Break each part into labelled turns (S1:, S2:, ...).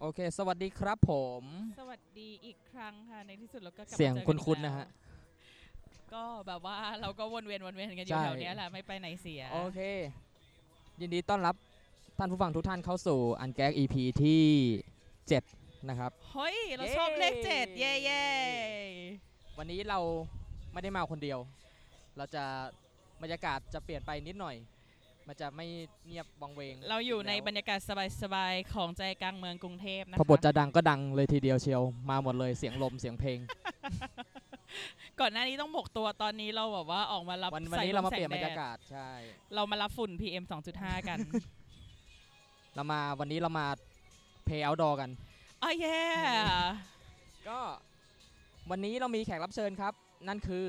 S1: โอเค สวัสดีครับผม
S2: สวัสดีอีกครั้งค่ะ ในที่สุดเราก็กลับมา
S1: เสียง
S2: จอกั
S1: คุ้น
S2: อีก
S1: ๆ
S2: แล้ว
S1: นะฮะ
S2: ก็แบบว่าเราก็วนเวียนวนเวียนกันอ
S1: ใช่
S2: ยู่แถวเนี้ยแหละไม่ไปไหนเสีย
S1: โอเค ยินดีต้อนรับท่านผู้ฟังทุกท่านเข้าสู่อันแก๊ก EP ที่ 7 นะครับ
S2: เฮ้ย เรา
S1: เย้
S2: ชอบเลขเจ็ดเย่เย่
S1: วันนี้เราไม่ได้มาคนเดียว เราจะบรรยากาศจะเปลี่ยนไปนิดหน่อย มันจะไม่เงียบวังเวง
S2: เราอยู่ในบ
S1: แล้
S2: ร
S1: ว
S2: รยากาศสบายๆ ของใจกลางเมืองกรุงเทพนะ
S1: พ
S2: คะ
S1: อบทจะดังก็ดังเลยทีเดียวเชียว มาหมดเลยเสียงลมเสียงเพลง
S2: ก่อนหน้านี้ต้องหมกตัวตอนนี้เราแบบว่าออกมารับ
S1: วันวัน
S2: ส
S1: นี้
S2: ล
S1: เรามา
S2: แสง
S1: เปลี่ยนบรรยา
S2: แดด
S1: กาศใช่
S2: เรามารับฝุ่น PM 2.5 กัน
S1: เรามาวันนี้เรามาเพย์เอาดอกัน
S2: อ๋อเย่
S1: ก็วันนี้เรามีแขกรับเชิญครับ นั่นคือ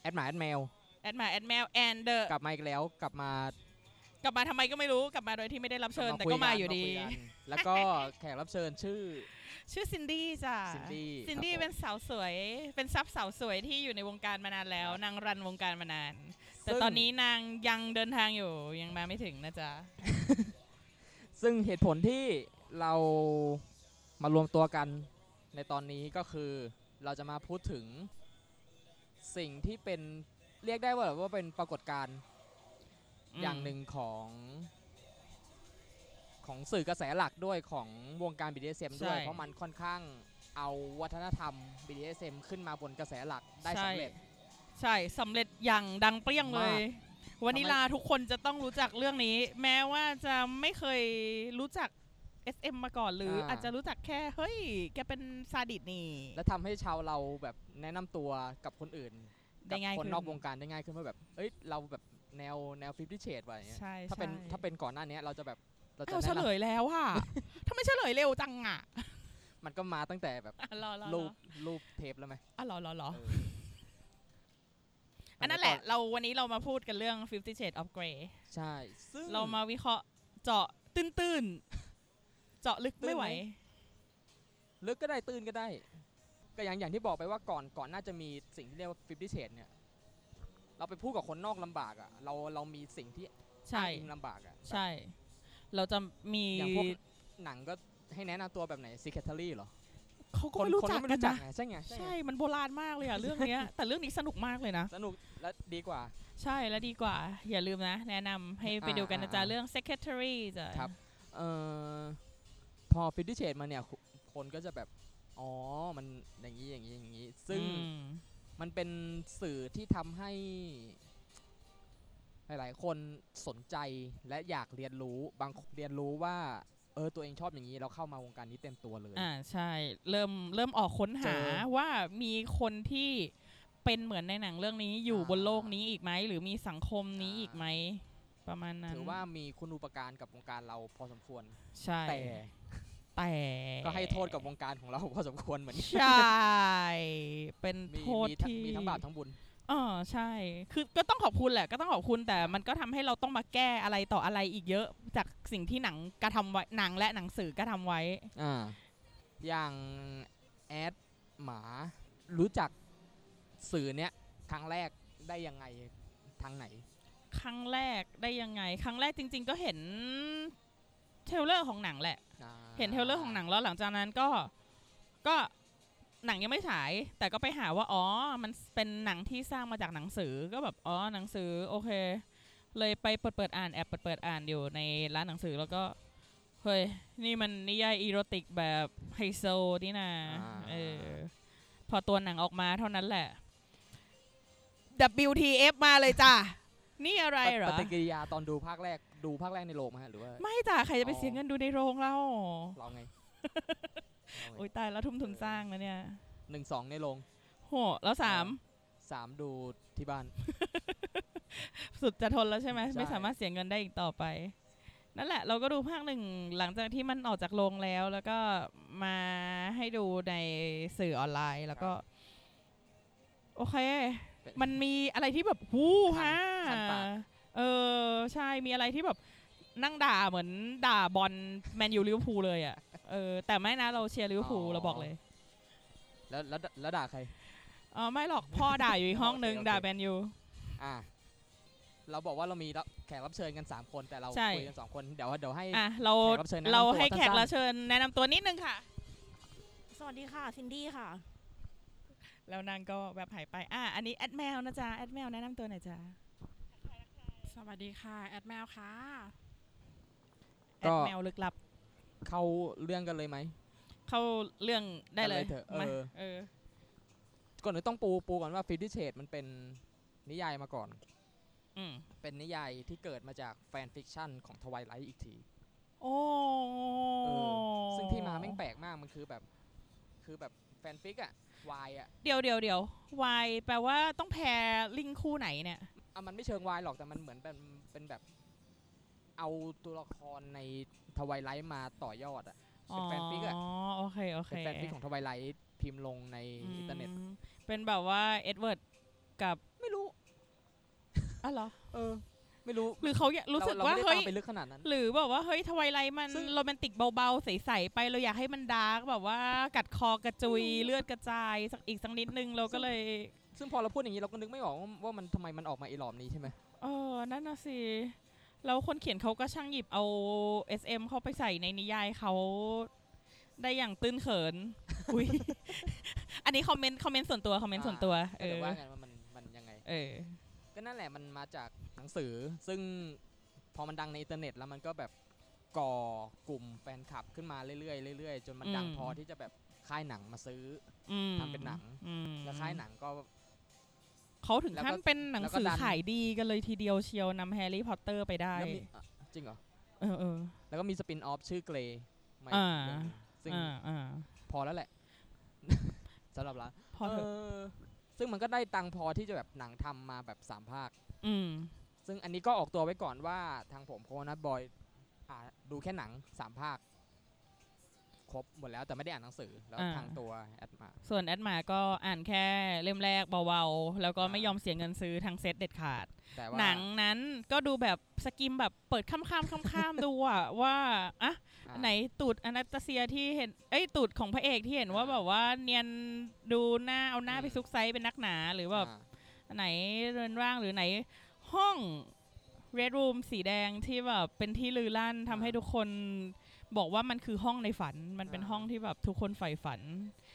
S1: แอดหมาแอดแมว
S2: แอดมาแอดแมวแอนเดอร์
S1: กลับมาอีกแล้วกลับมาก
S2: ลับมาทำไมก็ไม่รู้กลับมาโดยที่ไม่ได้รับเชิญ
S1: ลับ
S2: แต่ก็
S1: คุ
S2: มา
S1: กัน
S2: อยู่ดี
S1: คุกันแล้วก็แขกรับเชิญชื่อ
S2: ชื่อซินดี้จ้ะ
S1: ซินดี้
S2: ซินดี้
S1: ครับผม
S2: เป็นสาวสวย เป็นซับสาวสวยที่อยู่ในวงการมานานแล้ว
S1: ครับ
S2: นางรันวงการมานาน แต่
S1: ซึ่ง
S2: ตอนนี้นางยังเดินทางอยู่ยังมาไม่ถึงนะจ๊ะ
S1: ซึ่งเหตุผลที่เรามารวมตัวกันในตอนนี้ก็คือเราจะมาพูดถึงสิ่งที่เป็นเรียกได้ว่าแบบว่าเป็นปรากฏการณ์ อย่างหนึ่งของของสื่อกระแสหลักด้วยของวงการ BDSM ด้วย
S2: ใช่
S1: เพราะมันค่อนข้างเอาวัฒนธรรม BDSM ขึ้นมาบนกระแสหลักได้
S2: ใช่
S1: สำเร็จ
S2: ใช่สำเร็จอย่างดังเปรี้ยงเลย วานิลา
S1: ทำให้
S2: ทุกคนจะต้องรู้จักเรื่องนี้ แม้ว่าจะไม่เคยรู้จัก SM มาก่อนหรืออา อาจจะรู้จักแค่เฮ้ย แกเป็นซาดิสนี่
S1: และทำให้ชาวเราแบบแนะนำตัวกับคนอื่นกั
S2: ได้ง่าย
S1: คน
S2: ขึ้น
S1: นอกวงการได้ง่ายขึ้นว่าแบบ เอ้ยเราแบบแนวแนวฟิฟตี้เชดว่ะอย่างเงี้ย
S2: ใช่
S1: ถ้าเป็น
S2: ใช่
S1: ถ้าเป็นก่อนหน้านี้เราจะแบบเราจะ
S2: เอาเฉ
S1: แนะ
S2: ล
S1: น
S2: ยแล้ว อ่ะ ทำไมเฉลยเร็วจังอ่ะ
S1: ำมันก็มาตั้งแต่แบบ
S2: อ่ะรอรอร
S1: รู
S2: อ
S1: ปรูปเทปแล้วไหม
S2: อ่ะรอรอรอ
S1: เออ
S2: อันนั้นแหละ เราวันนี้เรามาพูดกันเรื่อง Fifty Shades of Grey
S1: ใช่ซึ่ง
S2: เรามาวิเคราะห์เจาะตื้นๆ เจาะลึกไม่ไหว
S1: ตื้นไหม ลึกก็ได้ตื้นก็ได้ ก็อย่างอย่างที่บอกไปว่าก่อนก่อนน่าจะมีสิ่งที่เรียกว่าฟิฟตี้เชดเนี่ย เราไปพูดกับคนนอกลำบากอะ่ะเราเรามีสิ่งที่
S2: ใช่
S1: อ้างอิงลำบากอะ่ะ
S2: ใช่ เราจะมี
S1: อย่างพวกหนังก็ให้แนะนำตัวแบบไหนซิเคทอรี่เหรอ
S2: เขาก็
S1: คน
S2: ไม่รู้
S1: คน
S2: จัก
S1: ก็ไม่
S2: กัน
S1: รู้จัก
S2: นะ
S1: ไงใช่ไงใช่ไง
S2: ใช่มันโบราณมากเลยอ่ะ เรื่อง เนี้ย แต่เรื่องนี้สนุกมากเลยนะ
S1: สนุกและดีกว่า
S2: ใช่แล้วดีกว่า อย่าลืมนะ แนะนำให้ไป
S1: อ่า
S2: ดูกันนะจ๊ะ
S1: อ่า
S2: เรื่อง Secretary จ้ะ
S1: ครับ เอ่อพอฟิฟตี้เชดมาเนี่ยคนก็จะแบบ อ๋อ มันอย่างนี้อย่างนี้อย่างนี้ ซึ่ง
S2: อืม
S1: มันเป็นสื่อที่ทำให้ หลาย ๆ คนสนใจและอยากเรียนรู้บางเรียนรู้ว่า เออตัวเองชอบอย่างนี้เราเข้ามาวงการนี้เต็มตัวเลย
S2: อ่าใช่เริ่มเริ่มออกค้นหา
S1: เจอ
S2: ว่ามีคนที่เป็นเหมือนในหนังเรื่องนี้อยู่
S1: อ่า
S2: บนโลกนี้อีกไหมหรือมีสังคมนี้
S1: อ่า
S2: อีกไหมประมาณนั้น
S1: ถือว่ามีคุณอุปการกับวงการเราพอสมควร
S2: ใช่
S1: แต่
S2: แต่
S1: ก็ให้โทษกับวงการของเราพอสมควรเหมือนกัน
S2: ใช่เป็น
S1: มี
S2: โทษ
S1: มีทั้ง
S2: ที่
S1: มีทั้งบาปทั้งบุญ
S2: เออใช่ คือก็ต้องขอบคุณแหละก็ต้องขอบคุณแต่มันก็ทำให้เราต้องมาแก้อะไรต่ออะไรอีกเยอะ จากสิ่งที่หนังกระทำไว้หนังและหนังสือกระทำไว้
S1: อ่า อย่างแอดหมารู้จักสื่อเนี้ยครั้งแรกได้ยังไงทางไหน
S2: ครั้งแรกได้ยังไง ครั้งแรกจริง ๆ ก็เห็นเทรลเลอร์ของหนังแหละ
S1: อ่า
S2: เห็นเทรลเลอร์ของหนังแล้วหลังจากนั้นก็ก็หนังยังไม่ฉาย แต่ก็ไปหาว่าอ๋อมันเป็นหนังที่สร้างมาจากหนังสือก็แบบอ๋อหนังสือโอเค เลยไปเปิดเปิดอ่านแอบเปิดเปิดอ่านอยู่ในร้านหนังสือแล้วก็เฮ้ยนี่มันนิยายอีโรติกแบบไฮโซนี่นะ
S1: า
S2: เออพอตัวหนังออกมาเท่านั้นแหละ WTF มาเลยจ้ะ นี่อะไรเหร
S1: ป
S2: อ
S1: ฏิกิริยาตอนดูภาคแรกดูภาคแรกในโรงไหมฮะหรือว่า
S2: ไม่จ้ะใครจะไป
S1: อ๋อ
S2: เสียเงินดูในโรงเล่า
S1: เราไง
S2: โอ้ยตายแล้วทุ่มทุนสร้างนะเนี่ย
S1: หนึ่งสองในโรง
S2: โหแล้วสาม
S1: สามดูที่บ้าน
S2: สุดจะทนแล้วใช่ไหม
S1: ใช่
S2: ไม่สามารถเสียเงินได้อีกต่อไป นั่นแหละ เราก็ดูภาคหนึ่งหลังจากที่มันออกจากโรงแล้ว แล้วก็มาให้ดูในสื่อออนไลน์แล้วก็ โอเค มันมีอะไรที่แบบหู
S1: คัน
S2: ฮะ
S1: คันปาก
S2: เออ ใช่มีอะไรที่แบบนั่งด่าเหมือนด่าบอลแมนยูลิเวอร์พูลเลยอ่ะเออแต่ไม่นะเราเชียร์ลิเวอร์พูลเราบอกเลย
S1: แล้วแล้วแล้วด่าใคร
S2: อ๋อไม่หรอกพ่อด่าอยู่อีกห้องนึง
S1: โอเคโอเค
S2: ด่าแมนยู
S1: อ่า เราบอกว่าเรามีรับ แขกรับเชิญกัน 3 คนแต่เรา
S2: ใช่
S1: คุยกัน 2 คนเดี๋ยวเดี๋ยวให้
S2: อ่ะเรา
S1: แขกรับเชิญแนะนำตัว
S2: เราให้แขก
S1: สั้นๆ
S2: รับเชิญแนะนำตัวนิดนึงค่ะ
S3: สวัสดีค่ะ ซินดี้ค่ะ
S2: แล้วนางก็แบบหายไป อ่ะ อันนี้แอดแมวนะจ๊ะ แอดแมวแนะนำตัวหน่อยจ๊ะ
S3: สวัสดีค่ะ แอดแมวค่ะ
S2: แอดแมวลึกลับ
S1: เข้าเรื่องกันเลยไหม
S2: เข้าเรื่องได้เล
S1: กันเล
S2: ย
S1: ยเถอะ
S2: มา
S1: เออ
S2: เออ
S1: ก่อนอื่นต้องปูปูก่อนว่าฟิฟตี้เชดมันเป็นนิยายมาก่อน
S2: อืม
S1: เป็นนิยายที่เกิดมาจากแฟนฟิกชันของทวายไลท์อีกที
S2: โอ้
S1: เออ ซึ่งที่มาแม่งแปลกมากมันคือแบบ คือแบบแฟนฟิกอะวายอะ
S2: เดี๋ยวเดี๋ยวเดี๋ยววายแปลว่าต้องแพรลิงคู่ไหนเนี่ย
S1: อ่ะมันไม่เชิงวายหรอกแต่มันเหมือนเป็นเป็นแบบ เอาตัวละครในทวายไลท์มาต่อยอดอะ
S2: อ๋
S1: เป็นแฟนฟิกอะ
S2: อ โอเค โอเค
S1: เป็นแฟนฟิกของทวายไลท์พิมพ์ลงใน
S2: ม
S1: อินเทอร์เน็ต
S2: เป็นแบบว่าเอ็ดเวิร์ดกับ
S1: ไม่รู้
S2: อ๋อเหรอ
S1: เออ ไม่รู้
S2: หรือเขาอยากรู้สึก
S1: เเร
S2: ว่า
S1: ไม่ได้
S2: เฮ้ย
S1: ตามไปลึกขนาดนั้น
S2: หรือแบบว่าเฮ้ยทวายไลท์มัน
S1: ซึ่ง
S2: โรแมนติกเบาๆ ใสๆไปเราอยากให้มันดาร์กแบบว่ากัดคอกระจุยเลือดกระจายสักอีกสักนิดนึงเราก็เลย
S1: ซึ่งพอเราพูดอย่างนี้เราก็นึกไม่ออกว่าว่ามันทำไมมันออกมาไอีหลอมนี้ใช่ไหม
S2: เออ นั่นน่ะสิ แล้วคนเขียนเขาก็ช่างหยิบเอา SM เข้าไปใส่ในนิยายเขาได้อย่างตื้นเขิน อุ้ย อันนี้คอมเมนต์คอมเมนต์ส่วนตัวคอมเมนต์ส่วนตัว เอ
S1: เดี๋ย
S2: อ
S1: วว่ากันว่ามันมันยังไง
S2: เออ
S1: ก็นั่นแหละมันมาจากหนังสือ ซึ่งพอมันดังในอินเทอร์เน็ตแล้วมันก็แบบก่อกลุ่มแฟนคลับขึ้นมาเรื่อยๆเรื่อยๆจนมันดัง
S2: อืม
S1: พอที่จะแบบค่ายหนังมาซื้อ
S2: อืม
S1: ทำเป็นหนัง
S2: อืม
S1: แล้วค่ายหนังก็
S2: เขาถึงขั้
S1: แล้ว
S2: น
S1: ก็
S2: เป็นหนังสือ
S1: แล้วก็ดัน
S2: ขายดีกันเลยทีเดียวเชียวนำแฮร์รี่พอตเตอร์ไปได้
S1: แล้วมีอ่ะจริงเหรอ
S2: เออเออ
S1: แล้วก็มีสปินออฟชื่อเกรย์มา
S2: อ่า
S1: อีกเรื่องหนึ่งซึ่ง
S2: อ่าอ่า
S1: พอแล้วแหละ สำหรับเรา
S2: พอเถอะ
S1: เออซึ่งมันก็ได้ตังค์พอที่จะแบบหนังทำมาแบบสามภาค
S2: อืม
S1: ซึ่งอันนี้ก็ออกตัวไว้ก่อนว่าทางผมโคนัทบอยอ่าดูแค่หนังสามภาค ครบหมดแล้วแต่ไม่ได้อ่านหนังสือ แล้ว
S2: อ่า
S1: ทางตัวแอดมา
S2: ส่วนแอดมาก็อ่านแค่เล่มแรกเบาๆ แล้วก็ไม่ยอมเสียเงินซื้อทั้งเซตเด็ดขาด
S1: แต่ว่า
S2: หนังนั้นก็ดูแบบสกิมแบบเปิดข้ามข้ามข้ามข้ามๆ ดูอะว่าอะ
S1: อ่า
S2: ไหนตูดอนาตาเซียที่เห็นเอ้ยตูดของพระเอกที่เห็นว่า
S1: อ่า
S2: แบบว่าเนียนดูหน้าเอาหน้า
S1: อืม
S2: ไปซุกไซส์เป็นนักหนา หรือแบบ
S1: อ่า
S2: ไหนเรือนร่างหรือไหนห้องเรดรูมสีแดงที่แบบเป็นที่ลือลั่นทำให้ทุกคนบอกว่ามันคือห้องในฝัน มันเป็นห้องที่แบบทุกคนใฝ่ฝัน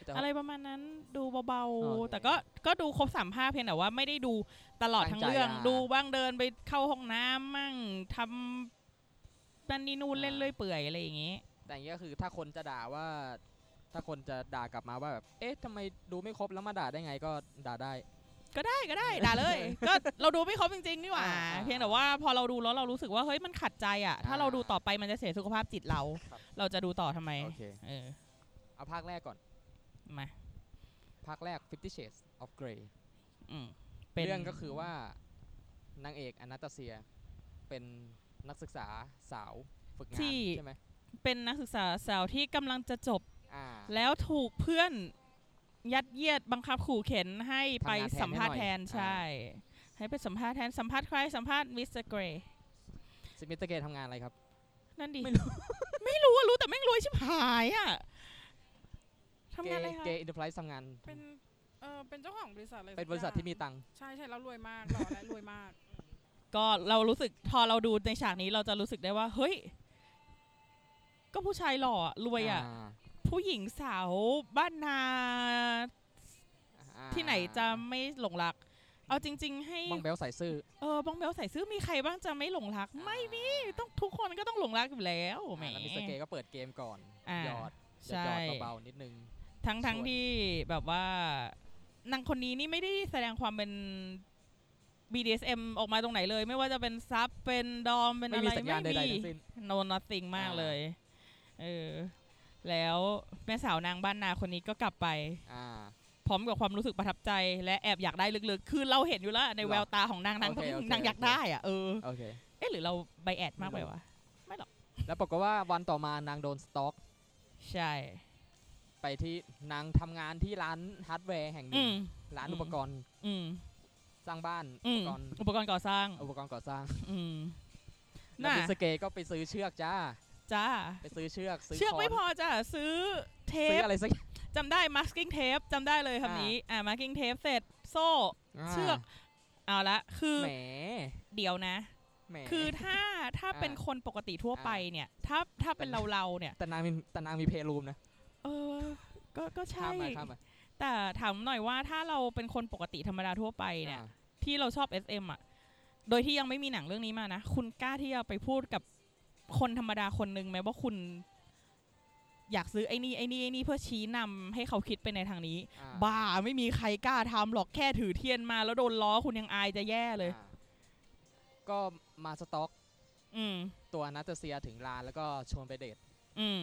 S1: แต่ว่า
S2: อะไรประมาณนั้นดูเบา
S1: โอเค
S2: ๆ แต่ก็ก็ดูครบสามภาคเพียงแต่ว่าไม่ได้ดูตลอดทั้ง
S1: ตั้งใจ
S2: เรื่อง
S1: อ่ะ
S2: ดูบ้างเดินไปเข้าห้องน้ำมั่งทำนั่นนี่นู่น
S1: อ่า
S2: เล่นเลื่อยเปื่อยอะไรอย่างงี้
S1: แต่อย่างนี้ยก็คือถ้าคนจะด่าว่า ถ้าคนจะด่ากลับมาว่าแบบเอ๊ะทำไมดูไม่ครบแล้วมาด่าได้ไงก็ด่าได้
S2: ก็ได้ก็ ได้ ด่าเลย ก็เราดูไม่ครบจริงๆนี่หว่า
S1: อ่าอ่า
S2: เพียงแต่ว่าพอเราดูแล้วเรารู้สึกว่าเฮ้ยมันขัดใจอ่ะ ถ้า
S1: อ่า
S2: เราดูต่อไปมันจะเสียสุขภาพจิตเรา
S1: ครับ
S2: เราจะดูต่อทำไม
S1: โอเค
S2: เออ
S1: เอาภาคแรกก่อน
S2: มา
S1: ภาคแรก Fifty Shades of Grey
S2: อืมป็น
S1: เรื่องก็คือว่านางเอกอนาตาเซีย เป็นนักศึกษาสาวฝึกงานใช่ไหม
S2: เป็นนักศึกษาสาวที่กำลังจะจบ
S1: อ่า
S2: แล้วถูกเพื่อนยัดเยียดบังคับขู่เข็นให้ไป
S1: ทำงานแทน
S2: สัมภาษณ์
S1: ให้หน่อย
S2: แทน
S1: อ่า
S2: ใช่ ให้ไปสัมภาษณ์แทนสัมภาษณ์ใครสัมภาษณ์มิสเตอร์เกรย์
S1: สมิธเกตทำงานอะไรครับ
S2: นั่นดิ
S1: ไม่
S2: ไม่
S1: รู้
S2: รู้ ไม่รู้อะรู้แต่แม่งรวยชิบหายอะทำงานอะไรคะ
S1: เกย์อินเตอร์ไพรส์ทำงาน
S3: เป็น เออเป็นเจ้าของบริษัทอะไร
S1: เป็นบริษัทที่มีตังค์
S3: ใช่ใช่แล้วรวยมากหล่อและรวยมาก
S2: ก็เรารู้สึกพอเราดูในฉากนี้เราจะรู้สึกได้ว่า เฮ้ย ก็ผู้ชายหล่ออะรวยอะผู้หญิงสาวบ้านนา
S1: อ่า
S2: ที่ไหนจะไม่หลงรัก เอาจริง ๆ ให้
S1: บ้องเบลใส่ซื่อ
S2: เออบ้องเบลใส่ซื้อมีใครบ้างจะไม่หลงรัก ไม่มี ต้องทุกคนก็ต้องหลงรักอยู่แล้วแหม
S1: อ่าแล้วมิสเตอร์เกย์ก็เปิดเกมก่อน
S2: อ่า
S1: หยอดหย
S2: ใช่
S1: อดๆเบาๆนิดนึง
S2: ทั้งทั้ง
S1: ส่วน
S2: ที่แบบว่านางคนนี้นี่ไม่ได้แสดงความเป็น BDSM ออกมาตรงไหนเลย ไม่ว่าจะเป็นซับเป็นดอมเป็น
S1: ไม่
S2: อะไร
S1: มีสัญญาณใด
S2: ไม่
S1: ๆ
S2: มี
S1: ทั้งสิ้น
S2: no nothing มากเลย เออ แล้วแม่สาวนางบ้านนาคนนี้ก็กลับไป
S1: อ่า
S2: พร้อมกับความรู้สึกประทับใจ และแอบอยากได้ลึกๆ คือเราเห็นอยู่แล้วใน
S1: หรอ
S2: แววตาของนางนาง
S1: โอเคโอเค
S2: นางอยากได้อะเออ
S1: โอเค
S2: เอ๊ะหรือเราใบแอดมากไปวะ
S1: แล้วปรากฏว่าวันต่อมานางโดนสต็อก
S2: ใช่
S1: ไปที่นางทำงานที่ร้านฮาร์ดแวร์แห่งหนึ่
S2: อื
S1: ง
S2: ม
S1: ร้าน
S2: อืม
S1: อุปกรณ์
S2: อืม
S1: สร้างบ้าน
S2: อื
S1: อุป
S2: ม
S1: กรณ์
S2: อุปกรณ์ก่อสร้าง
S1: อุปกรณ์ก่อสร้าง
S2: อืม
S1: แล้ว
S2: น่ะ
S1: มิสเตอร์เกย์ก็ไปซื้อเชือกจ้า
S2: จ้า
S1: ไปซื้อเชือกซื้อ
S2: เชือก
S1: ค้น
S2: ไม่พอจ้ะ ซื้อเท
S1: ซื้อ
S2: ป
S1: อะไรสักอย่าง
S2: จำได้ masking tape จำได้เลยคำนี้ อ่า masking tape เสร็จ โซ่ เชือก เอาละ คือ
S1: แหม
S2: เดี๋ยวนะ
S1: แหม
S2: คือถ้าถ้า
S1: อ่า
S2: เป็นคนปกติทั่วไปเนี่ย ถ้าถ้าเป็น
S1: แต่
S2: เราเราๆเนี่ย
S1: แต่นางมีแต่นางมีเพย์รูมนะ
S2: เออ ก็ก็
S1: ข้า
S2: ใช่
S1: มมาข้ามมา
S2: แต่ถามหน่อยว่าถ้าเราเป็นคนปกติธรรมดาทั่วไปเนี่ย
S1: อ่า
S2: ที่เราชอบ SM อ่ะ โดยที่ยังไม่มีหนังเรื่องนี้มานะ คุณกล้าที่จะไปพูดกับคนธรรมดาคนหนึ่งไหมว่าคุณ อยากซื้อไอ้นี่ไอ้นี่ไอ้นี่เพื่อชี้นำให้เขาคิดไปในทางนี้
S1: อ่
S2: บ้าไม่มีใครกล้าทำหรอกแค่ถือเทียนมา แล้วโดนล้อคุณยังอายจะแย่เลย
S1: อ่าก็มาสต็อก
S2: อืม
S1: ตัวนัตเซียถึงลานแล้วก็ชวนไปเดท
S2: อืม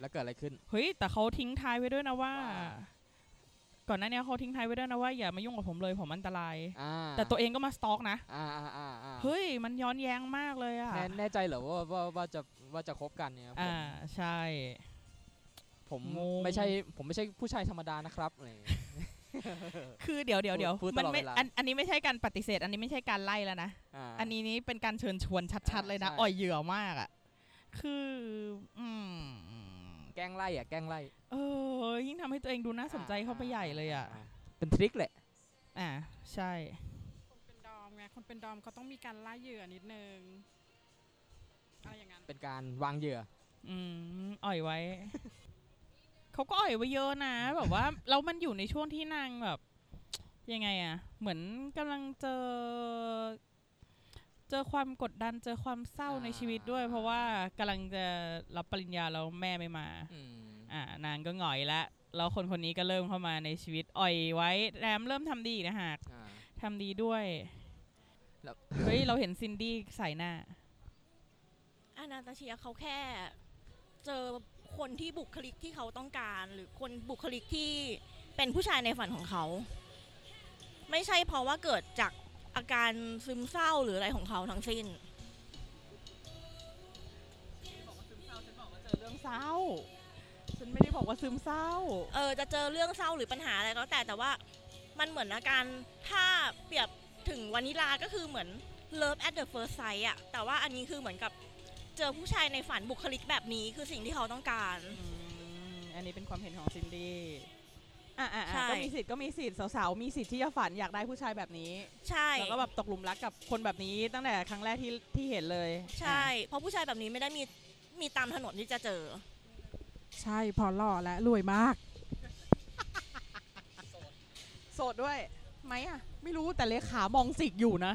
S1: แล้วเกิดอะไรขึ้น
S2: เฮ้ย แต่เขาทิ้งท้ายไว้ด้วยนะว่า
S1: ว่า
S2: ก่อนหน้านี้เขาทิ้งท้ายไว้ด้วยนะว่าอย่ามายุ่งกับผมเลยผมอันตราย
S1: อ่า
S2: แต่ตัวเองก็มาสตอกนะ
S1: อ่าอ่าอ่าอ่า
S2: เฮ้ย มันย้อนแย้งมากเลยอ่ะ
S1: แน่แน่ใจเหรอว่าว่าว่าจะว่าจะคบกันเนี่ยผม
S2: อ่าใช่
S1: ผม
S2: งง
S1: ไม่ใช่ผมไม่ใช่ผู้ชายธรรมดานะครับอะไรอย่างเงี้ย
S2: คือเดี๋ยวเดี๋ยวเดี๋ยว
S1: พูดตลอด
S2: มันไม่
S1: เวลา
S2: อันอันนี้ไม่ใช่การปฏิเสธ อันนี้ไม่ใช่การไล่แล้วนะ
S1: อ่า
S2: อันนี้นี่เป็นการเชิญชวนชัดๆเลยนะ
S1: ใช่
S2: อ่อยเหยื่อมากอ่ะ คือ อืม
S1: แกล้งไล่อ่ะแกล้งไล่
S2: เออ ยิ่งทำให้ตัวเองดูน่าสนใจเข้าไปใหญ่เลยอ่ะ
S1: าเป็นทริคแหละ
S2: อ่าใช่
S3: คนเป็นดอมไง คนเป็นดอมเขาต้องมีการล่าเหยื่อนิดนึง อะไรอย่างนั้น
S1: เป็นการวางเหยื่อ
S2: อืม อ่อยไว้ เขาก็อ่อยไว้เยอะนะ แบบว่าแล้วมันอยู่ในช่วงที่นางแบบ ยังไงอะเหมือนกำลังเจอ เจอความกดดันเจอความเศร้าในชีวิตด้วย
S1: อ่า
S2: เพราะว่ากำลังจะรับปริญญาแล้วแม่ไม่มา
S1: อ
S2: อ่านางก็หงอยละแล้วคนคนนี้ก็เริ่มเข้ามาในชีวิตอ่อยไว้แรมเริ่มทำดีอีกนะฮะ
S1: อ่า
S2: ทำดีด้วย
S1: แล้ว
S2: เฮ้ย เราเห็นซินดี้ใส่หน้า
S4: อานาตาเชียเขาแค่เจอคนที่บุคลิกที่เขาต้องการ หรือคนบุคลิกที่เป็นผู้ชายในฝันของเขา ไม่ใช่เพราะว่าเกิดจากอาการซึมเศร้าหรืออะไรของเขาทั้งสิ้น
S2: เจอเรื่องเศร้า ฉันไม่ได้บอกว่าซึมเศร้า
S4: เออจะเจอเรื่องเศร้าหรือปัญหาอะไรก็แล้วแต่แต่ว่ามันเหมือนอาการถ้าเปรียบถึงวานิลาก็คือเหมือน love at the first sight อะแต่ว่าอันนี้คือเหมือนกับเจอผู้ชายในฝันบุคลิกแบบนี้คือสิ่งที่เขาต้องการ
S2: อืมอันนี้เป็นความเห็นของซินดี้ อ่ะอ่ะ
S4: ใช่
S2: อ่ะก็มีสิทธิ์ก็มีสิทธิ์สาวๆ มีสิทธิ์ที่จะฝันอยากได้ผู้ชายแบบนี้
S4: ใช่
S2: แล้วก็แบบตกหลุมรักกับคนแบบนี้ตั้งแต่ครั้งแรกที่ที่เห็นเลย
S4: ใช่ เพราะผู้ชายแบบนี้ไม่ได้มีมีตามถนนที่จะเจอ
S3: ใช่ พอหล่อและรวยมาก
S2: โสดด้วยไหมอ่ะ ไม่รู้แต่เลขามองสิกอยู่นะ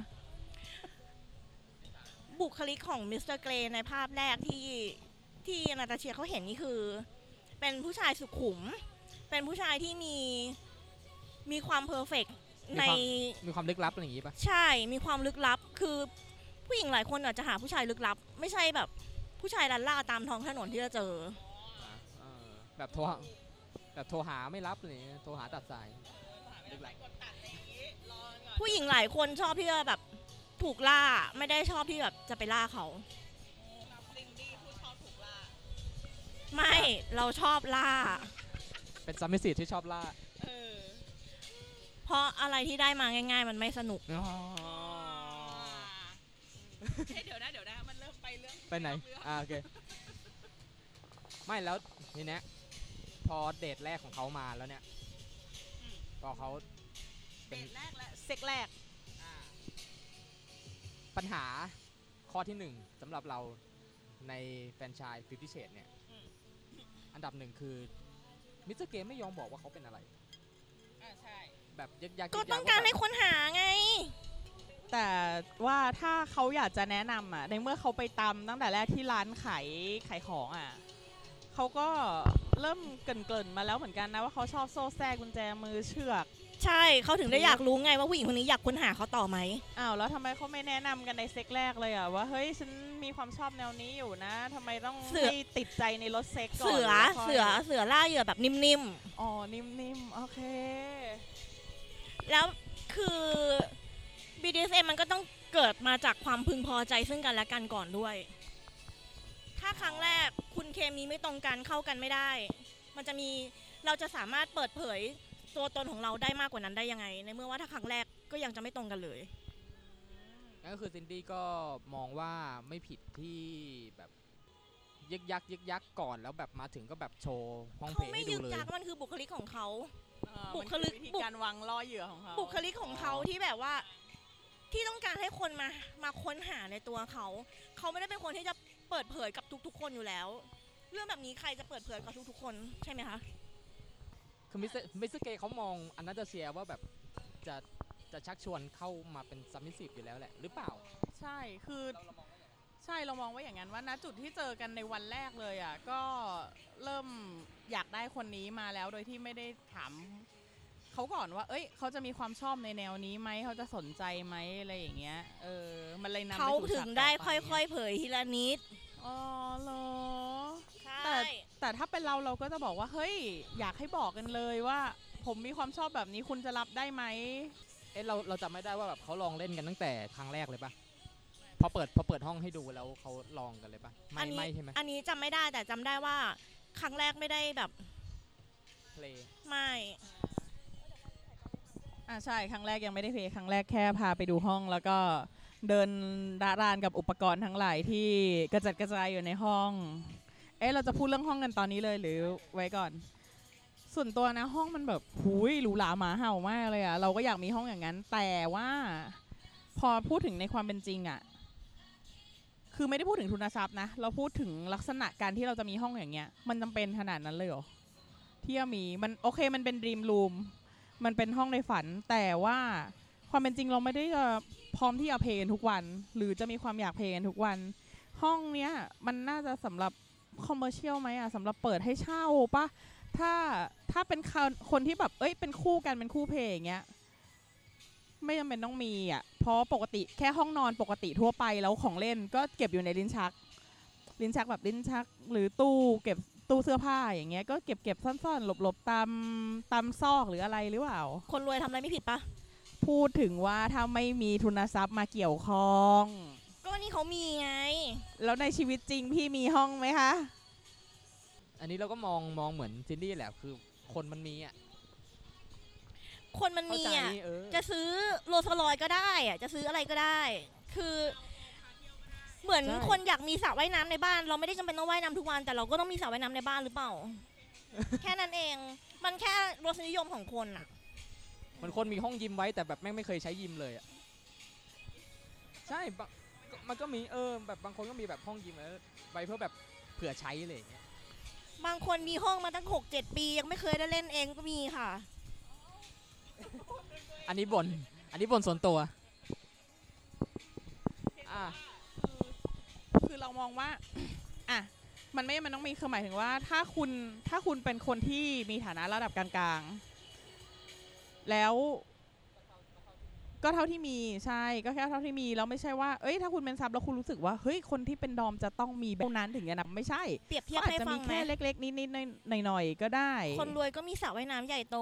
S4: บุคลิกของมิสเตอร์เกรในภาพแรกที่ที่นาตาเชียเขาเห็นนี่คือ เป็นผู้ชายสุขุม เป็นผู้ชายที่มีมีความเพอร์เฟกต์
S1: มีความ
S4: ใน
S1: มีความลึกลับอะไรอย่างงี้ปะ
S4: ใช่มีความลึกลับ คือผู้หญิงหลายคนอาจจะหาผู้ชายลึกลับ ไม่ใช่แบบผู้ชายลันล่าตามท้องถนนที่จะเจอ
S1: เออแบบโทรหาแบบโทรหาไม่รับอะไรอย่างเลยโทรหาตัดสายลึกลับ
S4: ผู้หญิงหลายคนชอบที่จะแบบถูกล่าไม่ได้ชอบที่แบบจะไปล่าเขา ไม่เราชอบล่า
S1: เป็นซัมมิสิตที่ชอบล่า
S4: เพราะอะไรที่ได้มาง่าย ๆ มันไม่สนุก
S2: เดี๋ยวนะ เดี๋ยวนะ มันเริ่มไปเรื่อง
S1: ไปไหน อ่าโอเค ไม่แล้วทีเนี้ยพอเดทแรกของเขามาแล้วเนี่ย
S2: อืม
S1: พอเขา
S2: เดทแรกและเซ็กแรก
S1: ปัญหาข้อที่หนึ่งสำหรับเราในแฟรนไชายฟิฟตี้เชดเนี่ย
S2: อืม
S1: อันดับหนึ่งคือมิสเตอร์เกมไม่ยอมบอกว่าเขาเป็นอะไร
S2: อ่าใช่
S1: แบบยักยัก
S4: ก็
S1: ยัยั
S4: ต้องการ
S1: ว่แบบ
S4: ให้คนหาไง
S2: แต่ว่าถ้าเขาอยากจะแนะนำอ่ะ ในเมื่อเขาไปตามตั้งแต่แรกที่ร้านขายขายของอ่ะเขาก็เริ่มเกรินๆมาแล้วเหมือนกันนะว่าเขาชอบโซ่แทรกกุญแจมือเชือก
S4: ใช่เขาถึงได้อยากรู้ไงว่าผู้หญิงคนนี้อยากค้นหาเขาต่อไหม
S2: อ้าวแล้วทำไมเขาไม่แนะนำกันในเซ็กแรกเลยอ่ะว่าเฮ้ยฉันมีความชอบแนวนี้อยู่นะทำไมต้อง
S4: เสือ
S2: ให้ติดใจในรถเซ็กก่อน
S4: เสือ
S2: แล้วค่ย
S4: เสือเสือล่าเหยื่อแบบนิ่ม
S2: อ๋อนิ่มๆโอเค
S4: ๆ แล้วคือ BDSM มันก็ต้องเกิดมาจากความพึงพอใจซึ่งกันและกันก่อนด้วย ถ้าครั้งแรกคุณเคมีไม่ตรงกันเข้ากันไม่ได้ มันจะมีเราจะสามารถเปิดเผยตัวตนของเราได้มากกว่านั้นได้ยังไง ในเมื่อว่าถ้าครั้งแรกก็ยังจะไม่ตรงกันเลย
S1: นั่นก็คือซินดี้ก็มองว่าไม่ผิดที่แบบยึกยักยึกยักก่อนแล้วแบบมาถึงก็แบบโชว์ห้องเพ
S4: เขา
S1: ลง
S4: ไม่
S1: ให้
S4: ยึ
S1: ดู
S4: ก
S1: เลย
S4: ยักมันคือบุคลิกของเขา
S2: เออ
S4: บุ
S2: มัน
S4: คลิก
S2: อวิธีการวางล่อเหยื่อของเขา
S4: บุคลิกของเขาที่แบบว่า ที่ต้องการให้คนมามาค้นหาในตัวเขา เขาไม่ได้เป็นคนที่จะเปิดเผยกับทุกๆ คนอยู่แล้ว เรื่องแบบนี้ใครจะเปิดเผยกับทุกๆ คนใช่ไหมคะ
S1: คือมิสเตอร์มิสเตอร์เกย์เขามองอันนั้นจะเชียร์ว่าแบบจะจะชักชวนเข้ามาเป็นซัมมิสซีฟอยู่แล้วแหละหรือเปล่า
S2: ใช่ คือใช่ เรามองว่าอย่างนั้นว่าณจุดที่เจอกันในวันแรกเลยอ่ะ ก็เริ่มอยากได้คนนี้มาแล้วโดยที่ไม่ได้ถามเขาก่อนว่า เอ้ย เขาจะมีความชอบในแนวนี้ไหม เขาจะสนใจไหมอะไรอย่างเงี้ย เออ มันเลยนำ
S4: เขาถึงได้ค่อยๆ เผยทีละนิด
S2: ๆอ๋อเหรอ
S4: ใช่
S2: แต่แต่ถ้าเป็นเราเราก็จะบอกว่า เฮ้ย อยากให้บอกกันเลยว่า ผมมีความชอบแบบนี้คุณจะรับได้ไหม
S1: เอ๊ะเราเราจำไม่ได้ว่าแบบเขาลองเล่นกันตั้งแต่ครั้งแรกเลยปะพอเปิดพอเปิดห้องให้ดูแล้วเขาลองกันเลยปะไม่
S4: นี้
S1: ไม่ใช่ไหม
S4: อันนี้จำไม่ได้แต่จำได้ว่า ครั้งแรกไม่ได้แบบ
S1: เพลง
S4: ไม่
S2: อ่าใช่ ครั้งแรกยังไม่ได้เพลย์ครั้งแรกแค่พาไปดูห้องแล้วก็เดินดารานกับอุปกรณ์ทั้งหลายที่กระจัดกระจายอยู่ในห้อง เอ๊ะเราจะพูดเรื่องห้องกันตอนนี้เลยหรือไว้ก่อน ส่วนตัวนะห้องมันแบบหูยหรูหราหมาเห่ามากเลยอะเราก็อยากมีห้องอย่างนั้น แต่ว่าพอพูดถึงในความเป็นจริงอะคือไม่ได้พูดถึงทุนทรัพย์นะ เราพูดถึงลักษณะการที่เราจะมีห้องอย่างเงี้ย มันจำเป็นขนาดนั้นเลยเหรอที่จะมีมันโอเคมันเป็นดรีมรูม มันเป็นห้องในฝันแต่ว่าความเป็นจริงเราไม่ได้จะพร้อมที่จะเพลงทุกวัน หรือจะมีความอยากเพลงทุกวัน ห้องเนี้ยมันน่าจะสำหรับคอมเมอร์เชียลไหมอ่ะสำหรับเปิดให้เช่าปะถ้าถ้าเป็นคนคนที่แบบเอ้ยเป็นคู่กันเป็นคู่เพลงอย่างเงี้ยไม่จำเป็นต้องมีอ่ะเพราะปกติแค่ห้องนอนปกติทั่วไปแล้วของเล่นก็เก็บอยู่ในลิ้นชัก ลิ้นชักแบบลิ้นชัก หรือตู้เก็บตู้เสื้อผ้าอย่างเงี้ยก็เก็บเก็บๆซ่อนๆหลบๆตามตามซอกหรืออะไรหรือเปล่า
S4: คนรวยทำอะไรไม่ผิดปะ
S2: พูดถึงว่าถ้าไม่มีทุนทรัพย์มาเกี่ยวข้อง
S4: ก็นี่เขามีไง
S2: แล้วในชีวิตจริงพี่มีห้องไหมคะ
S1: อันนี้เราก็มองมองเหมือนซินดี้แหละคือคนมันมีอ่ะ
S4: คนมัน
S1: เข้า
S4: มี
S1: ใจ
S4: อ่ะ
S1: เออ
S4: จะซื้อโรลส์รอยซ์ก็ได้อะจะซื้ออะไรก็ได้ คือเหมือน
S1: ใช่
S4: คนอยากมีสระว่ายน้ำในบ้าน เราไม่ได้จำเป็นต้องว่ายน้ำทุกวัน แต่เราก็ต้องมีสระว่ายน้ำในบ้านหรือเปล่า แค่นั้นเอง มันแค่รสนิยมของคนอะ
S1: มันคนมีห้องยิมไว้แต่แบบแม่งไม่เคยใช้ยิมเลยอ่ะใช่บะมันก็มีเออแบบบางคนก็มีแบบห้องยิมไว้ไว้เพื่อแบบเผื่อใช้อะไรอย่างเงี้ย
S4: บางคนมีห้องมาตั้งหกเจ็ดปี ยังไม่เคยได้เล่นเองก็มีค่ะ
S1: อันนี้บ่นอันนี้บ่นส่วนตัวอ่ะ
S2: คือเรามองว่า อ่ะ มันไม่ มันต้องมีคือหมายถึงว่า ถ้าคุณ ถ้าคุณเป็นคนที่มีฐานะระดับกลางๆ แล้ว ก็เท่าที่มี ใช่ ก็แค่เท่าที่มี แล้วไม่ใช่ว่า เอ้ย ถ้าคุณเป็นซับแล้วคุณรู้สึกว่า เฮ้ย คนที่เป็นดอมจะต้องมีแบบนั้นถึงจะนับไม่ใช่
S4: เปรียบเทีย
S2: ก็
S4: บ
S2: อาจ
S4: ให้
S2: จะ
S4: ฟั
S2: มี
S4: งไหม
S2: แค่เล็กๆ นิดๆ หน่อยๆ ก็ได้
S4: คนรวยก็มีสระว่ายน้ำใหญ่โต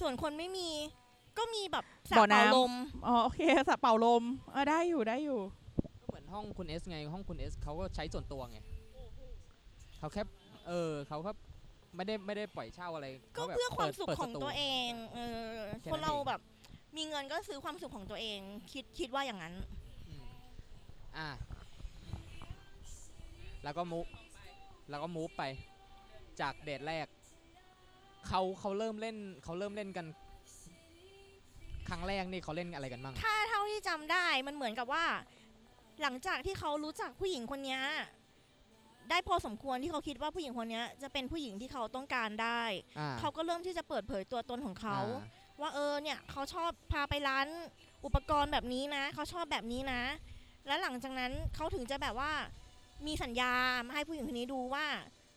S4: ส่วนคนไม่มี ก็มีแบบสระ
S2: บ่อน้ำ
S4: เป่าลม
S2: อ๋อ โอเคสระเป่าลมเออได้อยู่ ได้อยู่
S1: เหมือนห้องคุณเอสไงห้องคุณเอสเขาก็ใช้ส่วนตัวไงเขาแค่เออเขาก็ไม่ได้ไม่ได้ปล่อยเช่าอะไร
S4: ก็
S1: แบบ
S4: เพื่อความ
S1: ปิด
S4: สุข
S1: ปิด
S4: ของ
S1: ส
S4: ตัวเองเออ
S1: แค่
S4: ค
S1: นั้น น
S4: เรา
S1: เอง
S4: แบบ มีเงินก็ซื้อความสุขของตัวเอง คิดคิดว่าอย่างนั้น
S1: อืมอ่ะแล้วก็มูฟแล้วก็มูฟไปจากเดทแรกเขาเขาเริ่มเล่นเขาเริ่มเล่นกัน ครั้งแรกนี่เขาเล่นอะไรกันบ้าง
S4: ถ้าเท่าที่จำได้มันเหมือนกับว่า หลังจากที่เขารู้จักผู้หญิงคนเนี้ยได้พอสมควรที่เขาคิดว่าผู้หญิงคนเนี้ยจะเป็นผู้หญิงที่เขาต้องการได้
S1: อ่า
S4: เขาก็เริ่มที่จะเปิดเผยตัวตนของเขา
S1: อ่
S4: ว่าเออเนี่ยเขาชอบพาไปร้านอุปกรณ์แบบนี้นะ เขาชอบแบบนี้นะ แล้วหลังจากนั้นเขาถึงจะแบบว่ามีสัญญามาให้ผู้หญิงคนนี้ดูว่า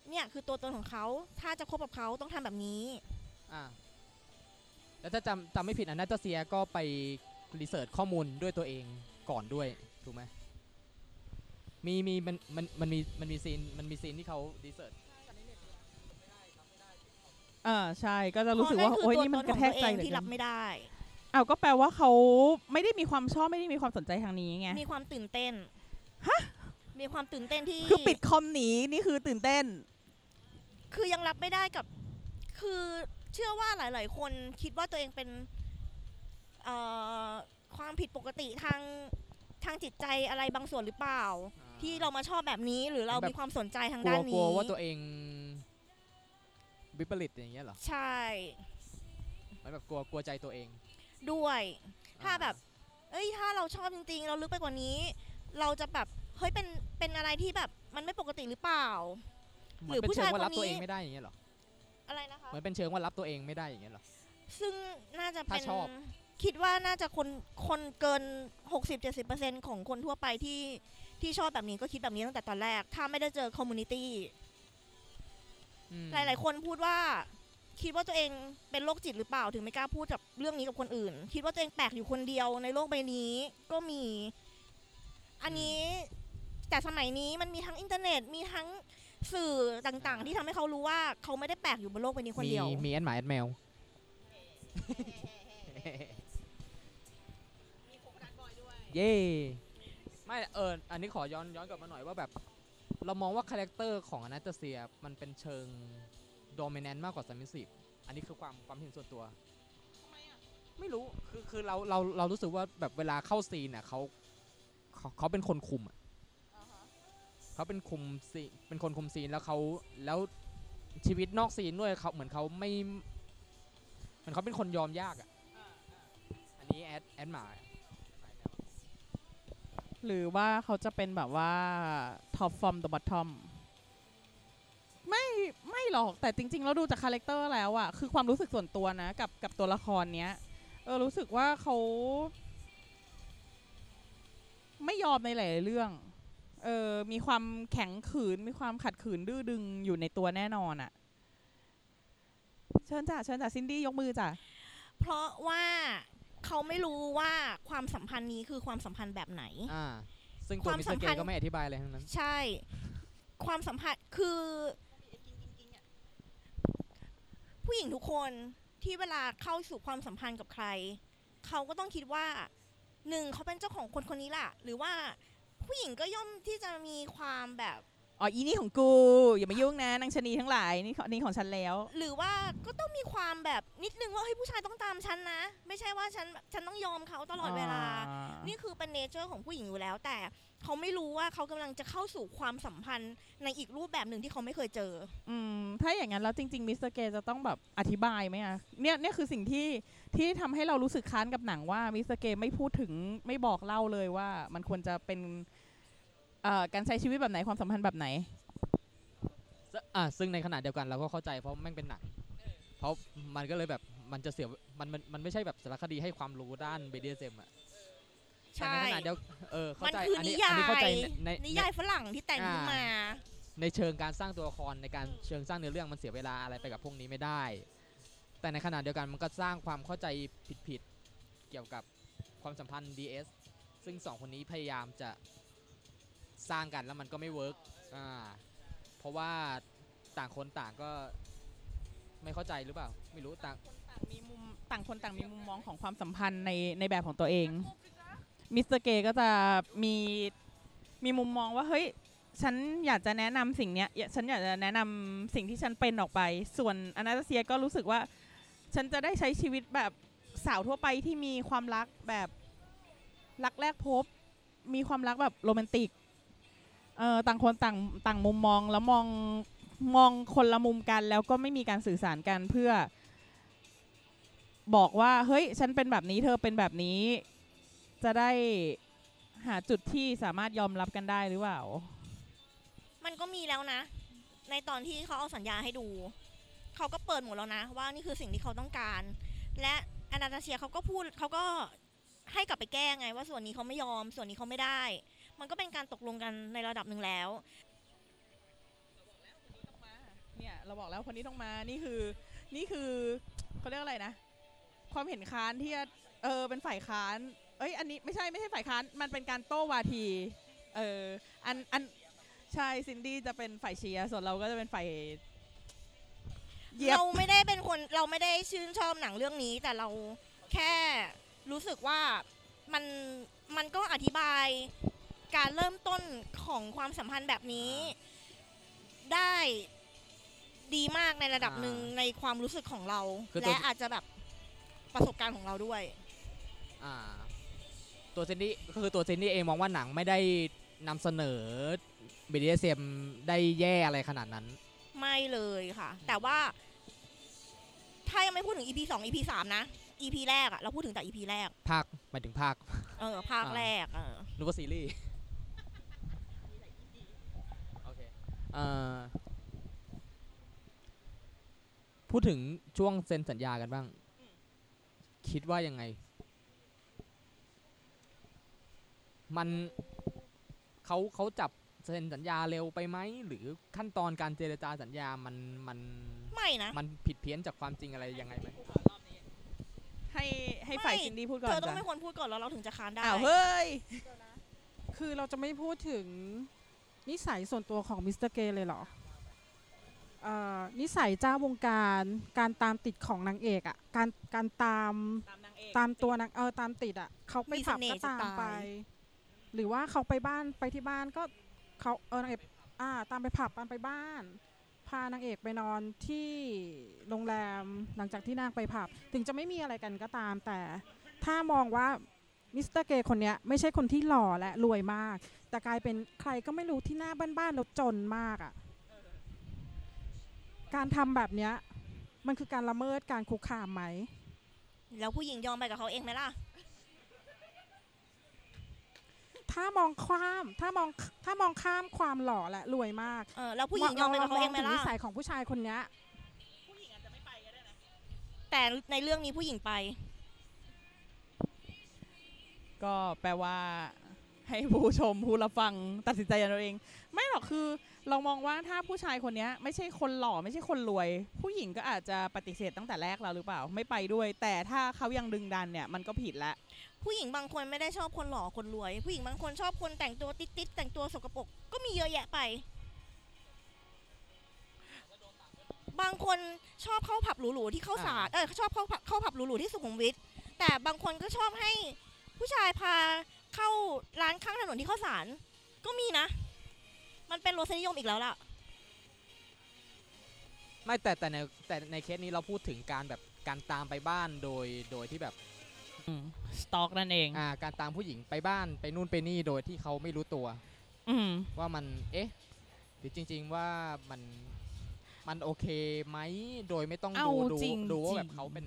S4: เนี่ยคือตัวตนของเขาถ้าจะคบกับเขาต้องทำแบบนี้
S1: อ่าแล้วถ้าจำจำไม่ผิดอันนัตเซียก็ไปรีเสิร์ชข้อมูลด้วยตัวเองก่อนด้วยถูกไหมมีมีมันมันมันมีมันมีซีนมันมีซีนที่เขารีเสิร์ช
S2: เออใช่ ก็จะรู้สึกว่า
S4: เพ
S2: โอ๊ย
S4: นั่น
S2: นี่
S4: คื
S2: มั
S4: อน ตัว
S2: ก
S4: ต
S2: ระแท
S4: นของ
S2: ก
S4: ตัวเอ
S2: ใจ
S4: ง
S2: เหลือ
S4: ที่
S2: เกิ
S4: รับ
S2: น
S4: ไม่ได้
S2: เอาก็แปลว่าเขาไม่ได้มีความชอบไม่ได้มีความสนใจทางนี้ไง
S4: มีความตื่นเต้น มีความตื่นเต้นที่
S2: คือปิดคอมหนีนี่คือตื่นเต้น
S4: คือยังรับไม่ได้กับ คือเชื่อว่าหลาย ๆ คนคิดว่าตัวเองเป็นเอ่อความผิดปกติทางทางจิตใจอะไรบางส่วนหรือเปล่า ที่เรามาชอบแบบนี้หรือเรา
S1: แบบ
S4: มีความสนใจทาง
S1: กลั
S4: ด้า
S1: วน กลั
S4: นี้
S1: วว่าตัวเองวิปริตอย่างเงี้ยเหรอ
S4: ใช่
S1: มันแบบกลัวกลัวใจตัวเอง
S4: ด้วย ถ้า
S1: อ่
S4: แบบ เอ้ยถ้าเราชอบจริง ๆ เราลึกไปกว่านี้ เราจะแบบเฮ้ยเป็นเป็นอะไรที่แบบมันไม่ปกติหรือเปล่า
S1: เหมือนเป็นเชิงว่ารับตัวเองไม่ได้อย่างเงี้ยเหรอ
S4: อะไรนะคะ
S1: เหมือนเป็นเชิงว่ารับตัวเองไม่ได้อย่างเงี้ยเหรอ
S4: ซึ่งน่าจะเป็น
S1: ถ้าชอบ
S4: คิดว่าน่าจะคนคนเกิน 60-70%ของคนทั่วไปที่ที่ชอบแบบนี้ก็คิดแบบนี้ตั้งแต่ตอนแรก ถ้าไม่ได้เจอคอมมูนิตี้
S1: อืม
S4: หลาย ๆ คนพูดว่าคิดว่าตัวเองเป็นโรคจิตหรือเปล่าถึงไม่กล้าพูดกับเรื่องนี้กับคนอื่น คิดว่าตัวเองแปลกอยู่คนเดียวในโลกใบนี้ก็มี อันนี้แต่สมัยนี้มันมีทั้งอินเทอร์เน็ตมีทั้งสื่อต่างๆ ที่ทำให้เขารู้ว่าเขาไม่ได้แปลกอยู่บนโลกใบนี้คน
S1: มี
S4: เดียว
S1: มีแอนหมาแอนแมว เย่ไม่เอออันนี้ขอย้อนย้อนกลับมาหน่อยว่าแบบ เรามองว่าคาแรคเตอร์ของอนาตาเซียมันเป็นเชิงโดเมนแนนมากกว่าซัมมิสซีฟอันนี้คือความความเห็นส่วนตัว ไม่รู้ คือคือเราเราเรารู้สึกว่าแบบเวลาเข้าซีนอ่ะเขาเขาเขาเป็นคนคุมอ่ะเขาเป็นคุมซีนเป็นคนคุมซีนแล้วเขาแล้วชีวิตนอกซีนด้วยเขาเหมือนเขาไม่เหมือนเขาเป็นคนยอมยากอ่ะอันนี้แอดแอดหมา
S2: หรือว่าเขาจะเป็นแบบว่าท็อปฟอร์มตัวบัตทอมไม่ไม่หรอกแต่จริง ๆ แล้วดูจากคาแรคเตอร์แล้วอะคือความรู้สึกส่วนตัวนะกับกับตัวละครเนี้ยเออรู้สึกว่าเขาไม่ยอมในหลายๆเรื่องเออมีความแข็งขืน มีความขัดขืนดื้อดึงอยู่ในตัวแน่นอนอะเชิญจ้ะเชิญจ้ะซินดี้ยกมือจ้ะ
S4: เพราะว่าเขาไม่รู้ว่าความสัมพันธ์นี้คือความสัมพันธ์แบบไหน
S1: อ่า ซึ่งตัว
S4: ความ
S1: มิส
S4: สั
S1: เตอร์
S4: ม
S1: เก
S4: พันธ์
S1: ย์ก็ไม่อธิบายอะไรทั้งนั้น
S4: ใช่ ความสัมพันธ์คือ ผู้หญิงทุกคนที่เวลาเข้าสู่ความสัมพันธ์กับใคร เขาก็ต้องคิดว่าหนึ่งเขาเป็นเจ้าของคนคนนี้ล่ะ หรือว่าผู้หญิงก็ย่อมที่จะมีความแบบ
S2: อ๋ออีนี่ของกูอย่ามายุ่งนะนางชะนีทั้งหลายนี่ของนี่ของฉันแล้ว
S4: หรือว่าก็ต้องมีความแบบนิดนึงว่าเฮ้ยผู้ชายต้องตามฉันนะ ไม่ใช่ว่าฉันแบบฉันต้องยอมเขาตลอดเวลา นี่คือเป็นเนเจอร์ของผู้หญิงอยู่แล้ว แต่เขาไม่รู้ว่าเขากำลังจะเข้าสู่ความสัมพันธ์ในอีกรูปแบบหนึ่งที่เขาไม่เคยเจอ
S2: อืมถ้าอย่างนั้นแล้วจริง ๆ มิสเตอร์เกย์จะต้องแบบอธิบายไหมอะเนี่ยเนี่ยคือสิ่งที่ที่ทำให้เรารู้สึกค้านกับหนังว่ามิสเตอร์เกย์ไม่พูดถึงไม่บอกเล่าเลยว่ามันควรจะเป็นเอ่อการใช้ชีวิตแบบไหนความสัมพันธ์แบบไหน
S1: ซึ่งอ่าซึ่งในขณะเดียวกันเราก็เข้าใจเพราะแม่งเป็นหนัง เพราะมันก็เลยแบบมันจะเสียมันมันมันไม่ใช่แบบสารคดีให้ความรู้ด้านเบเดียเซมอะแต่ในขณะเดียวเออเข้า
S4: มัน
S1: ใจ
S4: คือ
S1: อั
S4: นิ
S1: นี้
S4: ยา
S1: อันี้เข้าใจ
S4: ย
S1: ในใน
S4: นิยายฝรั่งที่แต่งขึ้นมา
S1: ในเชิงการสร้างตัวละครในการเชิงสร้างเนื้อเรื่องมันเสียเวลาอะไรไปกับพวกนี้ไม่ได้ แต่ในขณะเดียวกันมันก็สร้างความเข้าใจผิดๆเกี่ยวกับความสัมพันธ์ DS ซึ่งสองคนนี้พยายามจะสร้างกันแล้วมันก็ไม่เวิร์กอ่า เพราะว่าต่างคนต่างก็ไม่เข้าใจหรือเปล่า ไม่รู้ต่าง
S2: มีมุมต่างคนต่างมีมุมมองของความสัมพันธ์ในในแบบของตัวเอง มิสเตอร์เกย์ก็จะมีมีมุมมองว่าเฮ้ยฉันอยากจะแนะนำสิ่งเนี้ยอยากฉันอยากจะแนะนำสิ่งที่ฉันเป็นออกไป ส่วนอนาตาเซียก็รู้สึกว่า ฉันจะได้ใช้ชีวิตแบบสาวทั่วไปที่มีความรักแบบรักแรกพบ มีความรักแบบโรแมนติกเอ่อต่างคนต่างต่างมุมมองแล้วมองมองคนละมุมกัน แล้วก็ไม่มีการสื่อสารกันเพื่อ บอกว่าเฮ้ย ฉันเป็นแบบนี้เธอเป็นแบบนี้ จะได้หาจุดที่สามารถยอมรับกันได้หรือเปล่า
S4: มันก็มีแล้วนะ ในตอนที่เขาเอาสัญญาให้ดู เขาก็เปิดหมดแล้วนะ ว่านี่คือสิ่งที่เขาต้องการ และอนาตาเชียเขาก็พูดเขาก็ให้กลับไปแก้ไง ว่าส่วนนี้เขาไม่ยอม ส่วนนี้เขาไม่ได้ มันก็เป็นการตกลงกันในระดับหนึ่งแล้ว
S2: เนี่ยเราบอกแล้วคนนี้ต้องมา นี่คือนี่คือเขาเรียกอะไรนะ ความเห็นค้านที่จะเออเป็นฝ่ายค้าน เอ้ยอันนี้ไม่ใช่ไม่ใช่ฝ่ายค้าน มันเป็นการโต้วาที เอออันอันใช่ซินดี้จะเป็นฝ่ายเชียร์ส่วนเราก็จะเป็นฝ่ายเหยียบ
S4: เราไม่ได้เป็นคนเราไม่ได้ชื่นชอบหนังเรื่องนี้ แต่เราแค่รู้สึกว่ามันมันก็อธิบายการเริ่มต้นของความสัมพันธ์แบบนี้ ได้ดีมากในระดับหนึ่งในความรู้สึกของเรา
S1: คือตัว
S4: และอาจจะแบบประสบการณ์ของเราด้วย
S1: อ่า ตัวเซนดี้ก็คือตัวเซนดี้เองมองว่าหนังไม่ได้นำเสนอ BDSM ได้แย่อะไรขนาดนั้น
S4: ไม่เลยค่ะ แต่ว่า ถ้ายังไม่พูดถึง EP 2 EP 3นะ EP แรกอะเราพูดถึงแต่ EP แรก
S1: ภาค หมายถึงภาค
S4: เออภาคแรกเออ
S1: นึกว่าซีรีส์โอเคเอ่อพูดถึงช่วงเซ็นสัญญากันบ้าง คิดว่ายังไง มันเขาเขาจับเซ็นสัญญาเร็วไปไหม หรือขั้นตอนการเจรจาสัญญามันมัน
S4: ไม่นะ
S1: มันผิดเพี้ยนจากความจริงอะไรยังไงไหม
S5: ให้ให้ฝ่าย
S4: ไม่
S5: ซินดี้พูดก่อ
S4: เธ
S5: น
S4: อต้อง
S5: จ้ะ
S4: ไม่ควรพูดก่อนแล้วเราถึงจะค้านได้
S5: อ้าวเฮ้ย
S3: คือเราจะไม่พูดถึงนิสัยส่วนตัวของมิสเตอร์เกย์เลยเหรอเอ่อนิสัยเจ้าวงการการตามติดของนางเอกอะการการตามตามตัวนางเออตามติดอะเขาไป
S4: มี
S3: ผับ
S4: เสน่ห์
S3: ก็ตาม
S4: จะตาย
S3: ไป หรือว่าเขาไปบ้านไปที่บ้านก็เขาเออนางเอกอ่าตามไปผับตามไปบ้าน พานางเอกไปนอนที่โรงแรมหลังจากที่นางไปผับ ถึงจะไม่มีอะไรกันก็ตามแต่ ถ้ามองว่ามิสเตอร์เกย์คนเนี้ยไม่ใช่คนที่หล่อและรวยมาก แต่กลายเป็นใครก็ไม่รู้ที่หน้าบ้านๆแล้วจนมากอะ่ะ การทำแบบเนี้ยมันคือการละเมิดการคุกคามไหม
S4: แล้วผู้หญิงยอมไปกับเขาเองไหมล่ะ
S3: ถ้ามองข้ามถ้ามองถ้ามองข้ามความหล่อและรวยมาก
S4: เออแล้วผู้หญิงยอมไปกับเขาเองไหม
S3: ถึ
S4: ล่ะ
S3: นิสัยของผู้ชายคนเนี้ย
S4: แต่ในเรื่องนี้ผู้หญิงไป
S5: ก็แปลว่าให้ผู้ชมผู้รับฟังตัดสินใจกันเอาเอง ไม่หรอกคือเรามองว่าถ้าผู้ชายคนเนี้ยไม่ใช่คนหล่อไม่ใช่คนรวย ผู้หญิงก็อาจจะปฏิเสธตั้งแต่แรกเราหรือเปล่า ไม่ไปด้วย แต่ถ้าเขายังดึงดันเนี่ยมันก็ผิดละ
S4: ผู้หญิงบางคนไม่ได้ชอบคนหล่อคนรวย ผู้หญิงบางคนชอบคนแต่งตัวติดๆแต่งตัวสกปรกก็มีเยอะแยะไป บางคนชอบเข้าผับหรูๆที่เข้าสารเออชอบเข้าผับเข้าผับหรูๆที่สุขุมวิทแต่บางคนก็ชอบให้ผู้ชายพาเข้าร้านข้างถนนที่เข้าสารก็มีนะ มันเป็นรสนิยมอีกแล้วล่ะ
S1: ไม่แต่แต่ในแต่ในเคสนี้เราพูดถึงการแบบการตามไปบ้านโดยโดยที่แบบ
S2: สต็อกนั่นเอง
S1: อ่าการตามผู้หญิงไปบ้านไปนู่นไปนี่โดยที่เขาไม่รู้ตัว
S2: อืม
S1: ว่ามันเอ๊ะหรือจริง ๆว่ามันมันโอเคไหมโดยไม่ต้อง
S2: เอา
S1: ดูดู
S2: จริง
S1: ดูว่าแบ
S2: จ
S1: บ
S2: ริง
S1: เขาเป็น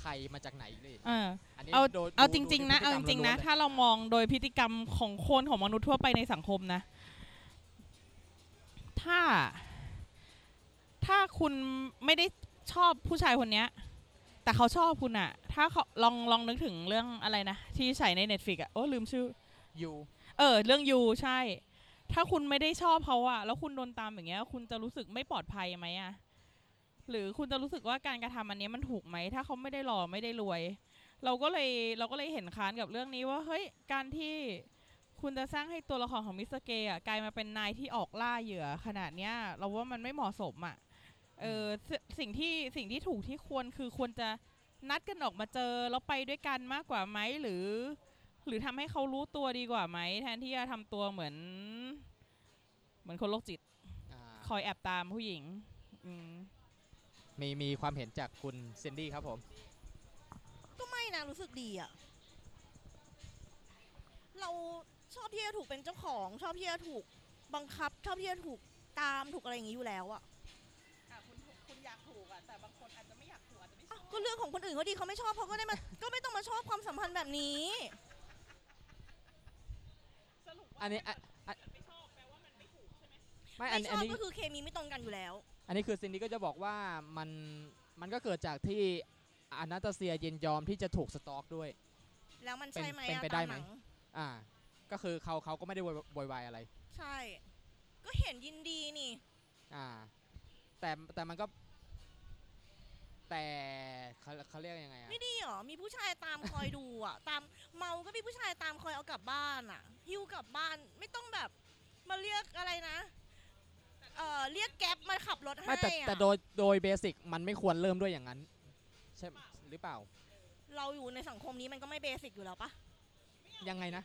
S1: ใครมาจากไหนเลย
S2: เออ
S1: อันนี้โดย
S2: เอา
S1: ดู
S2: จริง
S1: ดู
S2: ๆ นะ
S1: ที่พฤ
S2: เอาจ
S1: ติกม
S2: ริง ๆ
S1: ล้
S2: นะ
S1: วๆเลย
S2: ถ้าเรามองโดยพฤติกรรมของคนของมนุษย์ทั่วไปในสังคมนะ ถ้า ถ้าคุณไม่ได้ชอบผู้ชายคนเนี้ย แต่เขาชอบคุณอะถ้าเขาลองลองนึกถึงเรื่องอะไรนะ ที่ใส่ใน Netflix อะโอ้ลืมชื่อ
S1: อยู่
S2: เออ เรื่องยูใช่ ถ้าคุณไม่ได้ชอบเขาอะแล้วคุณโดนตามอย่างเงี้ย คุณจะรู้สึกไม่ปลอดภัยไหมอะหรือคุณจะรู้สึกว่าการกระทำอันเนี้ยมันถูกไหม ถ้าเขาไม่ได้หล่อไม่ได้รวย เราก็เลยเราก็เลยเห็นค้านกับเรื่องนี้ว่าเฮ้ยการที่คุณจะสร้างให้ตัวละครของมิสเตอร์เกย์อะกลายมาเป็นนายที่ออกล่าเหยื่อขนาดเนี้ย เราว่ามันไม่เหมาะสมอะเออสิสิ่งที่สิ่งที่ถูกที่ควรคือควรจะนัดกันออกมาเจอแล้วไปด้วยกันมากกว่าไหมหรือ หรือทำให้เขารู้ตัวดีกว่าไหม แทนที่จะทำตัวเหมือน เหมือนคนโรคจิต
S1: อ่า
S2: คอยแอบตามผู้หญิงอืม
S1: มีมีความเห็นจากคุณเซนดี้ครับผม
S4: ก็ไม่นะรู้สึกดีอะเราชอบที่จะถูกเป็นเจ้าของ ชอบที่จะถูกบังคับ ชอบที่จะถูกตามถูกอะไรอย่างนี้อยู่แล้วอะอ่ะก็เรื่องของคนอื่นเขาดีเขาไม่ชอบเขาก็ได้มา ก็ไม่ต้องมาชอบความสัมพันธ์แบบนี้
S1: อันนี้อ่ะอ่ะไม่อั
S4: ไม่
S1: น
S4: ช
S1: อัน
S4: อบ
S1: นี้
S4: ก็คือเคมีไม่ตรงกันอยู่แล้ว
S1: อันนี้คือซินดี้ก็จะบอกว่ามันมันก็เกิดจากที่อนาตาเซียยินยอมที่จะถูกสต็อกด้วย
S4: แล้วมันใช่ไหมอะ
S1: เป็นไปได้ไหม
S4: ตาลัง
S1: อ่า ก็คือเขาเขาก็ไม่ได้โวยวโวยวายอะไร
S4: ใช่ ก็เห็นยินดีนี่
S1: อ่า แต่แต่มันก็ แต่เขาเขาเรียกยังไงอะ
S4: ไม่ดีหรอ มีผู้ชายตามคอยดู อ่ะ ตามเมา ก็มีผู้ชายตามคอยเอากลับบ้านอ่ะ หิ้วกลับบ้าน ไม่ต้องแบบมาเรียกอะไรนะ เออเรียกแก๊ปมาขับรถให้
S1: ไม่แต่
S4: อ่ะ
S1: แต่โดยโดยเบสิกมันไม่ควรเริ่มด้วยอย่างนั้น ใช่หรือเปล่า
S4: เราอยู่ในสังคมนี้มันก็ไม่เบสิกอยู่แล้วปะ
S1: ยังไงนะ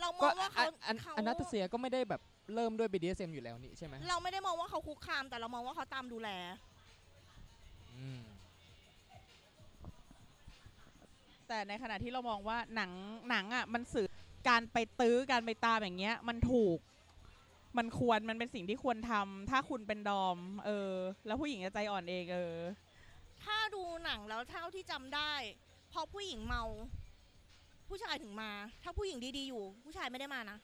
S4: เราม
S1: ก็
S4: องว่า
S1: อั
S4: เขา
S1: นอัน
S4: เขา
S1: อนาตาเซียก็ไม่ได้แบบเริ่มด้วย BDSM อยู่แล้วนี่ใช่ไหม
S4: เราไม่ได้มองว่าเขาคุกคาม แต่เรามองว่าเขาตามดูแล
S1: อืม
S5: แต่ในขณะที่เรามองว่าหนังหนังอ่ะมันสื่อการไปตื้อการไปตามอย่างเงี้ย มันถูก มันควรมันเป็นสิ่งที่ควรทำถ้าคุณเป็นดอม เออ แล้วผู้หญิงจะใจอ่อนเองเออ
S4: ถ้าดูหนังแล้วเท่าที่จำได้พอผู้หญิงเมา ผู้ชายถึงมา ถ้าผู้หญิงดีๆอยู่ ผู้ชายไม่ได้มานะ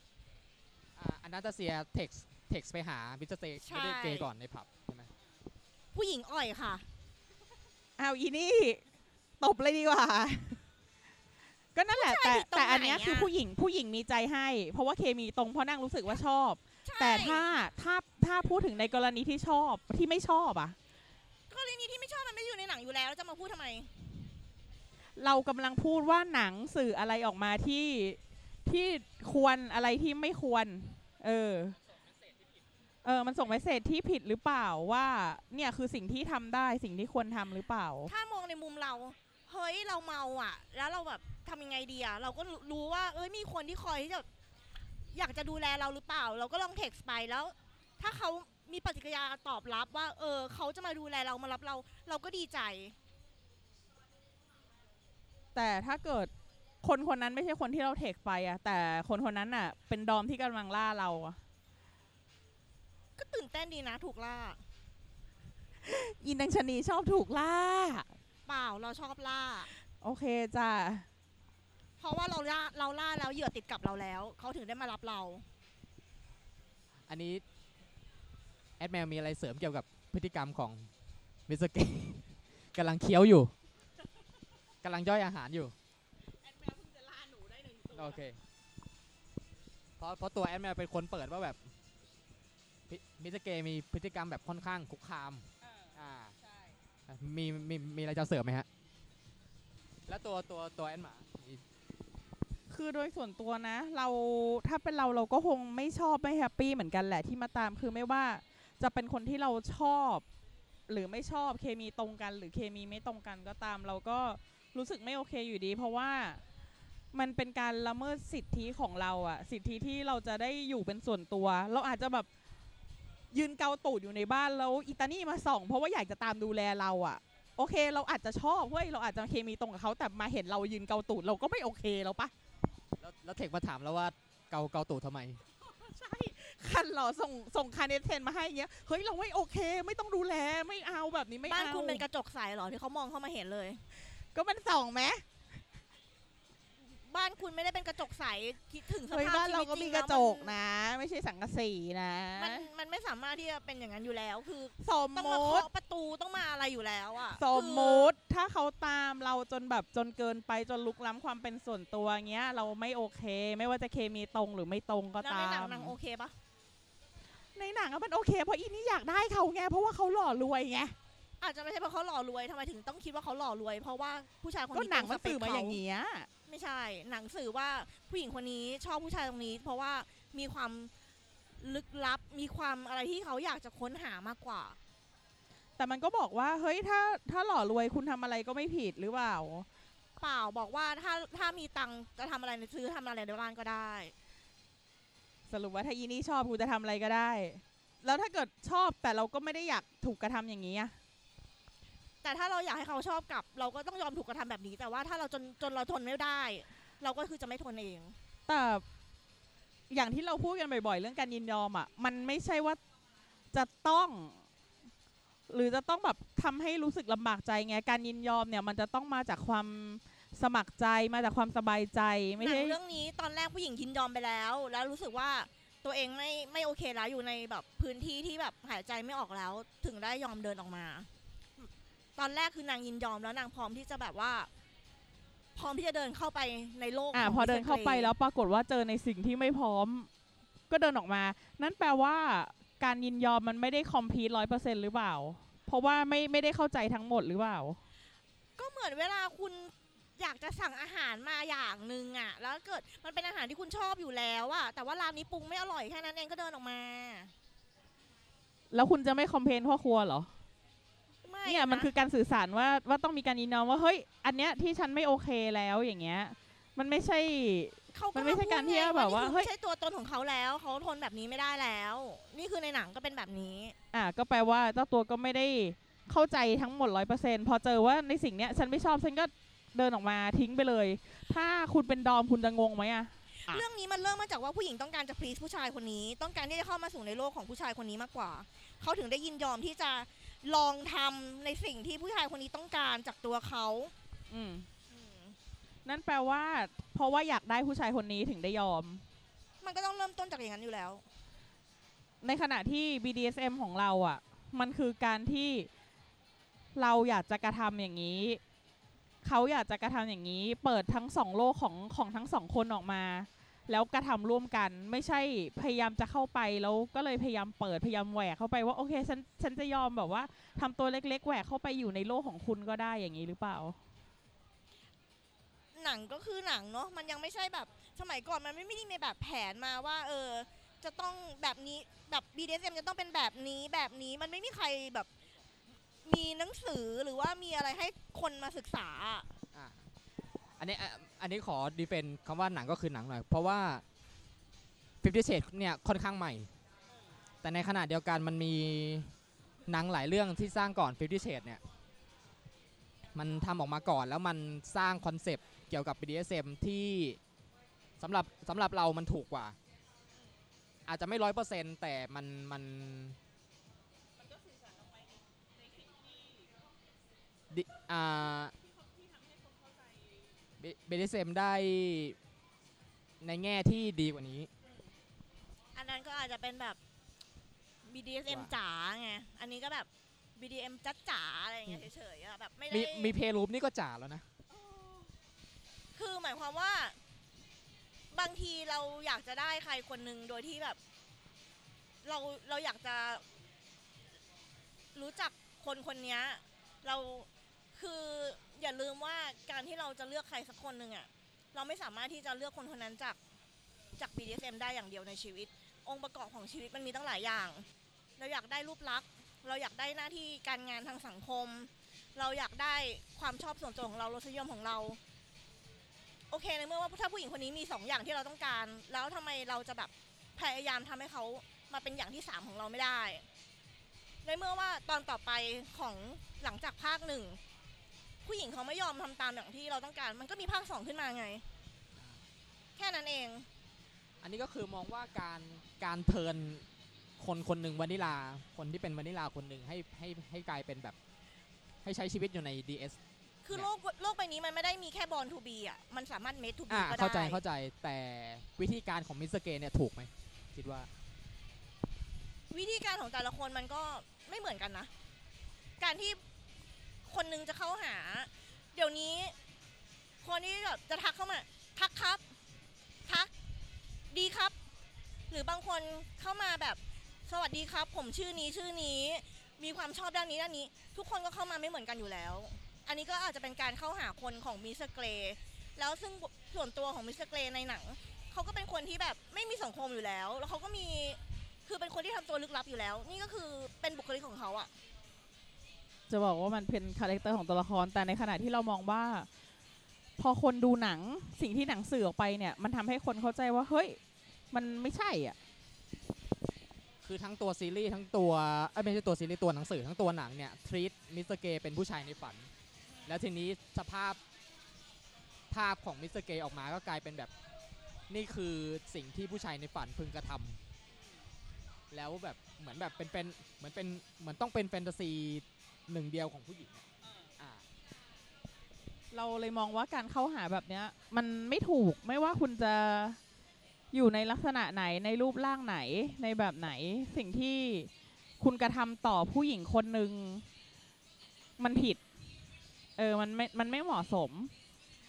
S1: อ่าอันนั้นจะเสียเท็กซ์เท็กซ์ไปหามิสเตอร์เต
S4: ใช่
S1: ไม่ได้เกย์ก่อนในผับใช่ไหม
S4: ผู้หญิงอ่อยค่ะ
S2: อ้าวอีนี่ตบเลยดีกว่า ก็นั่นแหละ แต่
S4: ผิดตรง
S2: แต่อันเนี้ย
S4: ไหนอะ
S2: คือผู้หญิงผู้หญิงมีใจให้ เพราะว่าเคมีตรงเพราะนางรู้สึกว่าชอบ
S4: ใช่
S2: แต่ถ้าถ้าถ้าพูดถึงในกรณีที่ชอบที่ไม่ชอบอะ
S4: กรณีที่ไม่ชอบมันไม่ได้อยู่ในหนังอยู่แล้วแล้วจะมาพูดทำไม
S2: เรากำลังพูดว่าหนังสื่ออะไรออกมาที่ที่ควรอะไรที่ไม่ควร เออเออมันส่งเมสเซจที่ผิดหรือเปล่าว่า เนี่ยคือสิ่งที่ทำได้สิ่งที่ควรทำหรือเปล่า
S4: ถ้ามองในมุมเรา เฮ้ยเราเมาอ่ะ แล้วเราแบบทำยังไงดีอ่ะ เราก็รู้ว่า เอ้ยมีคนที่คอยที่จะอยากจะดูแลเราหรือเปล่า เราก็ลองเท็กซ์ไปแล้ว ถ้าเขามีปฏิกิริยาตอบรับว่า เออเขาจะมาดูแลเรามารับเรา เราก็ดีใจ
S2: แต่ถ้าเกิดคนคนนั้นไม่ใช่คนที่เราเทคไปอะแต่คนคนนั้นอะเป็นดอมที่กำลังล่าเราอะ
S4: ก็ตื่นเต้นดีนะถูกล่า
S2: อินดังชะนีชอบถูกล่า
S4: เปล่าเราชอบล่า
S2: โอเคจ้ะ
S4: เพราะว่าเราล่าเราล่าแล้วเหยื่อติดกับเราแล้วเขาถึงได้มารับเรา
S1: อันนี้แอดแมวมีอะไรเสริมเกี่ยวกับพฤติกรรมของมิสเตอร์เกย์ กำลังเคี้ยวอยู่กำลังย่อยอาหารอยู่โอเคเพราะเพราะตัวแอดแมวเป็นคนเปิดว่าแบบพิมิสเตอร์เกย์มีพฤติกรรมแบบค่อนข้างคุกคามอ่ามีมีมีอะไรจะเสริมไหมฮะแล้วตัวตัวตัวแอดหมามี
S2: คือโดยส่วนตัวนะ เราถ้าเป็นเราเราก็คงไม่ชอบไม่แฮปปี้เหมือนกันแหละที่มาตามคือไม่ว่าจะเป็นคนที่เราชอบ หรือไม่ชอบเคมีตรงกัน หรือเคมีไม่ตรงกันก็ตาม เราก็รู้สึกไม่โอเคอยู่ดี เพราะว่ามันเป็นการละเมิดสิทธิของเราอะสิทธิที่เราจะได้อยู่เป็นส่วนตัว เราอาจจะแบบยืนเกาตูดอยู่ในบ้านแล้วอิตานี่มาส่อง เพราะว่าอยากจะตามดูแลเราอะโอเค เราอาจจะชอบเว้ยเราอาจจะเคมีตรงกับเขาแต่มาเห็นเรายืนเกาตูดเราก็ไม่โอเคแล้วปะ
S1: แล้วแล้วเทคมาถามแล้วว่าเกาเกาตูดทำไม
S2: ใช่ คันเหรอส่งส่งคาร์เนเทนมาให้เงี้ย เฮ้ย เราไม่โอเค ไม่ต้องดูแลไม่เอาแบบนี้ไม่เอา
S4: บ้านคุณเป็นกระจกใสเหรอที่เขามองเข้ามาเห็นเลย
S2: ก็มันส่องไหม
S4: บ้านคุณไม่ได้เป็นกระจกใสคิดถึงส
S2: เฮ้ย
S4: ภาพ
S2: บ้าน
S4: ชี
S2: เรา
S4: วิต
S2: ก็
S4: จริ
S2: มี
S4: ง
S2: ก
S4: แล้ว
S2: ระ
S4: มัน
S2: จกนะ ไม่ใช่สังกะสีนะ
S4: มันมันไม่สามารถที่จะเป็นอย่างนั้นอยู่แล้ว คือ
S2: สม
S4: ต้อง
S2: ม
S4: มา
S2: ติ
S4: เคาะประตูต้องมาอะไรอยู่แล้วอ่ะ
S2: สมม
S4: คือ
S2: ติถ้าเขาตามเราจนแบบจนเกินไปจนลุกล้ำความเป็นส่วนตัวเงี้ย เราไม่โอเค ไม่ว่าจะเคมีตรงหรือไม่ตรงก็
S4: แล้วใน
S2: ตาม
S4: หนังหนังโอเคปะ
S2: ในหนังอะมันโอเค เพราะอีนี่อยากได้เขาไงเพราะว่าเขาหล่อรวยไง
S4: อาจจะไม่ใช่เพราะเขาหล่อรวยทำไมถึงต้องคิดว่าเขาหล่อรวย เพราะว่าผู้ชายคน
S2: ก็
S4: นี้
S2: หนังมัน
S4: ตร
S2: สื่อ
S4: สเปค
S2: มา
S4: เข
S2: อย่างเงี้ย
S4: ไม่ใช่ หนังสื่อว่าผู้หญิงคนนี้ชอบผู้ชายตรงนี้ เพราะว่ามีความลึกลับมีความอะไรที่เขาอยากจะค้นหามากกว่า
S2: แต่มันก็บอกว่าเฮ้ยถ้าถ้าหล่อรวยคุณทำอะไรก็ไม่ผิดหรือเปล่า
S4: เปล่าบอกว่าถ้าถ้ามีตังค์จะทำอะไรซื้อทำอะไรในบ้านก็ได้
S2: สรุปว่าถ้าอีนี่ชอบกูจะทำอะไรก็ได้ แล้วถ้าเกิดชอบแต่เราก็ไม่ได้อยากถูกกระทำอย่างนี้อะ
S4: แต่ถ้าเราอยากให้เขาชอบกลับ เราก็ต้องยอมถูกกระทำแบบนี้ แต่ว่าถ้าเราจนจนเราทนไม่ได้ เราก็คือจะไม่ทนเอง
S2: แต่อย่างที่เราพูดกันบ่อย ๆ เรื่องการยินยอมอะมันไม่ใช่ว่าจะต้อง หรือจะต้องแบบทำให้รู้สึกลำบากใจไงการยินยอมเนี่ย มันจะต้องมาจากความสมัครใจมาจากความสบายใจไม่
S4: หนั
S2: ใช่
S4: งเรื่องนี้ตอนแรกผู้หญิงยินยอมไปแล้ว แล้วรู้สึกว่าตัวเองไม่ไม่โอเคแล้วอยู่ในแบบพื้นที่ที่แบบหายใจไม่ออกแล้ว ถึงได้ยอมเดินออกมา ตอนแรกคือนางยินยอมแล้วนางพร้อมที่จะแบบว่า พร้อมที่จะเดินเข้าไปในโลก
S2: อ่า
S4: ขง
S2: พอเดิน
S4: Mr.
S2: เข้าไป
S4: Grey
S2: แล้วปรากฏว่าเจอในสิ่งที่ไม่พร้อม ก็เดินออกมา นั่นแปลว่าการยินยอมมันไม่ได้คอมพลีทร้อยเปอร์เซ็นหรือเปล่า เพราะว่าไม่ไม่ได้เข้าใจทั้งหมดหรือเปล่า
S4: ก็เหมือนเวลาคุณอยากจะสั่งอาหารมาอย่างหนึ่งอะแล้วเกิดมันเป็นอาหารที่คุณชอบอยู่แล้วอะแต่ว่าร้านนี้ปรุงไม่อร่อยแค่นั้นเองก็เดินออกมา
S2: แล้วคุณจะไม่คอมเพลนพ่อครัวเหรอ
S4: ไม่
S2: เนี่ยมันะ คือการสื่อสารว่าว่าต้องมีการยินยอมว่าเฮ้ยอันเนี้ยที่ฉันไม่โอเคแล้วอย่างเงี้ย มันไม่ใช่
S4: เขาก็
S2: มันไม่ใช่การที่จะแบบว่า
S4: พูดไง
S2: เฮ้ย
S4: นี่คือไม่ใช่ตัวตนของเขาแล้ว เขาทนแบบนี้ไม่ได้แล้ว นี่คือในหนังก็เป็นแบบนี้
S2: อ่าก็แปลว่าเจ้าตัวก็ไม่ได้เข้าใจทั้งหมดร้อยเปอร์เซ็นพอเจอว่าในสิ่งเนี้ยฉันไม่ชอบฉันก็เดินออกมาทิ้งไปเลย ถ้าคุณเป็นดอมคุณจะงงไหมอะ อ่ะ
S4: เรื่องนี้มันเริ่มมาจากว่าผู้หญิงต้องการจะ please ผู้ชายคนนี้ ต้องการที่จะเข้ามาสู่ในโลกของผู้ชายคนนี้มากกว่า เขาถึงได้ยินยอมที่จะ ลองทำในสิ่งที่ผู้ชายคนนี้ต้องการจากตัวเขา
S2: อืม
S4: อืม
S2: นั่นแปลว่า เพราะว่าอยากได้ผู้ชายคนนี้ถึงได้ยอม
S4: มันก็ต้องเริ่มต้นจากอย่างนั้นอยู่แล้ว
S2: ในขณะที่ BDSM ของเราอะ่ะ มันคือการที่เราอยากจะกระทำอย่างนี้ เขาอยากจะกระทำอย่างนี้ เปิดทั้งสองโลกของของทั้งสองคนออกมา แล้วกระทำร่วมกัน ไม่ใช่พยายามจะเข้าไปแล้วก็เลยพยายามเปิดพยายามแหวกเข้าไปว่าโอเคฉันฉันจะยอมแบบว่าทำตัวเล็ก ๆ แหวกเข้าไปอยู่ในโลกของคุณก็ได้อย่างนี้หรือเปล่า
S4: หนังก็คือหนังเนาะมันยังไม่ใช่แบบสมัยก่อนมันไม่ไม่ได้มีแบบแผนมาว่า เออ จะต้องแบบนี้แบบ BDSM จะต้องเป็นแบบนี้แบบนี้มันไม่มีใครแบบมีหนังสือหรือว่ามีอะไรให้คนมาศึกษาอะ
S1: อ่ะอันนี้อ่ะอันนี้ขอดีเฟนคำว่าหนังก็คือหนังหน่อย เพราะว่า50 Shades เนี่ยค่อนข้างใหม่ แต่ในขณะเดียวกันมันมีหนังหลายเรื่องที่สร้างก่อน50 Shades เนี่ย มันทำออกมาก่อนแล้วมันสร้างคอนเซปต์เกี่ยวกับ BDSM ที่สำหรับสำหรับเรามันถูกกว่า อาจจะไม่ร้อยเปอร์เซ็นต์แต่มันมันดิอ่า เบดิเซมได้ในแง่ที่ดีกว่านี้
S4: อันนั้นก็อาจจะเป็นแบบ BDSM
S1: ว่า
S4: จ๋าไงอันนี้ก็แบบ BDM จ๋าจ๋าๆอะไรอย่างเงี้ยเฉยๆอะแบบไม่ได้
S1: มีมีเพลย์รูปนี่ก็จ่าแล้วนะ
S4: คือหมายความว่า บางทีเราอยากจะได้ใครคนหนึ่งโดยที่แบบ เราเราอยากจะ รู้จักคนคนเนี้ย เราคืออย่าลืมว่าการที่เราจะเลือกใครสักคนหนึ่งอะเราไม่สามารถที่จะเลือกคนคนนั้นจากจาก BDSM ได้อย่างเดียวในชีวิต องค์ประกอบของชีวิตมันมีตั้งหลายอย่าง เราอยากได้รูปลักษณ์เราอยากได้หน้าที่การงานทางสังคม เราอยากได้ความชอบส่วนตัวของเรารสนิยมของเรา โอเคในเมื่อว่าถ้าผู้หญิงคนนี้มีสองอย่างที่เราต้องการ แล้วทำไมเราจะแบบพยายามทำให้เขามาเป็นอย่างที่สามของเราไม่ได้ ในเมื่อว่าตอนต่อไปของหลังจากภาคหนึ่งผู้หญิงเขาไม่ยอมทำตามอย่างที่เราต้องการ มันก็มีภาคสองขึ้นมาไง แค่นั้นเอง
S1: อันนี้ก็คือมองว่าการการเทิร์นคนคนหนึ่งวานิลา คนที่เป็นวานิลาคนหนึ่งให้ให้ให้กลายเป็นแบบ ให้ใช้ชีวิตอยู่ใน DS
S4: คือโลกโลกใบนี้มันไม่ได้มีแค่บอลทูบีอ่ะมันสามารถเมดทูบี
S1: อ่า
S4: ก็
S1: เข้าใจ
S4: ได้
S1: เข้าใจแต่วิธีการของมิสเตอร์เกย์เนี่ยถูกไหม คิดว่า
S4: วิธีการของแต่ละคนมันก็ไม่เหมือนกันนะ การที่คนนึงจะเข้าหา เดี๋ยวนี้ คนที่แบบจะทักเข้ามา ทักครับ ทัก ดีครับ หรือบางคนเข้ามาแบบ สวัสดีครับ ผมชื่อนี้ชื่อนี้ มีความชอบด้านนี้ด้านนี้ ทุกคนก็เข้ามาไม่เหมือนกันอยู่แล้ว อันนี้ก็อาจจะเป็นการเข้าหาคนของมิสเตอร์เกรย์แล้วซึ่งส่วนตัวของมิสเตอร์เกรย์ในหนังเขาก็เป็นคนที่แบบไม่มีสังคมอยู่แล้ว แล้วเขาก็มี คือเป็นคนที่ทำตัวลึกลับอยู่แล้ว นี่ก็คือเป็นบุคลิกของเขาอะ
S2: จะบอกว่ามันเป็นคาแรคเตอร์ของตัวละคร แต่ในขณะที่เรามองว่า พอคนดูหนังสิ่งที่หนังสื่อออกไปเนี่ย มันทำให้คนเข้าใจว่า เฮ้ย มันไม่ใช่อ่ะ
S1: คือทั้งตัวซีรีส์ทั้งตัวเอ้ยไม่ใช่ตัวซีรีส์ตัวหนังสือทั้งตัวหนังเนี่ยทรีตมิสเตอร์เกย์เป็นผู้ชายในฝัน แล้วทีนี้สภาพภาพของมิสเตอร์เกย์ออกมาก็กลายเป็นแบบนี่คือสิ่งที่ผู้ชายในฝันพึงกระทำแล้วแบบเหมือนแบบเป็นเป็นเหมือนเป็นเหมือนต้องเป็นแฟนตาซีหนึ่งเดียวของผู้หญิงอะอ่า
S2: เราเลยมองว่าการเข้าหาแบบเนี้ย มันไม่ถูกไม่ว่าคุณจะอยู่ในลักษณะไหนในรูปร่างไหนในแบบไหน สิ่งที่คุณกระทำต่อผู้หญิงคนหนึ่งมันผิด เออมันไม่มันไม่เหมาะสม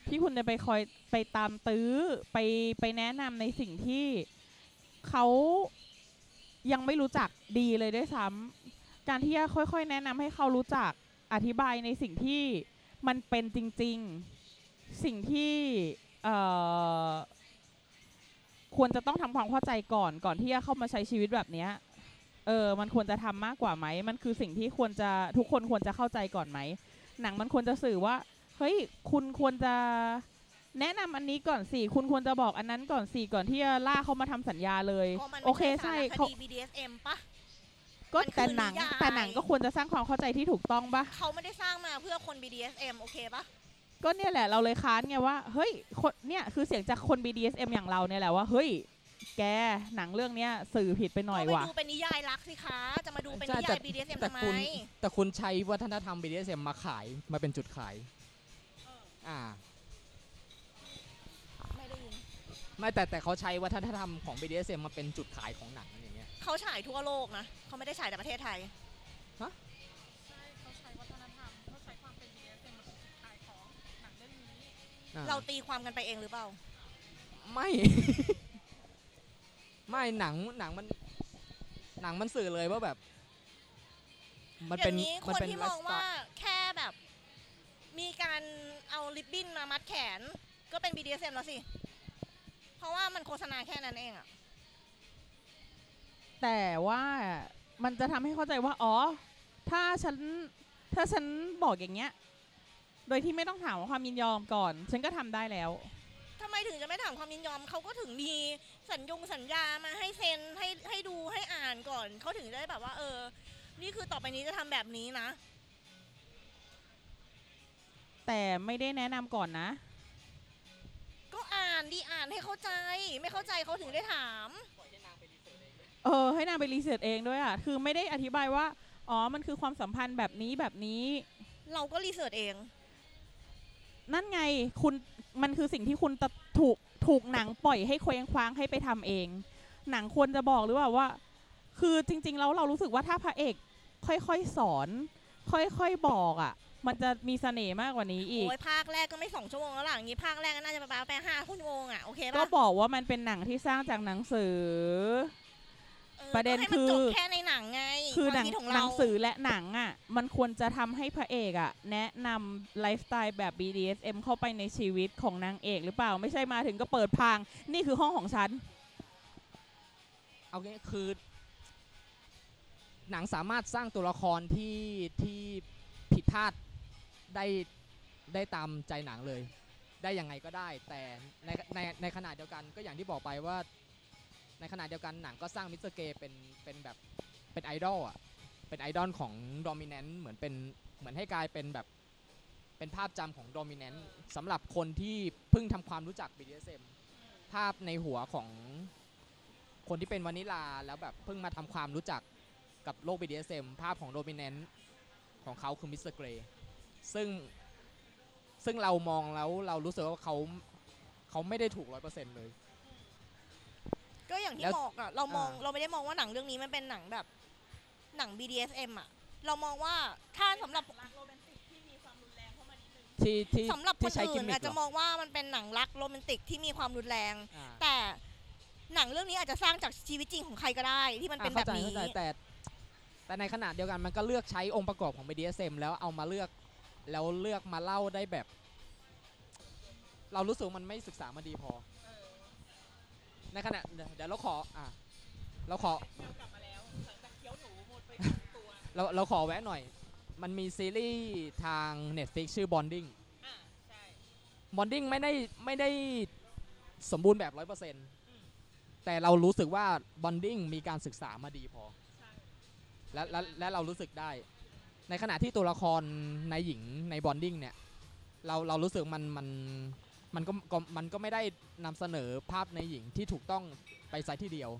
S2: ที่คุณจะไปคอยไปตามตื้อไปไปแนะนำในสิ่งที่เขายังไม่รู้จักดีเลยด้วยซ้ำการที่จะค่อย ๆ แนะนำให้เขารู้จักอธิบายในสิ่งที่ มันเป็นจริงๆ สิ่งที่เอ่อควรจะต้องทำความเข้าใจก่อนก่อนที่จะเข้ามาใช้ชีวิตแบบเนี้ยเออ มันควรจะทำมากกว่าไหม มันคือสิ่งที่ควรจะทุกคนควรจะเข้าใจก่อนไหม หนังมันควรจะสื่อว่า เฮ้ย คุณควรจะแนะนำอันนี้ก่อนสิ คุณควรจะบอกอันนั้นก่อนสิ ก่อนที่จะล่ากเขามาทำสัญญาเลย
S4: พราะมัน
S2: โอ
S4: ไม่
S2: เค
S4: ใช่สา
S2: ใช่
S4: รค
S2: เขา
S4: ดี BDSM ปะ
S2: ก็
S4: มันคือ
S2: แต่หนัง
S4: นิยาย
S2: แต่หนังก็ควรจะสร้างความเข้าใจที่ถูกต้องปะ
S4: เขาไม่ได้สร้างมาเพื่อคน BDSM โอเคปะ
S2: ก็เนี่ยแหละเราเลยค้านไงว่าเฮ้ยคนเนี่ยคือเสียงจากคน BDSM อย่างเราเนี่ยแหละว่าเฮ้ย แกหนังเรื่องเนี้ยสื่อผิดไปหน่อย
S4: ก็ไป
S2: ว่ะ
S4: ดูเป็นนิยายรักสิคะ จะมาดูเป็นนิ
S1: แต่
S4: ยาย BDSM
S1: แต่
S4: ทำไม
S1: คุณ แต่คุณใช้วัฒนธรรม BDSM มาขายมาเป็นจุดขายอ่า
S4: ไม่ได้ยิน
S1: ไม่แต่แต่เขาใช้วัฒนธรรมของ BDSM มาเป็นจุดขายของหนังอย่างเงี้ย
S4: เขาฉายทั่วโลกนะ เขาไม่ได้ฉายแต่ประเทศไทย
S3: เขาใช้วัฒนธรรมเขาใช้ความเป็น BDSM มาเป็นจุดขายของหนังเรื่องนี้
S1: อ่า
S4: เราตีความกันไปเองหรือเปล่า
S1: ไม่ ไม่หนังหนังมัน หนังมันสื่อเลยว่าแบบ มัน
S4: เดี๋
S1: เป็
S4: ย
S1: น
S4: วนี้ค
S1: มัน
S4: น
S1: เป็น
S4: ที่
S1: ไล
S4: มอง
S1: ฟ์สไต
S4: ว่า
S1: ล์
S4: แค่แบบ มีการเอาริบบิ้นมามัดแขน ก็เป็น BDSM แล้วสิ เพราะว่ามันโฆษณาแค่นั้นเองอะ
S2: แต่ว่ามันจะทำให้เข้าใจว่า อ๋อ ถ้าฉัน ถ้าฉันบอกอย่างเงี้ย โดยที่ไม่ต้องถามความยินยอมก่อน ฉันก็ทำได้แล้ว
S4: ทำไมถึงจะไม่ถามความยินยอม เขาก็ถึงมีสัญญงสัญญามาให้เซ็นให้ให้ดูให้อ่านก่อน เขาถึงได้แบบว่า เออ นี่คือต่อไปนี้จะทำแบบนี้นะ
S2: แต่ไม่ได้แนะนำก่อนนะ
S4: ก็อ่านดีอ่านให้เข้าใจ ไม่เข้าใจเขาถึงได้ถาม
S2: เออ ให้นางไปรีเสิร์ชเองด้วยอ่ะ คือไม่ได้อธิบายว่า อ๋อ มันคือความสัมพันธ์แบบนี้แบบนี้
S4: เราก็รีเสิร์ชเอง
S2: นั่นไงคุณมันคือสิ่งที่คุณตะถูกถูกหนังปล่อยให้เคว้งคว้างให้ไปทำเอง หนังควรจะบอกหรือเปล่าว่า คือจริง ๆ แล้วเรารู้สึกว่าถ้าพระเอกค่อยๆสอน ค่อยๆบอกอะ่ะ มันจะมีเสน่ห์มากกว่านี้อีก
S4: โอ้ยภาคแรกก็ไม่สองชั่วโมงแล้วล่ะอย่างงี้ภาคแรกก็น่าจะประมาณไปห้าชั่วโมงอ่ะ โอเค
S2: ก็
S4: ปะ
S2: บอกว่ามันเป็นหนังที่สร้างจากหนังสือ
S4: ออ
S2: ประเด็น
S4: ก็ให้มั
S2: คือ
S4: จบแค่ในหนังไง
S2: คือ
S4: วาม
S2: หนัง
S4: ดของ
S2: หนั
S4: เรา
S2: งสือและหนังอะ่ะ มันควรจะทำให้พระเอกอะ่ะ แนะนำไลฟ์สไตล์แบบ BDSM เข้าไปในชีวิตของนางเอกหรือเปล่า ไม่ใช่มาถึงก็เปิดพาง นี่คือห้องของฉัน
S1: เอางี้คือ หนังสามารถสร้างตัวละครที่ที่ผิดพลาดได้ได้ตามใจหนังเลย ได้ยังไงก็ได้ แต่ในในในขณะเดียวกันก็อย่างที่บอกไปว่า ในขณะเดียวกันหนังก็สร้างมิสเตอร์เกย์เป็นเป็นแบบเป็นไอดอลอ่ะ เป็นไอดอลของด o มิ n นน t เหมือนเป็นเหมือนให้กลายเป็นแบบเป็นภาพจำของด o มิ n นน t สำหรับคนที่เพิ่งทำความรู้จัก BDSM ภาพในหัวของคนที่เป็นวานิลาแล้วแบบเพิ่งมาทำความรู้จักกับโลก BDSM ภาพของโดมิเนน t ของเขาคือมิสเตอร์เกรย์ซึ่งซึ่งเรามองแล้วเรารู้สึกว่าเขาเขาไม่ได้ถูกร้อยเปอร์เซ็นต์เลย
S4: ก็อย่างที่
S1: แล้ว
S4: บอกอ่ะ เรามอง
S1: อ่า
S4: เราไม่ได้มองว่าหนังเรื่องนี้มันเป็นหนังแบบหนัง BDSM อ่ะ เรามองว่าถ้าสำหรับ
S1: ที่ที่
S4: สำหรับคน
S1: ที่ใช้กิ
S4: อื่
S1: ม
S4: น
S1: มิ
S4: อา
S1: ค
S4: จ
S1: เหร
S4: จะ
S1: อ
S4: มองว่ามันเป็นหนังรักโรแมนติกที่มีความรุนแรง
S1: อ่า
S4: แต่หนังเรื่องนี้อาจจะสร้างจากชีวิตจริงของใครก็ได้ ที่มันเป็น
S1: อ่า
S4: แบ
S1: เข้า
S4: บ
S1: ใจ
S4: นี้
S1: เข้าใจแต่แต่ในขณะเดียวกันมันก็เลือกใช้องค์ประกอบของ BDSM แล้วเอามาเลือกแล้วเลือกมาเล่าได้แบบ เรารู้สึกมันไม่ศึกษามาดีพอ ในขณะเดี๋ยวเดี๋ยวเราขออ่ะเราขอ เราเราขอแวะหน่อย มันมีซีรีส์ทาง Netflix ชื่อ Bonding Bonding ไม่ได้ไม่ได้สมบูรณ์แบบ 100%แต่เรารู้สึกว่า Bonding มีการศึกษามาดีพอ และและและเรารู้สึกได้ ในขณะที่ตัวละครในหญิงใน Bonding เนี่ย เราเรารู้สึกมันมันมันก็ก็มันก็ไม่ได้นำเสนอภาพในหญิงที่ถูกต้องไปไซส์ที่เดียว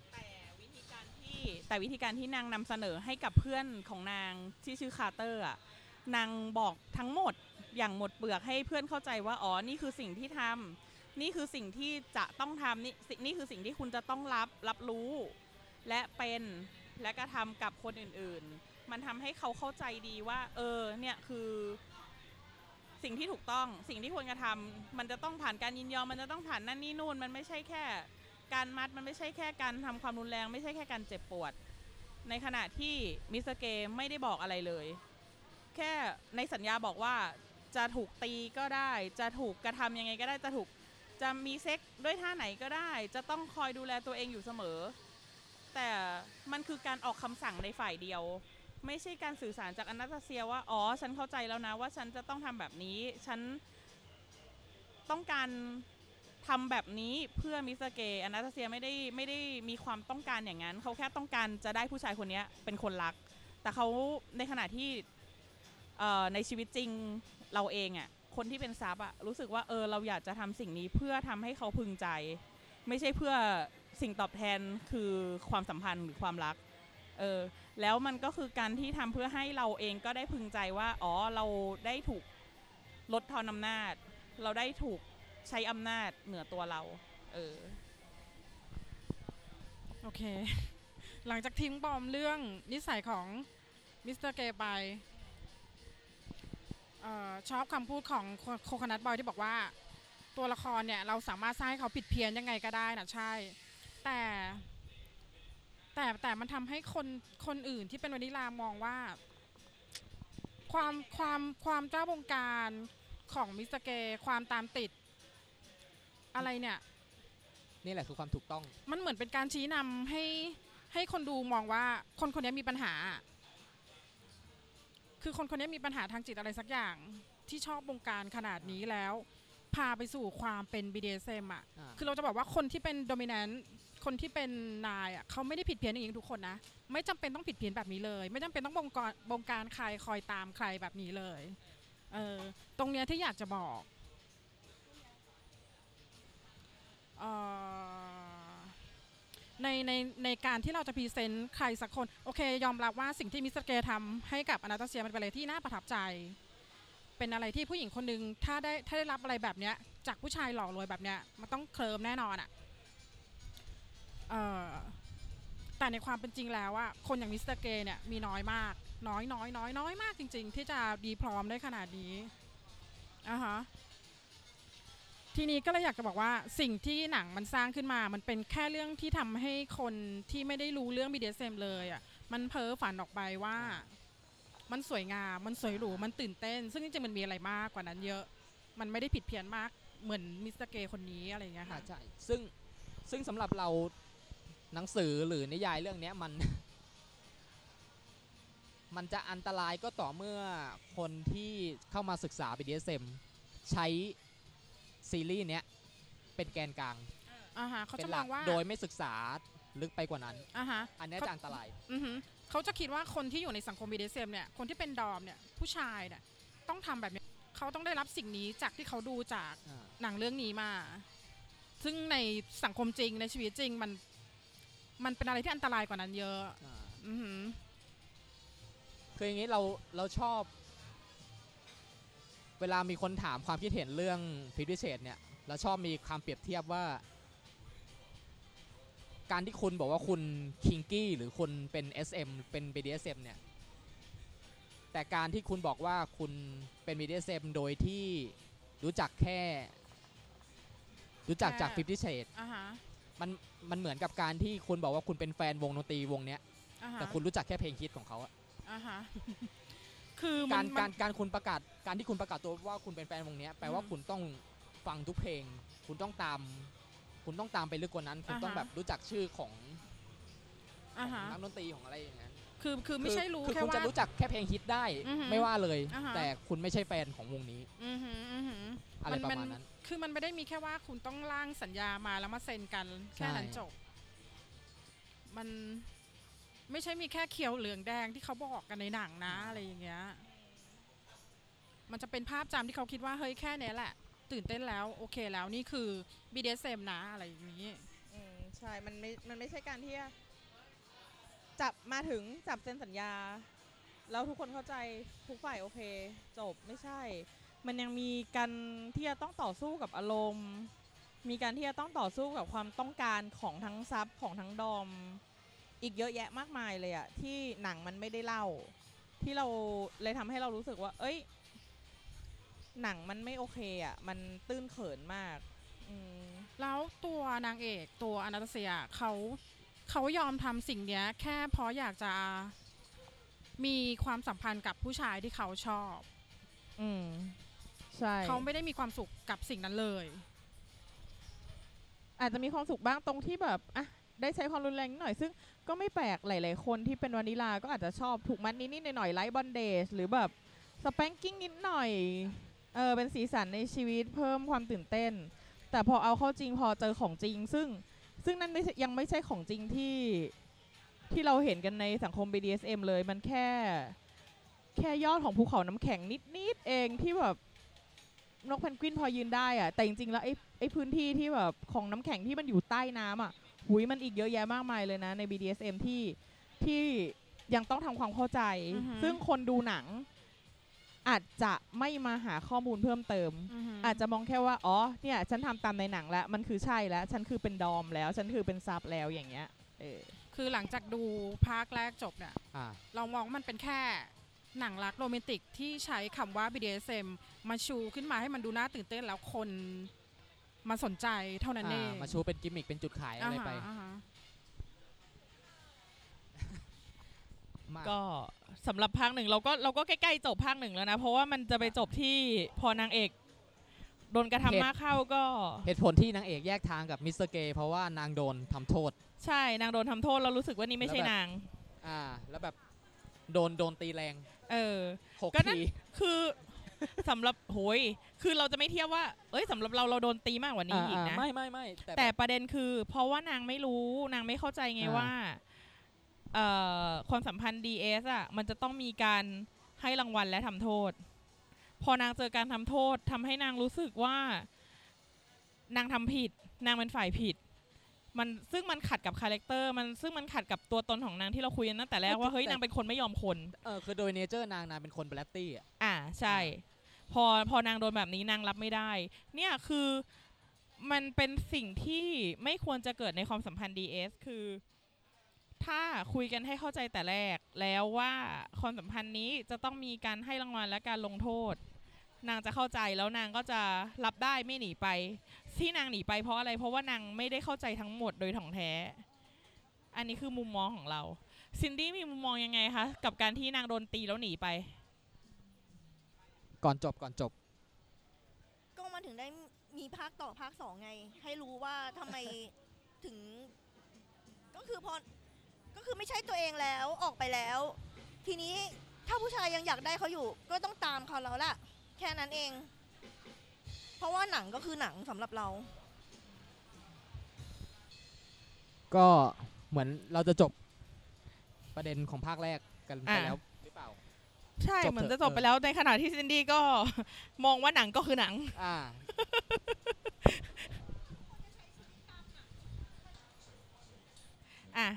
S2: แต่วิธีการที่แต่วิธีการที่นางนำเสนอให้กับเพื่อนของนางที่ชื่อคาร์เตอร์อ่ะนางบอกทั้งหมดอย่างหมดเปลือกให้เพื่อนเข้าใจว่าอ๋อนี่คือสิ่งที่ทำนี่คือสิ่งที่จะต้องทำนี่สินี่คือสิ่งที่คุณจะต้องรับรับรู้ และเป็นและกระทำกับคนอื่นๆ มันทำให้เขาเข้าใจดีว่า เออเนี่ยคือ สิ่งที่ถูกต้องสิ่งที่ควรกระทำมันจะต้องผ่านการยินยอม มันจะต้องผ่านนั่นนี่นู่นมันไม่ใช่แค่ การมัดมันไม่ใช่แค่การทำความรุนแรงไม่ใช่แค่การเจ็บปวด ในขณะที่มิสเตอร์เกย์ไม่ได้บอกอะไรเลย แค่ในสัญญาบอกว่าจะถูกตีก็ได้ จะถูกกระทำยังไงก็ได้จะถูกจะมีเซ็กด้วยท่าไหนก็ได้ จะต้องคอยดูแลตัวเองอยู่เสมอ แต่มันคือการออกคำสั่งในฝ่ายเดียว ไม่ใช่การสื่อสารจากอนาตาเซียว่าอ๋อฉันเข้าใจแล้วนะว่าฉันจะต้องทำแบบนี้ ฉันต้องการ ทำแบบนี้เพื่อมิสเตอร์เกย์อนาตาเซียไม่ได้ไม่ได้มีความต้องการอย่างนั้น เขาแค่ต้องการจะได้ผู้ชายคนเนี้ยเป็นคนรัก แต่เขาในขณะที่เอ่อในชีวิตจริงเราเองอะ่ะคนที่เป็นซับอะ่ะรู้สึกว่าเออเราอยากจะทำสิ่งนี้เพื่อทำให้เขาพึงใจ ไม่ใช่เพื่อ
S6: สิ่งตอบแทนคือความสัมพันธ์หรือความรัก เออ แล้วมันก็คือการที่ทำเพื่อให้เราเองก็ได้พึงใจว่า อ๋อ เราได้ถูกลดทอนอำนาจ เราได้ถูกใช้อำนาจเหนือตัวเรา เออ
S3: โอเค หลังจากทิ้งบอมเรื่องนิสัยของมิสเตอร์เกย์ไปเอ่อชอบคำพูดของโคคนัทบอยที่บอกว่า ตัวละครเนี่ย เราสามารถสร้างให้เขาผิดเพี้ยนยังไงก็ได้นะใช่ แต่ แต่แต่มันทำให้คนคนอื่นที่เป็นวานิลามองว่า ความความความเจ้าบงการของมิสเตอร์เกย์ความตามติด อะไรเนี่ย
S1: นี่แหละคือความถูกต้อง
S3: มันเหมือนเป็นการชี้นำให้ให้คนดูมองว่าคนคนนี้มีปัญหา คือคนคนนี้มีปัญหาทางจิตอะไรสักอย่าง ที่ชอบบงการขนาดนี้แล้ว พาไปสู่ความเป็น BDSM อ่ะ
S1: อ่า
S3: คือเราจะบอกว่าคนที่เป็น dominant คนที่เป็นนายอ่ะเขาไม่ได้ผิดเพี้ยนอย่างนี้ทุกคนนะ ไม่จำเป็นต้องผิดเพี้ยนแบบนี้เลย ไม่จำเป็นต้องบงการบงการใครคอยตามใครแบบนี้เลย เออตรงเนี้ยที่อยากจะบอกเอ่อในในในการที่เราจะพรีเซนต์ใครสักคน โอเค ยอมรับว่าสิ่งที่มิสเตอร์เกย์ทำให้กับอนาตาเซียมันเป็นอะไรที่น่าประทับใจ เป็นอะไรที่ผู้หญิงคนหนึ่งถ้าได้ถ้าได้รับอะไรแบบเนี้ย จากผู้ชายหล่อรวยแบบเนี้ยมันต้องเคลิมแน่นอนอะเอ่อแต่ในความเป็นจริงแล้วอะคนอย่างมิสเตอร์เกย์เนี่ยมีน้อยมาก น้อยน้อยน้อยน้อยมากจริง ๆ ที่จะดีพร้อมได้ขนาดนี้อ่ะฮะทีนี้ก็เลยอยากจะบอกว่าสิ่งที่หนังมันสร้างขึ้นมา มันเป็นแค่เรื่องที่ทำให้คนที่ไม่ได้รู้เรื่อง BDSM เลยอะมันเพ้อฝันออกไปว่า มันสวยงาม มันสวยหรู มันตื่นเต้น ซึ่งจริงๆ มันมีอะไรมากกว่านั้นเยอะ มันไม่ได้ผิดเพี้ยนมากเหมือนมิสเตอร์เกย์คนนี้อะไรอย่างเงี้ย
S1: อ่า
S3: ค่ะ
S1: ใช่ ซึ่งซึ่งสำหรับเราหนังสือหรือนิยายเรื่องเนี้ยมัน มันจะอันตรายก็ต่อเมื่อคนที่เข้ามาศึกษา BDSM ใช้ซีรีส์เนี้ยเป็นแกนกลาง
S3: อ่าฮะเขา
S1: เป็น
S3: จะ
S1: ห
S3: ม
S1: ลั
S3: องว่า
S1: โดยไม่ศึกษาลึกไปกว่านั้น
S3: อ่าฮะ
S1: อันเนี้ย
S3: เขา
S1: จะอันตราย
S3: อือฮึเขาจะคิดว่าคนที่อยู่ในสังคม BDSM เนี่ย คนที่เป็นดอมเนี่ย ผู้ชายเนี่ย ต้องทำแบบเนี้ยเขาต้องได้รับสิ่งนี้จากที่เขาดูจาก
S1: อ่า
S3: หนังเรื่องนี้มา ซึ่งในสังคมจริงในชีวิตจริงมัน มันเป็นอะไรที่อันตรายกว่านั้นเยอะ
S1: อ่า
S3: อือฮึ
S1: คืออย่างนี้เราเราชอบ เวลามีคนถามความคิดเห็นเรื่องพิพิเศษเนี่ยเราชอบมีความเปรียบเทียบว่า การที่คุณบอกว่าคุณคิงกี้หรือคุณเป็น SM เป็น BDSM เนี่ย แต่การที่คุณบอกว่าคุณเป็น BDSM โดยที่รู้จักแค่ รู้จักจาก
S3: แค่
S1: ฟิฟตี้เชด
S3: อ่าฮะ
S1: มันมันเหมือนกับการที่คุณบอกว่าคุณเป็นแฟนวงดนตรีวงเนี้ย
S3: อ่าฮะ
S1: แต่คุณรู้จักแค่เพลงฮิตของเขาอะ
S3: อ่าฮะ คือมั
S1: การ
S3: น
S1: กา
S3: มัน
S1: รการคุณประกาศการที่คุณประกาศตัวว่าคุณเป็นแฟนวงเนี้ยแปลว่า
S3: อืม
S1: คุณต้องฟังทุกเพลง คุณต้องตาม คุณต้องตามไปลึกกว่านั้น คุณ
S3: อ่าฮะ
S1: ต้องแบบรู้จักชื่อของ
S3: อ่าฮะ
S1: นักดนตรีของอะไรอย่างนั้น
S3: คือคือไม่ใช่รู้
S1: คือ
S3: แค่
S1: คุณ
S3: ว่า
S1: จะรู้จักแค่เพลงฮิตได้
S3: อือหือ
S1: ไม่ว่าเลย
S3: อ่าฮะ
S1: แต่คุณไม่ใช่แฟนของวงนี้
S3: อือหืออือหือ
S1: อะไรประมาณนั้น
S3: คือมันไม่ได้มีแค่ว่าคุณต้องร่างสัญญามาแล้วมาเซ็นกันแค่นั้น
S1: ใช่
S3: จบ มันไม่ใช่มีแค่เขียวเหลืองแดงที่เขาบอกกันในหนังนะอะไรอย่างเงี้ย มันจะเป็นภาพจำที่เขาคิดว่าเฮ้ยแค่เนี้ยแหละ ตื่นเต้นแล้ว โอเคแล้วนี่คือ BDSM นะอะไรอย่างนี้
S2: อืมใช่ มันไม่ มันไม่ใช่การที่จะจับมาถึงจับเซ็นสัญญา แล้วทุกคนเข้าใจทุกฝ่ายโอเค จบไม่ใช่ มันยังมีการที่จะต้องต่อสู้กับอารมณ์ มีการที่จะต้องต่อสู้กับความต้องการของทั้งซับของทั้งดอม อีกเยอะแยะมากมายเลยอะที่หนังมันไม่ได้เล่า ที่เราเลยทำให้เรารู้สึกว่า เอ้ย หนังมันไม่โอเคอะมันตื้นเขินมากอืม
S3: แล้วตัวนางเอกตัวอนาตาเซียเขาเขายอมทำสิ่งเนี้ย แค่เพราะอยากจะมีความสัมพันธ์กับผู้ชายที่เขาชอบ
S2: อืม ใช่
S3: เขาไม่ได้มีความสุขกับสิ่งนั้นเลย
S2: อาจจะมีความสุขบ้างตรงที่แบบอ่ะได้ใช้ความรุนแรงนิดหน่อยซึ่งก็ไม่แปลกหลาย ๆ คนที่เป็นวานิลาก็อาจจะชอบถูกมันนิดๆหน่อยๆไลท์บอนเดชหรือแบบสแปงกิ้งนิดหน่อยเออเป็นสีสันในชีวิตเพิ่มความตื่นเต้น แต่พอเอาเข้าจริงพอเจอของจริง ซึ่งซึ่งนั่นไม่ใช่ยังไม่ใช่ของจริงที่ที่เราเห็นกันในสังคม BDSM เลยมันแค่ แค่ยอดของภูเขาน้ำแข็งนิด ๆ เองที่แบบ นกเพนกวินพอยืนได้อะแต่จริงๆแล้วไอ้ไอ้พื้นที่ที่แบบของน้ำแข็งที่มันอยู่ใต้น้ำอะโห หุยมันอีกเยอะแยะมากมายเลยนะใน BDSM ที่ที่ยังต้องทำความเข้าใจ
S3: อือหือ
S2: ซึ่งคนดูหนังอาจจะไม่มาหาข้อมูลเพิ่มเติม อาจจะมองแค่ว่า อ๋อ เนี่ย ฉันทำตามในหนังแล้ว มันคือใช่แล้ว ฉันคือเป็นดอมแล้ว ฉันคือเป็นซับแล้วอย่างเงี้ย เออ
S5: คือหลังจากดูภาคแรกจบเนี่ย
S1: อ่า
S5: เรามองว่ามันเป็นแค่หนังรักโรแมนติกที่ใช้คำว่า BDSM มาชูขึ้นมาให้มันดูน่าตื่นเต้นแล้วคนมาสนใจเท่านั้นเอ
S1: อ่าง มาชูเป็นกิมมิคเป็นจุดขายอะไรไป
S5: อ่าฮะอ่าฮะ
S1: มา
S2: ก็สำหรับภาคหนึ่งเราก็เราก็ใกล้ๆจบภาคหนึ่งแล้วนะ เพราะว่ามันจะไปจบที่พอนางเอกโดนกระทำมากเข้าก็
S1: เหตุผลที่นางเอกแยกทางกับมิสเตอร์เกย์เพราะว่านางโดนทำโทษ
S2: ใช่นางโดนทำโทษเรารู้สึกว่านี่ไม่ใช่นาง
S1: อ่า แล้วแบบโดนโดนตีแรง
S2: เออ
S1: หก
S2: ก็นั่น
S1: ที
S2: คือ สำหรับโหยคือเราจะไม่เทียบว่า เอ้ยสำหรับเราเราโดนตีมากกว่านี้อีก
S1: อ่าๆ
S2: นะ
S1: ไม่ไม่ไม่แต่
S2: แต่
S1: แบบ
S2: ประเด็นคือ เพราะว่านางไม่รู้นางไม่เข้าใจไง
S1: อ่า
S2: ว่าเอ่อความสัมพันธ์ DS อ่ะมันจะต้องมีการให้รางวัลและทำโทษ พอนางเจอการทำโทษทำให้นางรู้สึกว่า นางทำผิด นางเป็นฝ่ายผิด มันซึ่งมันขัดกับคาแรคเตอร์มันซึ่งมันขัดกับตัวตนของนางที่เราคุยกันตั้งแต่แรกว่าเฮ้ยนางเป็นคนไม่ยอมคน
S1: เออคือโดยเนเจอร์นางนางเป็นคนแบลตตี้อ่ะ
S2: อ่าใช่ พอพอนางโดนแบบนี้นางรับไม่ได้ เนี่ยคือมันเป็นสิ่งที่ไม่ควรจะเกิดในความสัมพันธ์ DS คือ ถ้าคุยกันให้เข้าใจแต่แรก แล้วว่าความสัมพันธ์นี้จะต้องมีการให้รางวัลและการลงโทษ นางจะเข้าใจแล้วนางก็จะรับได้ไม่หนีไป ที่นางหนีไปเพราะอะไร เพราะว่านางไม่ได้เข้าใจทั้งหมดโดยถ่องแท้ อันนี้คือมุมมองของเราซินดี้มีมุมมองยังไงคะกับการที่นางโดนตีแล้วหนีไป
S1: ก่อนจบก่อนจบ
S4: ก็มันถึงได้มีภาคต่อภาคสองไง ให้รู้ว่าทำไม ถึง ก็คือพอก็คือไม่ใช่ตัวเองแล้วออกไปแล้ว ทีนี้ถ้าผู้ชายยังอยากได้เขาอยู่ ก็ต้องตามเขาแล้วล่ะ แค่นั้นเอง เพราะว่าหนังก็คือหนังสำหรับเรา
S1: ก็เหมือนเราจะจบประเด็นของภาคแรกกันไป
S2: อ่า
S1: แล้วหรือเปล่า
S2: ใช่
S1: จบ
S2: เหมือน
S1: เถ
S2: จะ
S1: อะ
S2: จบไป
S1: เออ
S2: แล้วในขณะที่ซินดี้ก็ มองว่าหนังก็คือหนัง
S1: อ่า
S2: อ่ะ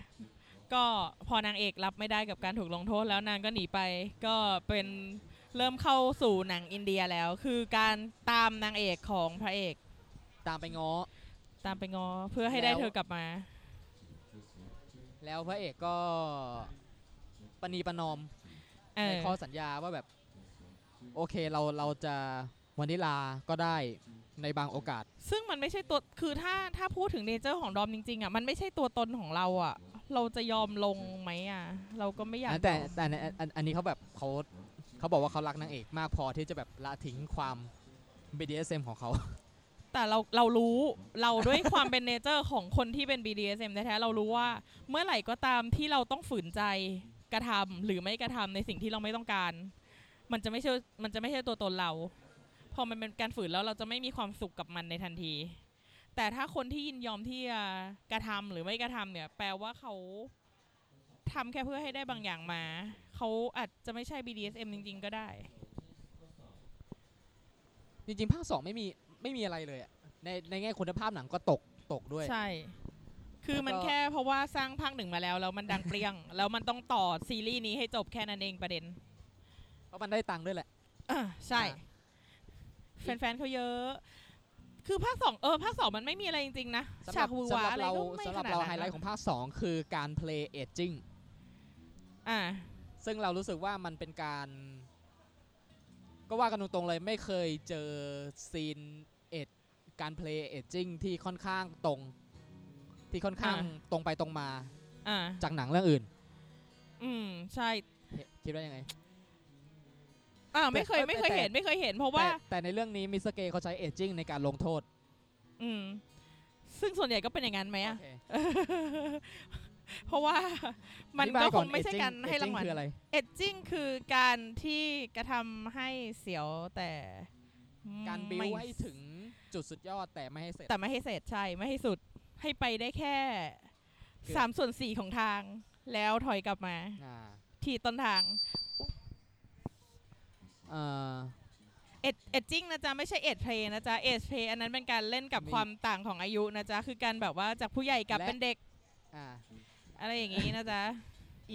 S2: ก็พอนางเอกรับไม่ได้กับการถูกลงโทษแล้วนางก็หนีไป ก็เป็นเริ่มเข้าสู่หนังอินเดียแล้ว คือการตามนางเอกของพระเอก
S1: ตามไปง้อ
S2: ตามไปงอเพื่อให้ได้
S1: แล้ว
S2: เธอกลับมา
S1: แล้วพระเอกก็ปณีประนอม
S2: เอ
S1: ใน
S2: อ
S1: ข้อสัญญาว่าแบบ โอเคเราเราจะวานิลาก็ได้ในบางโอกาส
S2: ซึ่งมันไม่ใช่ตัว คือถ้าถ้าพูดถึงเนเจอร์ของดอมจริงๆอ่ะ มันไม่ใช่ตัวตนของเราอ่ะ เราจะยอมลงไหมอ่ะ เราก็ไม่อยาก
S1: แต่
S2: ยอม
S1: แต่อันอันอันนี้เขาแบบเขาเขาบอกว่าเขารักนางเอกมากพอที่จะแบบละทิ้งความ BDSM ของเขา
S2: แต่เราเรารู้เราด้วยความเป็นเนเจอร์ของคนที่เป็น BDSM แท้ๆเรารู้ว่าเมื่อไหร่ก็ตามที่เราต้องฝืนใจกระทำหรือไม่กระทำในสิ่งที่เราไม่ต้องการ มันจะไม่ใช่มันจะไม่ใช่ตัวตนเรา พอมันเป็นการฝืนแล้วเราจะไม่มีความสุขกับมันในทันที แต่ถ้าคนที่ยินยอมที่จะกระทำหรือไม่กระทำเนี่ย แปลว่าเขาทำแค่เพื่อให้ได้บางอย่างมาเขาอาจจะไม่ใช่ BDSM จริง ๆ ก็ได้
S1: จริงๆ ภาคสองไม่มีไม่มีอะไรเลยอะในในแง่คุณภาพหนังก็ตกตกด้วย
S2: ใช่ คือมัน
S1: แล้วก็
S2: แค่เพราะว่าสร้างภาคหนึ่งมาแล้ว แล้วมันดัง เปรี้ยง แล้วมันต้องต่อซีรีส์นี้ให้จบแค่นั้นเองประเด็น
S1: เพราะมันได้ตังค์ด้วยแหละ
S2: อ่ะใช่
S1: อ่
S2: แฟนๆเขาเยอะ คือภาคสองเออภาคสองมันไม่มีอะไรจริง ๆ นะ
S1: สำห
S2: ฉา
S1: รับ
S2: กวู
S1: สำ
S2: วา
S1: หรับ
S2: อะไร
S1: เรา
S2: ก็ไม่
S1: สำห
S2: ข
S1: รับ
S2: นาด
S1: เราไฮ
S2: นั้น
S1: ไลท์ของภาค 2 คือการ play aging
S2: อ่ะ
S1: ซึ่งเรารู้สึกว่ามันเป็นการ ก็ว่ากันตรงๆเลยไม่เคยเจอซีนเอ็ดการ play aging ที่ค่อนข้างตรง ที่ค่อนข้างตรงไปตรงมา
S2: อ่ะ
S1: จากหนังเรื่องอื่น
S2: อืมใช่
S1: คิดว่ายังไง
S2: อ่ะไม่เคย
S1: แต่
S2: ไม่เคย
S1: แต่
S2: เห็นไม่เคยเห็น เพราะ
S1: แต่
S2: ว่า
S1: แต่ในเรื่องนี้มิสเตอร์เกย์เขาใช้เอจจิ้งในการลงโทษ
S2: อืม ซึ่งส่วนใหญ่ก็เป็นอย่างนั้นไหมอ่ะ
S1: โอเค
S2: เพราะว่ามั
S1: อ
S2: น
S1: ธิบาย
S2: ก็ค
S1: อน
S2: งไม่ใช่
S1: aging
S2: การ
S1: aging
S2: ให้รางวัล
S1: คืออะไร
S2: เอดจิ้งคือการที่กระทำให้เสียวแต่
S1: การบิว
S2: ไม่
S1: ให้ถึงจุดสุดยอดแต่ไม่ให้เสร็จ
S2: แต่ไม่ให้เสร็จใช่ไม่ให้สุดให้ไปได้แค่
S1: เกือบ
S2: สามส่วนสี่ของทาง แล้วถอยกลับมา
S1: อ่า
S2: ที่ต้นทาง
S1: เอ่อ
S2: เอ ดเอ็ดจิ้งนะจ๊ะ ไม่ใช่เอ็ดเพลย์นะจ๊ะเอ็ดเพลย์อันนั้นเป็นการเล่นกับ
S1: มี
S2: ความต่างของอายุนะจ๊ะ คือการแบบว่าจากผู้ใหญ่กลับ
S1: และ
S2: เป็นเด็ก
S1: อ่า
S2: อะไรอย่างงี้นะจ๊ะ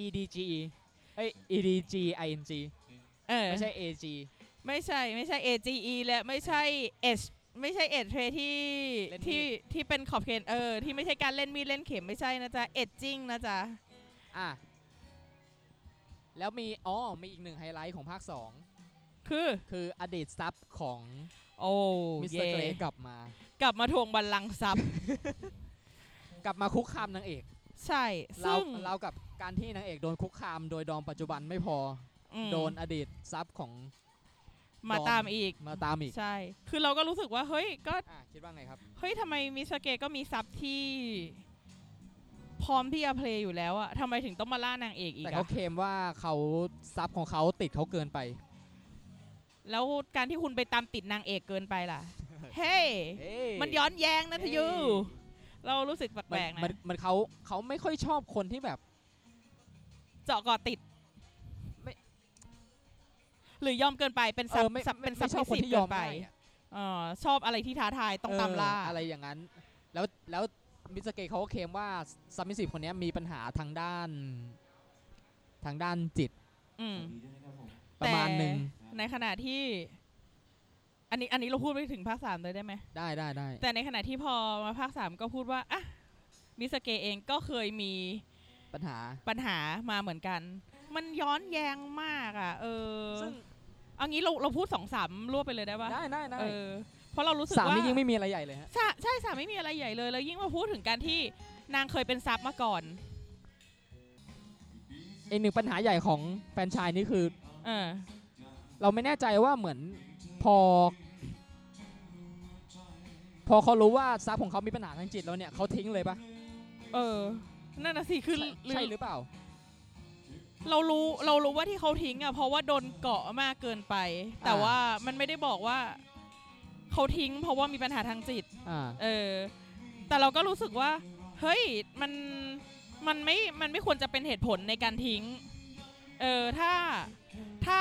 S1: EDGE เอ้ย EDGING
S2: เออ
S1: ไม่ใช่ AG
S2: ไม่ใช่ไม่ใช่ AGE และไม่ใช่ H ไม่ใช่เอ็ดเพลที่
S1: เล่นมีด
S2: ที่ที่เป็นขอบเขตเออ ที่ไม่ใช่การเล่นมีดเล่นเข็มไม่ใช่นะจ๊ะเอ็ดจิ้งนะจ๊ะ
S1: อ่ะ แล้วมี อ๋อ มีอีกหนึ่งไฮไลท์ของภาค
S2: คือ
S1: 2 คืออดีตซับของ
S2: โอ้
S1: มิสเตอร์
S2: เย่
S1: เกรกลับมา
S2: กลับมาทวงบัลลังก์ซับ
S1: กลับมาคุกคามนางเอก
S2: ใช่
S1: เรา
S2: ซึ่ง
S1: เรากับการที่นางเอกโดนคุกคามโดยดอมปัจจุบันไม่พอ
S2: อื
S1: อ
S2: ม
S1: โดนอดีตซับของด
S2: มาตามอีก
S1: มาตามอีก
S2: ใช่ คือเราก็รู้สึกว่า เฮ้ย ก็
S1: อ่ะคิดว่าไงครับ
S2: เฮ้ยทำไมมิสเกก็มีซับที่ พร้อมที่จะเพลย์อยู่แล้วอะทำไมถึงต้องมาล่านางเอกอีก
S1: แต่
S2: อะ
S1: เขาเคลมว่าเขาซับของเขาติดเขาเกินไป
S2: แล้วการที่คุณไปตามติดนางเอกเกินไป ล่ะ เฮ้ย
S1: เอ้ย
S2: มันย้อนแย้งนะทยู
S1: เอ้
S2: เรารู้สึกแป
S1: มัน
S2: ลกๆนะ
S1: มันมันเขาเขาไม่ค่อยชอบคนที่แบบ
S2: เจาะเกอติด
S1: ไม่
S2: หรือยอมเกินไป เป็นซั
S1: อบ อไม่
S2: ซับเป็นซับ
S1: ไม่ชอบคนที่ยอม
S2: ไป
S1: ได้อะ
S2: เออชอบอะไรที่ท้าทายต้องตามล่า
S1: เอออะไรอย่างนั้น แล้วแล้วมิสเกย์เขาก็เคลมว่าซัมมิสิคนเนี้ยมีปัญหาทางด้าน ทางด้านจิต
S2: อืม
S1: ประมาณ
S2: แต่
S1: หนึ่ง
S2: ในขณะที่ อันนี้อันนี้เราพูดไปถึงภาคสามเลยได้ไหม
S1: ได้ได้ได้
S2: แต่ในขณะที่พอมาภาคสามก็พูดว่าอ่ะมิสเกเองก็เคยมี
S1: ปัญหา
S2: ปัญหามาเหมือนกัน มันย้อนแย้งมากอ่ะ เออ
S1: ซึ่ง
S2: เอางี้เราเราพูดสองสามรวบไปเลยได้ปะ
S1: ได้ได้ได้
S2: เออเพราะเรารู้สึก
S1: สาม
S2: ว่า
S1: นี่ยิ่งไม่มีอะไรใหญ่เลยฮะ
S2: ใช่ใช่สามไม่มีอะไรใหญ่เลย แล้วยิ่งมาพูดถึงการที่นางเคยเป็นซับมาก่อน
S1: อีกหนึ่งปัญหาใหญ่ของแฟรนไชายนี่คือ
S2: เออ
S1: เราไม่แน่ใจว่าเหมือนพอ พอเขารู้ว่าซับของเขามีปัญหาทางจิตแล้วเนี่ยเขาทิ้งเลยปะ
S2: เออ นั่นน่ะสิ คือ
S1: ใช่
S2: หรือ
S1: ใช่หรือเปล่า
S2: เรารู้เรารู้ว่าที่เขาทิ้งอ่ะ เพราะว่าโดนเกาะมากเกินไป แต่
S1: อ่า
S2: ว่ามันไม่ได้บอกว่าเขาทิ้ง เพราะว่ามีปัญหาทางจิต
S1: อ่า
S2: เออ แต่เราก็รู้สึกว่า เฮ้ย มัน มันไม่ มันไม่ควรจะเป็นเหตุผลในการทิ้ง เออ ถ้า ถ้า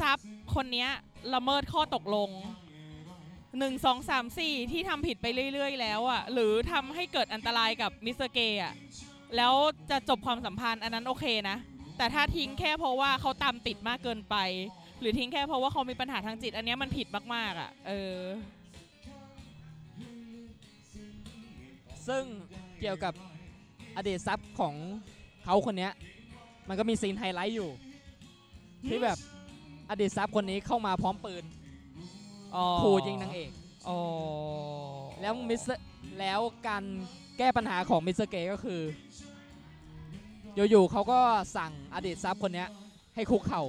S2: ซับคนเนี้ยละเมิดข้อตกลง 1 2 3 4 ที่ทำผิดไปเรื่อย ๆ แล้วอะ่ะ หรือทำให้เกิดอันตรายกับมิสเตอร์เกย์อ่ะ แล้วจะจบความสัมพันธ์อันนั้นโอเคนะ แต่ถ้าทิ้งแค่เพราะว่าเขาตามติดมากเกินไป หรือทิ้งแค่เพราะว่าเขามีปัญหาทางจิต อันเนี้ยมันผิดมากๆอะ่ะ เออ
S1: ซึ่งเกี่ยวกับอดีตซับของเขาคนเนี้ยมันก็มีซีนไฮไลท์อยู่ ที่แบบอดีตซับคนนี้เข้ามาพร้อมปืน
S2: อ๋อ
S1: ขู่ยิงนางเอก
S2: ออ
S1: แล้วมิสเตอร์แล้วการแก้ปัญหาของมิสเตอร์เกย์ก็คือ อยู่ๆเขาก็สั่งอดีตซับคนเนี้ยให้คุกเข่า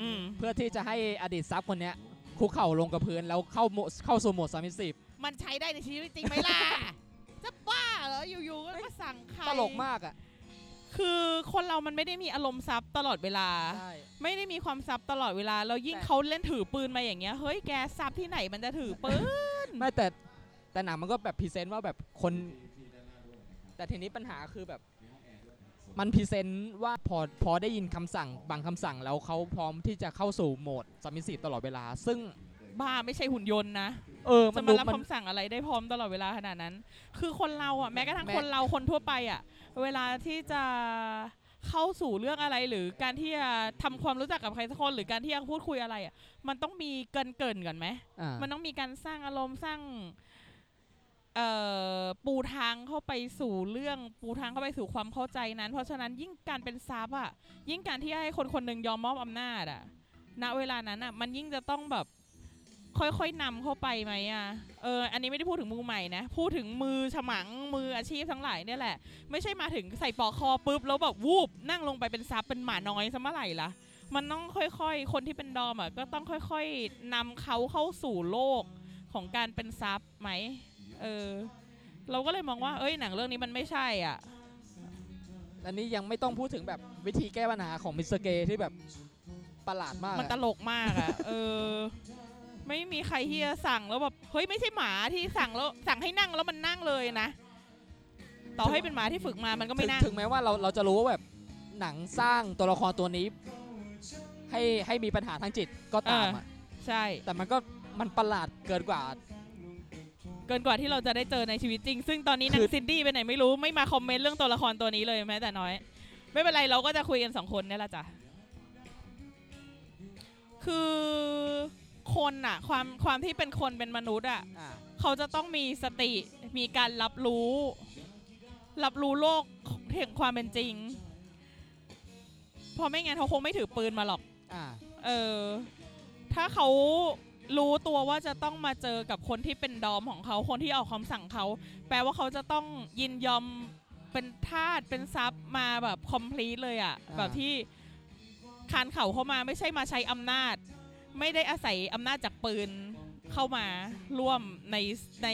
S2: อืม
S1: เพื่อที่จะให้อดีตซับคนเนี้ยคุกเข่าลงกับพื้นแล้วเข้าโหมดเข้าสู่โหมดสามสิบ
S2: มันใช้ได้ในชีวิตจริงไหมล่ะ จะบ้าเหรอ อยู่ๆ ก็มาสั่งใคร
S1: ตลกมากอ่ะ
S2: คือคนเรามันไม่ได้มีอารมณ์ซับตลอดเวลา
S1: ใช่
S2: ไม่ได้มีความซับตลอดเวลา แล้วยิ่ง
S1: แต่
S2: เขาเล่นถือปืนมาอย่างเงี้ย เฮ้ย แกซับที่ไหนมันจะถือปืน
S1: ไม่แต่แต่หนังมันก็แบบพรีเซนต์ว่าแบบคน แต่ทีนี้ปัญหาคือแบบ มันพรีเซนต์ว่าพอพอได้ยินคำสั่งบางคำสั่งแล้วเขาพร้อมที่จะเข้าสู่โหมดสามิสิตลอดเวลา ซึ่ง
S2: บ้าไม่ใช่หุ่นยนต์นะ
S1: เออมั
S2: จะ
S1: น
S2: มา
S1: ดู
S2: รับ
S1: มัน
S2: คำสั่งอะไรได้พร้อมตลอดเวลาขนาดนั้น คือคนเราอ่ะแม้กระทั่ง
S1: แม้
S2: คนเราคนทั่วไปอ่ะ เวลาที่จะเข้าสู่เรื่องอะไรหรือการที่จะทำความรู้จักกับใครสักคนหรือการที่จะพูดคุยอะไรอ่ะ มันต้องมีเกินเกินๆก่อนไหม
S1: อ่า
S2: มันต้องมีการสร้างอารมณ์สร้างเอ่อปูทางเข้าไปสู่เรื่องปูทางเข้าไปสู่ความเข้าใจนั้น เพราะฉะนั้นยิ่งการเป็นซับอ่ะ ยิ่งการที่ให้คนคนหนึ่งยอมมอบอำนาจอ่ะ ณเวลานั้นอ่ะ มันยิ่งจะต้องแบบ ค่อยๆนำเข้าไปไหมอ่ะเอออันนี้ไม่ได้พูดถึงมือใหม่นะ พูดถึงมือฉมังมืออาชีพทั้งหลายเนี่ยแหละ ไม่ใช่มาถึงใส่ปอกคอปุ๊บแล้วแบบวูบนั่งลงไปเป็นซับเป็นหมาน้อยซะเมื่อไหร่ล่ะ มันต้องค่อยๆ คนที่เป็นดอมอ่ะก็ต้องค่อยๆนำเขาเข้าสู่โลกของการเป็นซับไหม เออ เราก็เลยมองว่า เอ้ยหนังเรื่องนี้มันไม่ใช่อ่ะ
S1: อันนี้ยังไม่ต้องพูดถึงแบบวิธีแก้ปัญหาของมิสเตอร์เกย์ที่แบบประหลาดมาก
S2: มันต
S1: อะ
S2: ลกมากอ่ะ เออ ไม่มีใครที่จะสั่งแล้วแบบเฮ้ยไม่ใช่หมาที่สั่งแล้วสั่งให้นั่งแล้วมันนั่งเลยนะ ต่อให้เป็นหมาที่ฝึกมามันก็ไม่นั่ง
S1: ถึถึงแม้ว่าเราเราจะรู้ว่าแบบหนังสร้างตัวละครตัวนี้ ให้ให้มีปัญหาทางจิตก็ตามอะ
S2: ใช่
S1: แต่มันก็ มันประหลาดเกินกว่า
S2: เกินกว่าที่เราจะได้เจอในชีวิตจริง ซึ่งตอนนี้นาง
S1: คือ
S2: ซินดี้ไปไหนไม่รู้ไม่มาคอมเมนต์เรื่องตัวละครตัวนี้เลยแม้แต่น้อย ไม่เป็นไรเราก็จะคุยกันสองคนเนี่ยแหละจ้ะ คือคนอะความความที่เป็นคนเป็นมนุษย์อะ
S1: อ่า
S2: เขาจะต้องมีสติมีการรับรู้ รับรู้โลกถึงความเป็นจริง เพราะไม่งั้นเขาคงไม่ถือปืนมาหรอก
S1: อ่า
S2: เออถ้าเขารู้ตัวว่าจะต้องมาเจอกับคนที่เป็นดอมของเขาคนที่ออกคำสั่งเขา แปลว่าเขาจะต้องยินยอมเป็นทาสเป็นซับมาแบบคอมพลี e เลยอะ
S1: า
S2: แบบที่คานเข่าเข้ามาไม่ใช่มาใช้อำนาจ ไม่ได้อาศัยอำนาจจากปืนเข้ามาร่วมในใน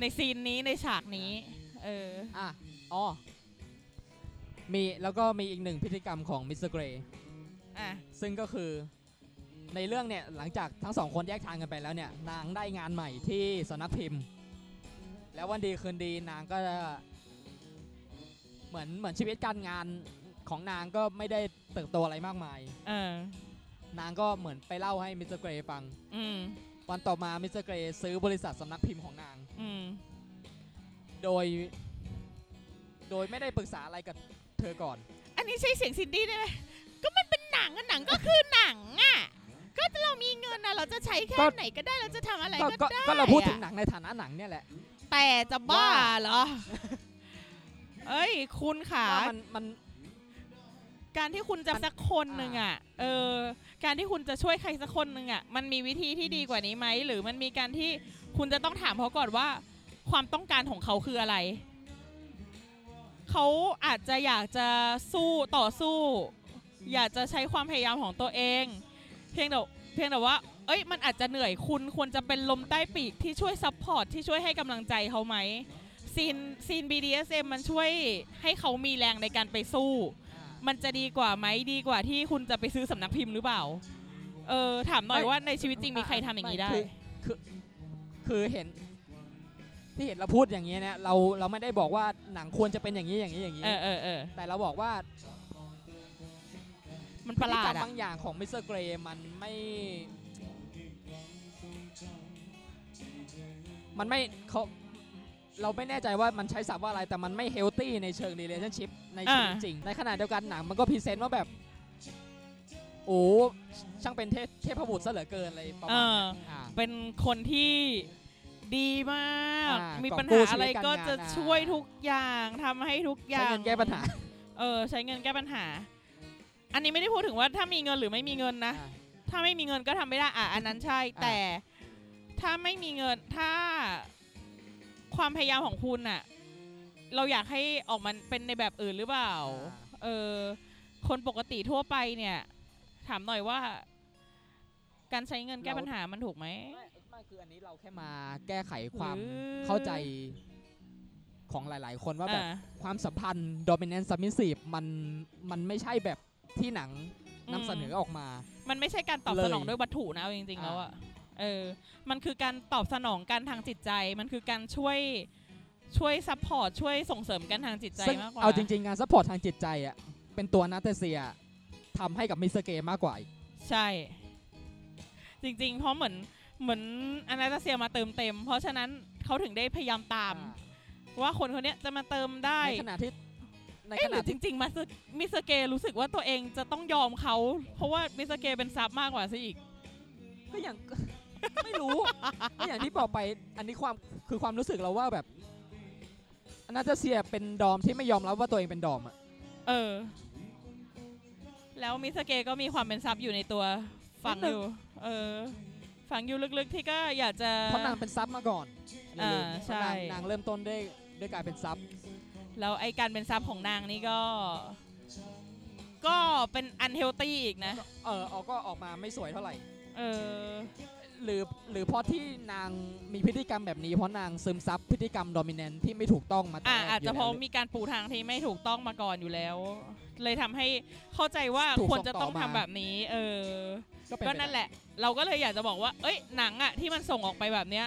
S2: ในซีนนี้ในฉากนี้ เออ
S1: อ่ะอ๋อมีแล้วก็มีอีกหนึ่งพฤติกรรมของมิสเตอร์เกรย์
S2: อ่ะ
S1: ซึ่งก็คือในเรื่องเนี่ยหลังจากทั้งสองคนแยกทางกันไปแล้วเนี่ย นางได้งานใหม่ที่สำนักพิมพ์ แล้ววันดีคืนดีนางก็เหมือนเหมือนชีวิตการงานของนางก็ไม่ได้เติบโตอะไรมากมาย
S2: เออ
S1: นางก็เหมือนไปเล่าให้มิสเตอร์เกรย์ฟัง
S2: อืม
S1: วันต่อมามิสเตอร์เกรย์ซื้อบริษัทสำนักพิมพ์ของนาง
S2: อืม
S1: โดย โดยไม่ได้ปรึกษาอะไรกับเธอก่อน
S2: อันนี้ใช่เสียงซินดี้ได้ไหมก็มันเป็นหนังอะหนังก็คือหนังอ่ะ ก็เรามีเงินอะเราจะใช้แค่
S1: ก็
S2: ไหนก็ได้เราจะทำอะไร
S1: ก็
S2: ก็
S1: ก็
S2: ได้
S1: ก็เราพูดถึง
S2: อะ
S1: หนังในฐานะหนังเนี่ยแหละ
S2: แต่จะบ้า
S1: ว่า
S2: เหรอ เอ้ย คุณค่ะ
S1: ว่ามันมัน
S2: การที่คุณจะ
S1: มัน
S2: สักคนหนึ่งอ่ะ เออ การที่คุณจะช่วยใครสักคนหนึ่งอ่ะ มันมีวิธีที่ดีกว่านี้ไหม หรือมันมีการที่คุณจะต้องถามเขาก่อนว่า ความต้องการของเขาคืออะไร เขาอาจจะอยากจะสู้ต่อสู้ อยากจะใช้ความพยายามของตัวเอง เพียงแต่เพียงแต่ว่า เอ้ย มันอาจจะเหนื่อยคุณควรจะเป็นลมใต้ปีกที่ช่วยซัพพอร์ตที่ช่วยให้กำลังใจเขาไหมซีนซีน BDSM มันช่วยให้เขามีแรงในการไปสู้ มันจะดีกว่าไหมดีกว่าที่คุณจะไปซื้อสำนักพิมพ์หรือเปล่า เออ ถามหน่อย
S1: ไม่
S2: ว่าในชีวิตจริงมีใครทำอย่างนี้ได้
S1: ม่คือคือคือเห็น ที่เห็นเราพูดอย่างนี้ยเนี่ยเราเราไม่ได้บอกว่าหนังควรจะเป็นอย่างนี้อย่างนี้อย่างนี้
S2: เออเออเออ
S1: แต่เราบอกว่า
S2: มัน
S1: พ
S2: ป
S1: ฤติ
S2: ระหลาก
S1: รร
S2: ด
S1: ม
S2: อะ
S1: บางอย่างของมิสเตอร์เกรย์มันไม่ มันไม่เขาเราไม่แน่ใจว่ามันใช้ศัพท์ว่าอะไร แต่มันไม่เฮลตี้ในเชิง relationship ในชีวิตจริง ในขณะเดียวกันหนังมันก็พรีเซนต์ว่าแบบ โอ้ช่างเป็นเทพเทพบุตรซะเหลือเกินอะไรประ
S2: เอ
S1: มาณ
S2: อ
S1: อ่า
S2: เป็นคนที่ดีมาก
S1: อ่า
S2: มี
S1: กอบ
S2: ปัญ
S1: กู้ชีวิต
S2: หาอะไรก็
S1: การงาน
S2: จะ
S1: อ่า
S2: ช่วยทุกอย่างทำให้ทุกอ
S1: ใช้
S2: ย่าง
S1: เงินแก้ปัญหา
S2: เออ ใช้เงินแก้ปัญหา อันนี้ไม่ได้พูดถึงว่าถ้ามีเงินหรือไม่มีเงินนะ ถ้าไม่มีเงินก็ทำไม่ได้ อ่ะ อันนั้นใช่
S1: อ่ะ
S2: แต่ถ้าไม่มีเงิน ถ้าความพยายามของคุณน่ะ เราอยากให้ออกมาเป็นในแบบอื่นหรือเปล่า เออ คนปกติทั่วไปเนี่ย ถามหน่อยว่า การใช้เงินแก้ปัญหามันถูกไหม
S1: ไม่ไม่คืออันนี้เราแค่มาแก้ไขความ
S2: หรือ
S1: เข้าใจของหลาย ๆ คนว่าแบบ
S2: อ่ะ
S1: ความสัมพันธ์ dominant submissive มันมันไม่ใช่แบบที่หนัง
S2: อืม
S1: นำเสนอออกมา
S2: มันไม่ใช่การตอบ
S1: เลย
S2: สนองด้วยวัตถุนะเอาจริงๆ
S1: อ่า
S2: แล้วอะเออ มันคือการตอบสนองกันทางจิตใจ มันคือการช่วยช่วยซัพพอร์ตช่วยส่งเสริมกันทางจิตใจ
S1: ซึ่ง
S2: มากกว่า
S1: เอาจริง ๆ งาน support ทางจิตใจอะเป็นตัวนาตาเซียทำให้กับมิสเตอร์เกย์มากกว่าอีก
S2: ใช่ จริงๆ เพราะเหมือนเหมือนอนาตาเซียมาเติมเต็ม เพราะฉะนั้นเขาถึงได้พยายามตาม ว่าคนคนเนี้ยจะมาเติมได้
S1: ในขณะที่ในข
S2: เอ๊ะหรื
S1: ณะ
S2: อจ
S1: ที่
S2: ริงๆมาซึมิสเตอร์เกย์รู้สึกว่าตัวเองจะต้องยอมเขา เพราะว่ามิสเตอร์เกย์เป็นซับมากกว่าซะอีก
S1: ก็อย่าง ไม่รู้ ก็อย่างที่บอกไปอันนี้ความคือความรู้สึกเราว่าแบบนาตาเซียเป็นดอมที่ไม่ยอมรับว่าตัวเองเป็นดอมอะ
S2: เออ แล้วมิสเตอร์เกย์ก็มีความเป็นซับอยู่ในตัวฝัง
S1: นิดนึ
S2: อง ยู่ เออ ฝังอยู่ลึกๆที่ก็อยากจะ
S1: เพราะนางเป็นซับมาก่อน
S2: อ่าใช่
S1: นางนางเริ่มต้นด้วยด้วยการเป็นซับ
S2: แล้วไอการเป็นซับของนางนี่ก็ ก็เป็นอันเฮลตี้อีกนะ
S1: เออออกก็ออกมาไม่สวยเท่าไหร่
S2: เออ
S1: หรือหรือเพราะที่นางมีพฤติกรรมแบบนี้เพราะนางซึมซับพฤติกรรม dominant ที่ไม่ถูกต้องมาแต่
S2: อ่ะ
S1: แรก
S2: อาจจะ
S1: ยู่
S2: เพราะ
S1: แล้ว
S2: มีการปูทางที่ไม่ถูกต้องมาก่อนอยู่แล้ว เลยทำให้เข้าใจว่า
S1: ถูก
S2: ควรจะต้อง
S1: ส่งต่อ
S2: ทำ
S1: มา
S2: แบบนี้ เออ
S1: ก็เป็น
S2: ก็
S1: ไป
S2: นั่น
S1: ได้
S2: แหละ เราก็เลยอยากจะบอกว่า เอ้ยหนังอะที่มันส่งออกไปแบบเนี้ย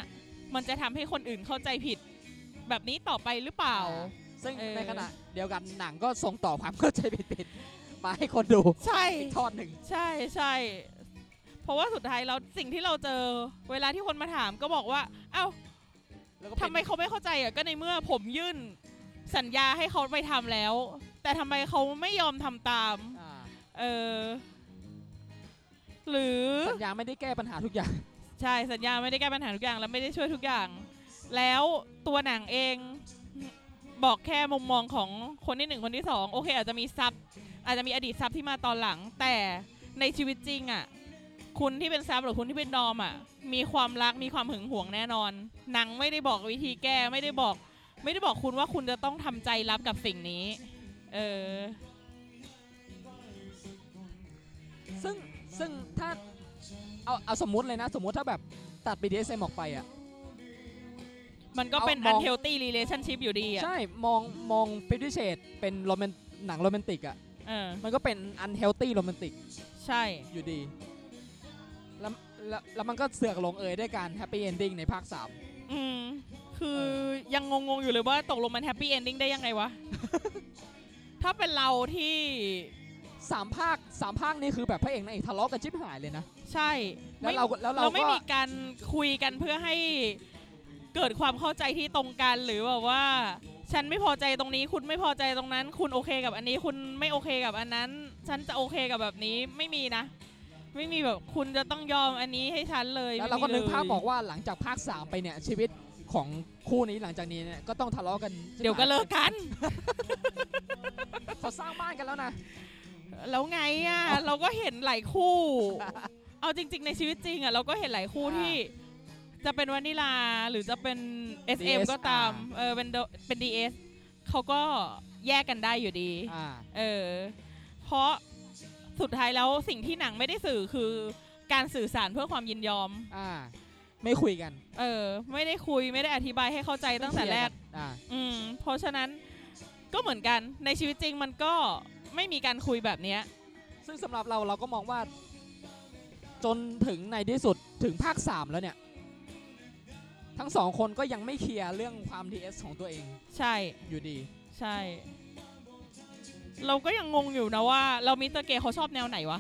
S2: มันจะทำให้คนอื่นเข้าใจผิด แบบนี้ต่อไปหรือเปล่า
S1: ซึ่ง
S2: เออ
S1: ในขณะเดียวกันหนังก็ส่งต่อความเข้าใจผิดๆมาให้คนดู
S2: ใช่
S1: อีกทอดหนึ่ง
S2: ใช่ใช่ผ ราะว่าสุดท้ายเราสิ่งที่เราเจอ เวลาที่คนมาถามก็บอกว่า เอ้า
S1: แล้วก็เป็น
S2: ทำไมเขาไม่เข้าใจอ่ะก็ในเมื่อผมยื่นสัญญาให้เขาไปทำแล้ว แต่ทำไมเขาไม่ยอมทำตาม
S1: อ่า
S2: เออ หรือ
S1: สัญญาไม่ได้แก้ปัญหาทุกอย่าง
S2: ใช่สัญญาไม่ได้แก้ปัญหาทุกอย่าง และไม่ได้ช่วยทุกอย่าง แล้วตัวหนังเองบอกแค่มุมมองของคนที่หนึ่งคนที่สองโอเค อาจจะมีซับอาจจะมีอดีตซับที่มาตอนหลัง แต่ในชีวิตจริงอะ่ะคุณที่เป็นซับหรือคุณที่เป็นนอมอะ่ะมีความรักมีความหึงหวงแน่นอน หนังไม่ได้บอกวิธีแก้ไม่ได้บอก ไม่ได้บอกคุณว่าคุณจะต้องทำใจรับกับสิ่งนี้ เออ
S1: ซึ่งซึ่งถ้าเอาเอาสมมติเลยนะ สมมติถ้าแบบตัด BDSM ออกไปอ่ะ
S2: มันก็เป็น
S1: เอามอง
S2: unhealthy relationship อยู่ดีอ่ะ
S1: ใช่มองมองฟิฟตี้เชดเป็นโรแมนหนังโรแมนติกอ่ะ
S2: เออ
S1: มันก็เป็นอันเฮลตี้โรแมนติก
S2: ใช่
S1: อยู่ดี แล้วแล้วแล้วมันก็เสือกลงเอยด้วยการแฮปปี้เอนดิ้งในภาค 3
S2: อืม คือ
S1: เอ
S2: ยังงงๆอยู่เลยว่าตกลงมันแฮปปี้เอนดิ้งได้ยังไง วะ ถ้าเป็นเราที่
S1: สามภาคสามภาคนี่คือแบบพระเอกนางเอกทะเลาะกันชิบหายเลยนะ
S2: ใช่
S1: แล้วเราก็แล้วเรา
S2: เราไม่
S1: ก็
S2: มีการคุยกันเพื่อให้เกิดความเข้าใจที่ตรงกันหรือแบบว่า ฉันไม่พอใจตรงนี้ คุณไม่พอใจตรงนั้น คุณโอเคกับอันนี้ คุณไม่โอเคกับอันนั้น ฉันจะโอเคกับแบบนี้ไม่มีนะ ไม่มีแบบคุณจะต้องยอมอันนี้ให้ฉันเลย
S1: แล้วเราก็
S2: ไม่มี
S1: นึกภาพ
S2: ลย
S1: บอกว่าหลังจากภาค 3 ไปเนี่ย ชีวิตของคู่นี้หลังจากนี้เนี่ยก็ต้องทะเลาะกันชิบหา
S2: เดี๋ยวก็เลิกกัน
S1: เขาสร้างบ้านกันแล้วนะ
S2: แล้วไงอ่ะ
S1: อ๋อ
S2: เราก็เห็นหลายคู่ เอาจริง ๆ ในชีวิตจริงอ่ะ เราก็เห็นหลายคู่
S1: อ่า
S2: ที่ จะเป็นวานิลาหรือจะเป็น SM
S1: DS
S2: ก็ตาม
S1: อ่า
S2: เออเป็นโดเป็น DS เขาก็แยกกันได้อยู่ดี
S1: อ่า
S2: เออ เพราะสุดท้ายแล้วสิ่งที่หนังไม่ได้สื่อคือการสื่อสารเพื่อความยินยอม
S1: อ่า ไม่คุยกัน
S2: เออ ไม่ได้คุยไม่ได้อธิบายให้เข้าใจตั้งแต่แรก
S1: ไม่เคยนอ่า
S2: อืม เพราะฉะนั้นก็เหมือนกันในชีวิตจริงมันก็ไม่มีการคุยแบบเนี้ย
S1: ซึ่งสำหรับเราเราก็มองว่า จนถึงในที่สุดถึงภาค 3 แล้วเนี่ย ทั้งสองคนก็ยังไม่เคลียร์เรื่องความ DS ของตัวเอง
S2: ใช่
S1: อยู่ดี
S2: ใช่ เราก็ยังงงอยู่นะว่า เรามิสเตอร์เกย์เขาชอบแนวไหน วะ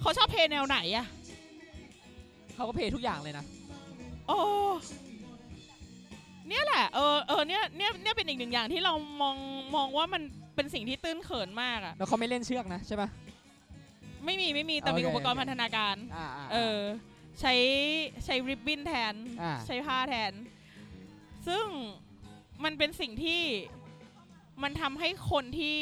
S2: เขาชอบเพลงแนวไหนอะ
S1: เขาก็เพลย์ทุกอย่างเลยนะ
S2: โอ้เนี่ยแหละ เออเออเนี่ยเนี่ยเนี่ยเป็นอีกหนึ่งอย่างที่เรามองมองว่ามันเป็นสิ่งที่ตื้นเขินมากอะ
S1: แล้วเขาไม่เล่นเชือกนะใช่ปะ
S2: ไม่มีไม่มีแต่มี
S1: โอเค
S2: อุปกรณ์
S1: โอเค
S2: พันธนาการ
S1: อ่าา
S2: เออ ใช้ใช้ริบบิ้นแทน
S1: อ่า
S2: ใช้ผ้าแทน ซึ่งมันเป็นสิ่งที่มันทำให้คนที่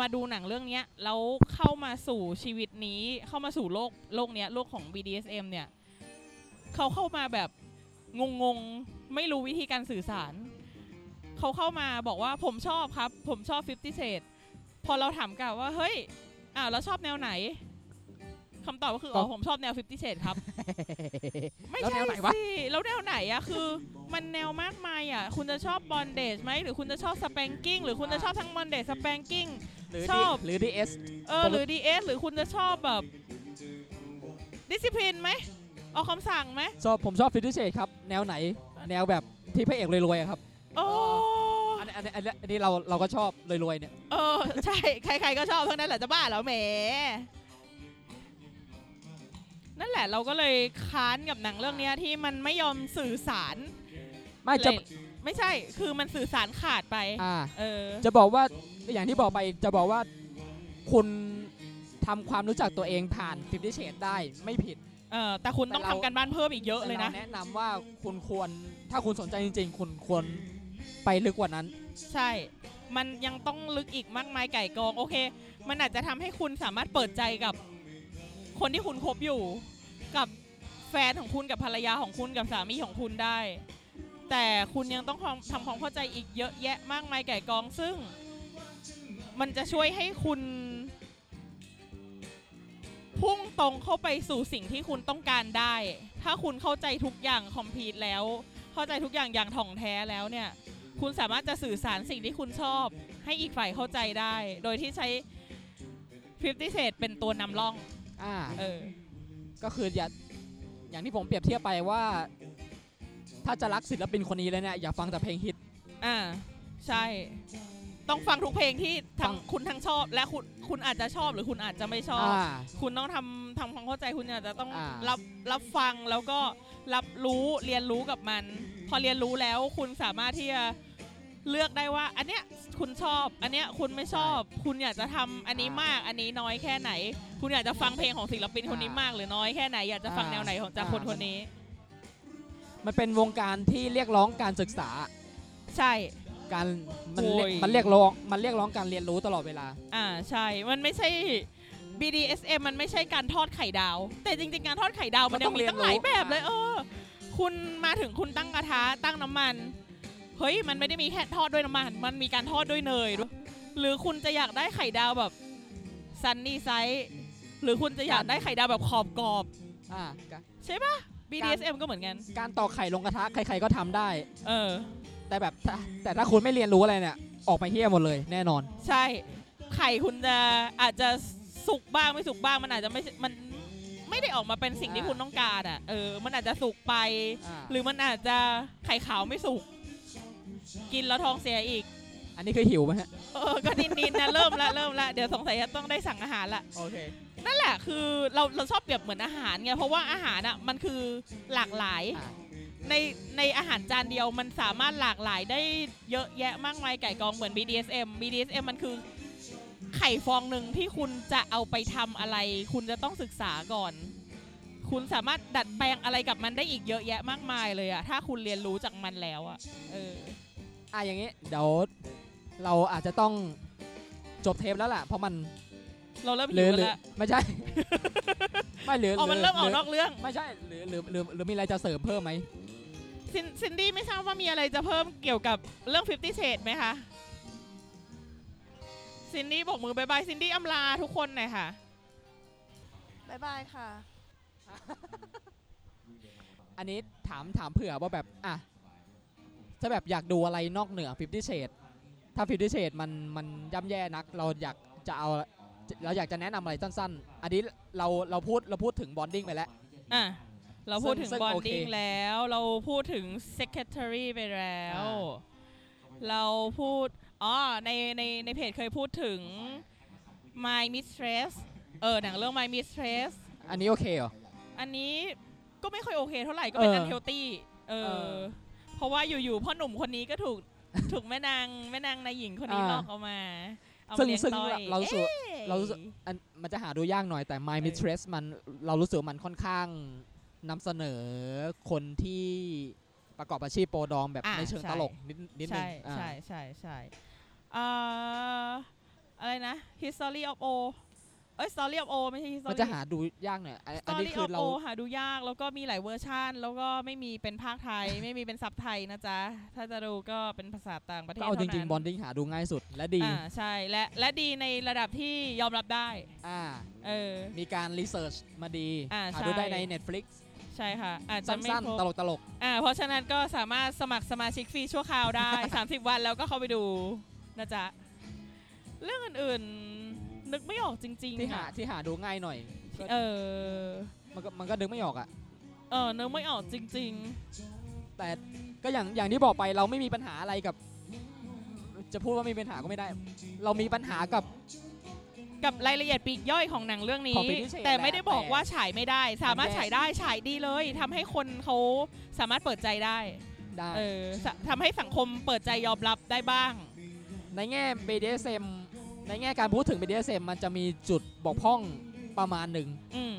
S2: มาดูหนังเรื่องเนี้ยแล้วเข้ามาสู่ชีวิตนี้ เข้ามาสู่โลกโลกเนี้ยโลกของ BDSM เนี่ยเขาเข้ามาแบบงงๆ ไม่รู้วิธีการสื่อสาร เขาเข้ามาบอกว่าผมชอบครับ ผมชอบ Fifty Shades พอเราถามกลับว่า เฮ้ยอ้าวแล้วชอบแนวไหนคำตอบก็คืออ๋อผมชอบแนว Fifty Shades ครับ ไม่
S1: แล้ว
S2: ใช่
S1: แนวไหนวะ
S2: สิแล้วแนวไหนอะคือมันแนวมากมายอะคุณจะชอบบอนเดจไหมหรือคุณจะชอบสแปงกิ้งหรือคุณจะชอบทั้งบอนเดจสแปงกิ้ง
S1: หรือ
S2: ช
S1: ดี
S2: อบ
S1: หรือ DS
S2: เออหรือดีเอสหรือคุณจะชอบแบบดิสซิ p ลินไหมออกคำสั่งไหม
S1: ชอบผมชอบฟิตเชดครับ แนวไหน แนวแบบที่พระเอกรวยๆอะครับ
S2: โอ้
S1: อันอันอันอันอันนี้เราเราก็ชอบรวยๆเนี่ย
S2: เอ อ ใช่ ใครๆก็ชอบทั้งนั้นแหละจะบ้าเหรอแหม นั่นแหละเราก็เลยค้านกับหนังเรื่องเนี้ยที่มันไม่ยอมสื่อสาร
S1: ไม่จะ
S2: เลยไม่ใช่คือมันสื่อสารขาดไป
S1: อ่า
S2: เออ
S1: จะบอกว่าอย่างที่บอกไปจะบอกว่าคุณทำความรู้จักตัวเองผ่านฟิฟตี้เชดได้ไม่ผิด
S2: เออแต่คุณต้อง
S1: แต่
S2: ทำ
S1: เรา
S2: กันบ้านเพิ่มอีกเยอะเลยนะ
S1: แต่ราแนะนำว่าคุณควรถ้าคุณสนใจจริง ๆ คุณควรไปลึกกว่านั้น
S2: ใช่ มันยังต้องลึกอีกมากมายไก่กอง โอเค มันอาจจะทำให้คุณสามารถเปิดใจกับคนที่คุณคบอยู่ กับแฟนของคุณกับภรรยาของคุณกับสามีของคุณได้ แต่คุณยังต้องความทำความเข้าใจอีกเยอะแยะมากมายไก่กอง ซึ่ง มันจะช่วยให้คุณ พุ่งตรงเข้าไปสู่สิ่งที่คุณต้องการได้ ถ้าคุณเข้าใจทุกอย่างคอมพลีทแล้ว เข้าใจทุกอย่างอย่างถ่องแท้แล้วเนี่ย คุณสามารถจะสื่อสารสิ่งที่คุณชอบ ให้อีกฝ่ายเข้าใจได้ โดยที่ใช้ฟิฟตี้เศษเป็นตัวนำร่อง
S1: อ่า
S2: เออ
S1: ก็คืออย่าอย่างที่ผมเปรียบเทียบไปว่า ถ้าจะรักศิลปินคนนี้เลยเนี่ยอย่าฟังแต่เพลงฮิต
S2: อ่า ใช่ ต้องฟังทุกเพลงที่ทั้งคุณทั้งชอบ และคุณคุณอาจจะชอบหรือคุณอาจจะไม่ชอบ
S1: อ่า
S2: คุณต้องทำทำความเข้าใจคุณอาจจะต้อง
S1: อ่ารั
S2: รับรับฟังแล้วก็รับรู้เรียนรู้กับมัน พอเรียนรู้แล้วคุณสามารถที่จะเลือกได้ว่า อันเนี้ยคุณชอบ อันเนี้ยคุณไม่ชอบ คุณอยากจะทำอันนี้มากอันนี้น้อยแค่ไหน คุณอยากจะฟังเพลงของศิลปินคนนี้มาก หรือน้อยแค่ไหนอยากจะฟังแนวไหนของจากคนคนนี้
S1: มันเป็นวงการที่เรียกร้องการศึกษา
S2: ใช่
S1: การมัน
S2: โอ้
S1: เรียก
S2: ย
S1: มันเรียกร้องมันเรียกร้องการเรียนรู้ตลอดเวลา
S2: อ่าใช่ มันไม่ใช่ BDSM มันไม่ใช่การทอดไข่ดาว แต่จริง ๆ การทอดไข่ดาวมัน
S1: ก็ต้
S2: ยั
S1: อง งเรียน
S2: มีตั้งหลาย
S1: รู้
S2: แบบเลย
S1: อ่า
S2: เออ คุณมาถึงคุณตั้งกระทะตั้งน้ำมัน เฮ้ย มันไม่ได้มีแค่ทอดด้วยน้ำมัน มันมีการทอดด้วยเนยด้วย หรือคุณจะอยากได้ไข่ดาวแบบซันนี่ไซส์หรือคุณจะอยากได้ไข่ดาวแบบขอบกรอบ
S1: อ่า
S2: BDSM ก็เหมือนกัน
S1: การตอกไข่ลงกระทะใครๆก็ทำได้
S2: เออ
S1: แต่แบบถ้าแต่ถ้าคุณไม่เรียนรู้อะไรเนี่ยออกไปเฮี้ยหมดเลยแน่นอน
S2: ใช่ ไข่คุณจะอาจจะสุกบ้างไม่สุกบ้างมันอาจจะไม่ใช่มันไม่ได้ออกมาเป็นสิ่งที่คุณต้องการอ่ะเออ มันอาจจะสุกไป
S1: อ่า
S2: หรือมันอาจจะไข่ขาวไม่สุก กินแล้วท้องเสียอีก
S1: อันนี้คือหิวไหมฮะ
S2: เออ ก็นินนินๆนะเริ่มละเริ่มละเดี๋ยวสงสัยจะต้องได้สั่งอาหารละ
S1: โอเค
S2: นั่นแหละคือเราเราชอบเปรียบเหมือนอาหารไงเพราะว่าอาหารอ่ะมันคือหลากหลาย
S1: อ่า
S2: ในในอาหารจานเดียวมันสามารถหลากหลายได้เยอะแยะมากมายไก่กองเหมือน BDSM BDSM มันคือไข่ฟองหนึ่งที่คุณจะเอาไปทำอะไร คุณจะต้องศึกษาก่อน คุณสามารถดัดแปลงอะไรกับมันได้อีกเยอะแยะมากมายเลยอะถ้าคุณเรียนรู้จากมันแล้วอะเออ
S1: อ่ะอย่างนี้เดี๋ยวเราอาจจะต้องจบเทปแล้วล่ะ เพราะมัน
S2: เราเริ่ม
S1: หรื
S2: หิ
S1: อ
S2: ว
S1: หรือ
S2: แล้ว
S1: ไม่ใช่ ไม่หรือ
S2: อ๋อมัน
S1: ห
S2: เริ่มออก
S1: ห
S2: นอกเรื่อง
S1: ไม่ใช่หรือหรือหรือหรือมีอะไรจะเสริมเพิ่มไหม
S2: ซินซินดี้ไม่ทราบว่ามีอะไรจะเพิ่มเกี่ยวกับเรื่อง 50 Shades ไหมคะซินดี้บอกมือบายบายซินดี้อำลาทุกคนหน่อยค่ะ
S4: บายบายค่ะ
S1: อันนี้ถามถามเผื่อว่าแบบอ่ะถ้าแบบอยากดูอะไรนอกเหนือ 50 Shades ถ้า 50 Shades มันมันย่ำแย่นัก เราอยากจะเอาเราอยากจะแนะนำอะไรสั้นๆ อันนี้เราเราพูดเราพูดถึงบอนดิ้งไปแล้ว
S2: อ่ะ เราพูดถึง
S1: ซึ่ง
S2: บอน
S1: โอเค
S2: ดิ้งแล้ว เราพูดถึง secretary ไปแล้ว
S1: อ่
S2: เราพูด อ๋อ ในในในเพจเคยพูดถึง my mistress เออ หนังเรื่อง my mistress
S1: อันนี้โอเคเหรอ
S2: อันนี้ก็ไม่ค่อยโอเคเท่าไหร่ก็เป็น
S1: เออ
S2: unhealthy เอ
S1: เออ
S2: อเพราะว่าอยู่ๆพ่อหนุ่มคนนี้ก็ถูก ถูกแม่นางแม่นางนายหญิงคนนี้
S1: อ่า
S2: หลอกเอามา เอามา
S1: ซึ่ง
S2: เลี้ยง
S1: ซึ่ง
S2: ต้อย
S1: เราสู
S2: เอ้ย
S1: เรารู้สึก อันมันจะหาดูยากหน่อยแต่ My Mistress มันเรารู้สึกว่ามันค่อนข้างนำเสนอคนที่ประกอบอาชีพโปรดอมแบบ
S2: อ่า
S1: ในเชิง
S2: ใช่
S1: ตลกนิดนิดนึง
S2: ใช่
S1: อ่า
S2: ใช่ใช่ใช่เอ่ออะไรนะ history of o เอ้ย story of o ไม่ใช่ history
S1: มันจะหาดูยากหน่อยอันอันนี้
S2: story
S1: คือ
S2: of
S1: เรา
S2: o หาดูยากแล้วก็มีหลายเวอร์ชันแล้วก็ไม่มีเป็นภาคไท ย ไม่มีเป็นซับไทยนะจ๊ะ ถ้าจะดูก็เป็นภาษาต่างประเทศ
S1: ก็เอาจริงๆบ
S2: ท่
S1: อ
S2: นั้น
S1: นดิ้งหาดูง่ายสุดและดี
S2: อ่าใช่และและดีในระดับที่ยอมรับได้
S1: อ่า
S2: เออ
S1: มีการรีเสิร์ชมาดี
S2: อ่า
S1: หาดูได้
S2: ใช่
S1: ใน Netflix
S2: ใช่ค่ะ อาจจะไม่
S1: สั้น
S2: คร
S1: ๆ ต
S2: บ
S1: ลกตลก
S2: อ่าเพราะฉะนั้นก็สามารถสมัครสมาชิกฟรีชั่วคราว ได้ 30 วันแล้วก็เข้าไปดูนะจ๊ะ เรื่องอื่นๆ นึกไม่ออกจริง
S1: ที่
S2: ๆ
S1: หา
S2: ค่ะ
S1: ที่หาดูง่ายหน่อยก็
S2: เออ
S1: มันก็มันก็ดึงไม่ออกอ่ะ
S2: เออนึกไม่ออกจริง
S1: แต่ก็อย่างอย่างที่บอกไปเราไม่มีปัญหาอะไรกับ จะพูดว่าไมมีปัญหาก็ไม่ได้ เรามีปัญหากับ
S2: ๆ กับรายละเอียดปลีกย่อยของหนังเรื่อง
S1: ข
S2: นี้
S1: อง Fifty Shades
S2: แต่ไม่ได้บอกว่าฉายไม่ได้ สามารถ
S1: มันแย่
S2: ฉายได้ฉายดีเลยทำให้คนเขาสามารถเปิดใจได้
S1: ได้
S2: เออสะทำให้สังคมเปิดใจยอมรับได้บ้าง
S1: ในแง่ BDSM ในแง่การพูดถึง BDSM มันจะมีจุดบกพร่องประมาณหนึ่ง
S2: อืม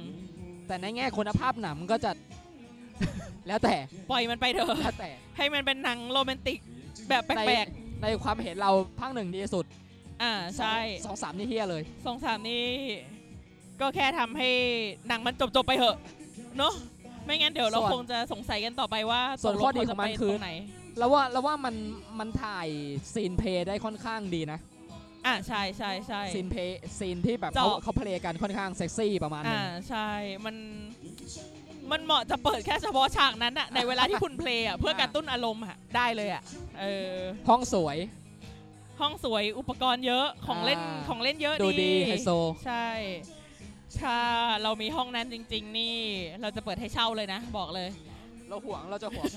S1: แต่ในแง่คุณภาพหนังมันก็จะ แล้วแต่
S2: ปล่อยมันไปเถอะ
S1: แล้วแต่
S2: ให้มันเป็นหนังโรแมนติกแบบแป
S1: ใน
S2: ลก
S1: ในความเห็นเราภาคหนึ่งดีสุด
S2: ๆ อ่าใช่
S1: สองสามนี่เฮียเลย
S2: สองสามนี่ ก็แค่ทำให้หนังมันจบๆไปเถอะ เนอะไม่งั้นเดี๋ยวเรา
S1: ส่วน
S2: คงจะสงสัยกันต่อไปว่า
S1: ส่วน
S2: ตกล
S1: ข้อดีของมัน
S2: เรจะไป
S1: คือ
S2: ตรงไหน
S1: แล้วว่าแล้วว่ามันมันถ่ายซีนเพลย์ได้ค่อนข้างดีนะ
S2: อ่าใช่ใช่ใช่
S1: ซีนเพลย์ซีนที่แบบเขา
S2: เจาะ
S1: เขาเพลย์กันค่อนข้างเซ็กซี่ประมาณหนึ
S2: อ่าง ใช่ มัน มันเหมาะจะเปิดแค่เฉพาะฉากนั้นอะในเวลาที่คุณเพล ย์อะเพื่อกระตุ้นอารมณ์อะได้เลยอะเออ
S1: ห้องสวย
S2: ห้องสวยอุปกรณ์เยอะของเล่น
S1: อ่า
S2: ของเล่นเยอะ
S1: ดูดีไฮโซ
S2: ใช่ ถ้าเรามีห้องนั้นจริง ๆ นี่ เราจะเปิดให้เช่าเลยนะ บอกเลย
S1: เราห่วงเราจะห่วง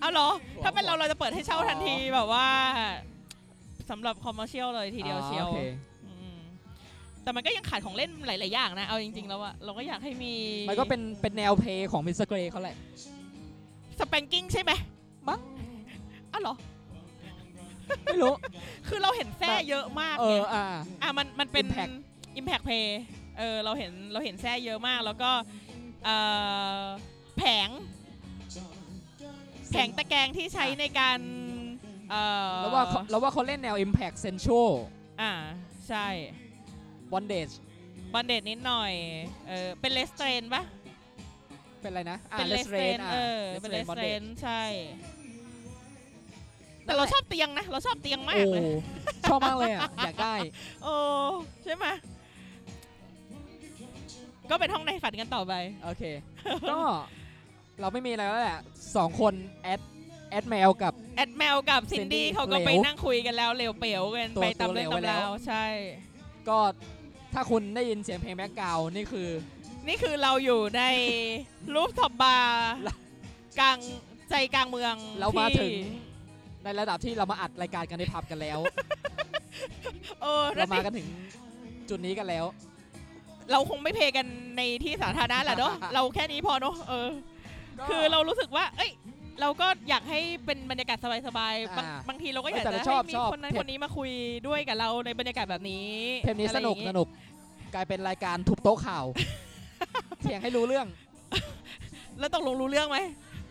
S2: เอาเหรอ
S1: หัว
S2: ถ้าเป็นเราเราจะเปิดให้เช่าทันที
S1: อ๋อ
S2: แบบว่า สำหรับคอมเมอร์เชียลเลยทีเดียว
S1: อ๋อ
S2: เชียว
S1: โอค
S2: อืมแต่มันก็ยังขาดของเล่นหลาย ๆ อย่างนะ เอาจริง ๆ แล้วอะเราก็อยากให้มี
S1: มันก็เป็นเป็นแนวเพลงของมิสเกรเขาแหละ
S2: สแปนกิ้งใช่ไหมมั้งอ้าวเหรอ
S1: ไม่รู้
S2: คือเราเห็นแซ่เยอะมาก
S1: เอ
S2: ไง
S1: ออ่า
S2: อ่ะมันมันเป็น
S1: Impact
S2: Impact Play เออเราเห็นเราเห็นแซ่เยอะมากแล้วก็เอ่อแผง แผงตะแกรงที่ใช้ในการเอ่อ
S1: แล้วว่าเขาแล้วว่าเขาเล่นแนว Impact Sensual
S2: อ่าใช่
S1: Bondage
S2: บอนเดตนิดหน่อยเออเป็นเลสเตรนปะ
S1: เป็นอะไรนะอ่า
S2: เป็นเลส
S1: Let's
S2: เตร
S1: Rain
S2: น
S1: อ่า
S2: เออ
S1: Let's
S2: เป็นเล
S1: Rain
S2: สเตรน
S1: Bondage
S2: ใช่ แต่เราชอบเตียงนะ เราชอบเตียงมาก
S1: โอ้
S2: เลย
S1: ชอบมากเลยอ่ะ อยากได้
S2: โอ้ใช่ไหมก็เป็นห้องในฝันกันต่อไป
S1: โอเค ก็เราไม่มีอะไรแล้วแหละสองคนแอดแอดแมวกับ
S2: แอดแมวกับซิน
S1: Cindy
S2: ดี้เขาก็ไป
S1: เหลว
S2: นั่งคุยกันแล้วเหลวเปียวกัน
S1: ตัว
S2: ไป
S1: ตั
S2: ตำ
S1: วเหล
S2: เรื่อง
S1: วไป
S2: ตำ
S1: แล้
S2: ราว วใช่
S1: ก็ถ้าคุณได้ยินเสียงเพลงแบ็กกราวนี่คือ
S2: นี่คือเราอยู่ใน รูปท็อปบาร์กลางใจกลางเมือง
S1: เรามาถึง
S2: ที่
S1: ในระดับที่เรามาอัดรายการกันในผับกันแล้ว
S2: เออแล้
S1: เรา
S2: ว
S1: มา
S2: สิ
S1: กันถึงจุดนี้กันแล้ว
S2: เราคงไม่เพลย์กันในที่สาธารณะ แหละเนาะ เราแค่นี้พอเนาะเออ คือเรารู้สึกว่า เอ้ย เราก็อยากให้เป็นบรรยากาศสบายๆบาง
S1: อ่า
S2: บางทีเราก็อยาก
S1: แต่
S2: จะ
S1: เราช
S2: ให้
S1: อบ
S2: มี
S1: ชอบ
S2: คนนั้น
S1: เทป
S2: คนนี้มาคุยด้วยกับเราในบรรยากาศแบบนี้
S1: เทปนี้
S2: อะไร
S1: ส
S2: อย่า
S1: นุก
S2: งงี้
S1: สนุกกลายเป็นรายการทุบโต๊ะข่าว เถียงให้รู้เรื่อง
S2: แล้วตกลงรู้เรื่องไหม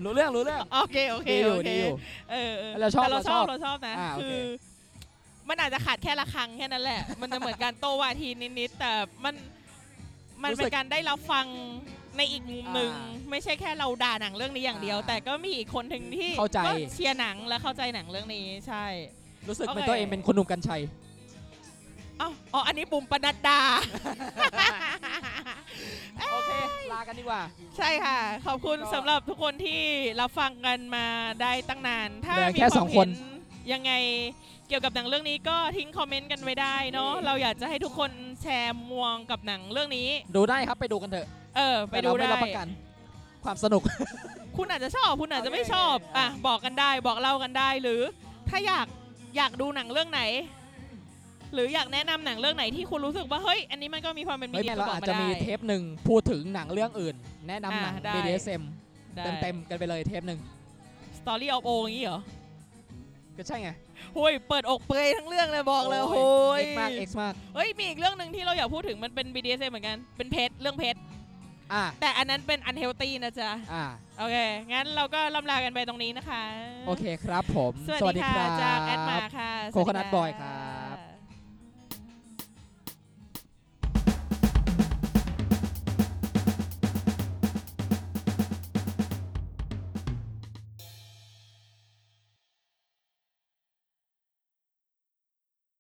S1: รู้เรื่องรู้เรื่อง
S2: โอเคโอเค
S1: ดีอยู่
S2: โอเค
S1: ดีอยู่
S2: เออเออ
S1: เราชอบ
S2: แต่เราชอบเราชอบนะ
S1: อ่าโอ
S2: คื
S1: เค
S2: อ มันอาจจะขาดแค่ละครั้งแค่นั้นแหละ มันจะเหมือนการโตวาทีนิดๆแต่มันมันเป็นการได้รับฟังในอีกมุมหนึ่ง
S1: อ่า
S2: ไม่ใช่แค่เราด่าหนังเรื่องนี้อย่างเดียว
S1: อ่า
S2: แต่ก็มีอีกคนหนึ่งที่
S1: เข้าใจ
S2: ก็เชียร์หนังและเข้าใจหนังเรื่องนี้ใช่
S1: รู้สึก
S2: โอเค
S1: เป็นตัวเองเป็นคนหนุ่มกัญชัย
S2: เอ้าอ๋ออันนี้บุ๋มปนัด ดา
S1: โอเค ลากันดีกว่า
S2: ใช่ค่ะ ขอบคุณสำหรับทุกคนที่รับฟังกันมาได้ตั้งนาน ถ้า
S1: เหลือ
S2: มี
S1: แค่
S2: วาม
S1: สองคน
S2: เห็ยังไงเกี่ยวกับหนังเรื่องนี้ก็ทิ้งคอมเมนต์กันไว้ได้เนาะ
S1: นี่
S2: เราอยากจะให้ทุกคนแชร์มวงกับหนังเรื่องนี้
S1: ดูได้ครับไปดูกันเถอะ
S2: เออ ไปดู
S1: แต่เราไม่
S2: ได้
S1: รับประกัน ความสนุก
S2: คุณอาจจะชอบ คุณอาจจะไม่ชอบ
S1: โอเค
S2: อ่ะ บอกกันได้ บอกเล่ากันได้ หรือถ้าอยากอยากดูหนังเรื่องไหน หรืออยากแนะนำหนังเรื่องไหนที่คุณรู้สึกว่า เฮ้ย อันนี้มันก็มีความเป็นมี
S1: เฮ้ย
S2: ดี
S1: แม่เรา
S2: ก็บ
S1: อา
S2: อ
S1: จ
S2: กมา
S1: จะมี
S2: ได้
S1: เทปหนึ่งพูดถึงหนังเรื่องอื่น แนะนำหนัง
S2: อ่าได้
S1: BDSM
S2: ได้
S1: เต็มๆกันไปเลยเทปหนึ่ง
S2: Story of O อย่างนี้เหรอ
S1: ก็ใช่ไง
S2: โอ้ย เปิดอกเปลือยทั้งเรื่องเลยบอกเลยโอ้
S1: โอ้
S2: ย
S1: เอ็กซ์มากเอ็กซ์มาก
S2: เฮ้ย มีอีกเรื่องหนึ่งที่เราอยากพูดถึงมันเป็น BDSM เหมือนกัน เป็นเพชรเรื่องเพชร
S1: อ่า
S2: แต่อันนั้นเป็น unhealthy นะจ๊ะ
S1: อ่า
S2: โอเค งั้นเราก็ล่ำลากันไปตรงนี้นะคะ
S1: โอเคครับผม
S2: สวัสดีค่ะ จากแอดมาค่ะ
S1: โคคนัทบอยครั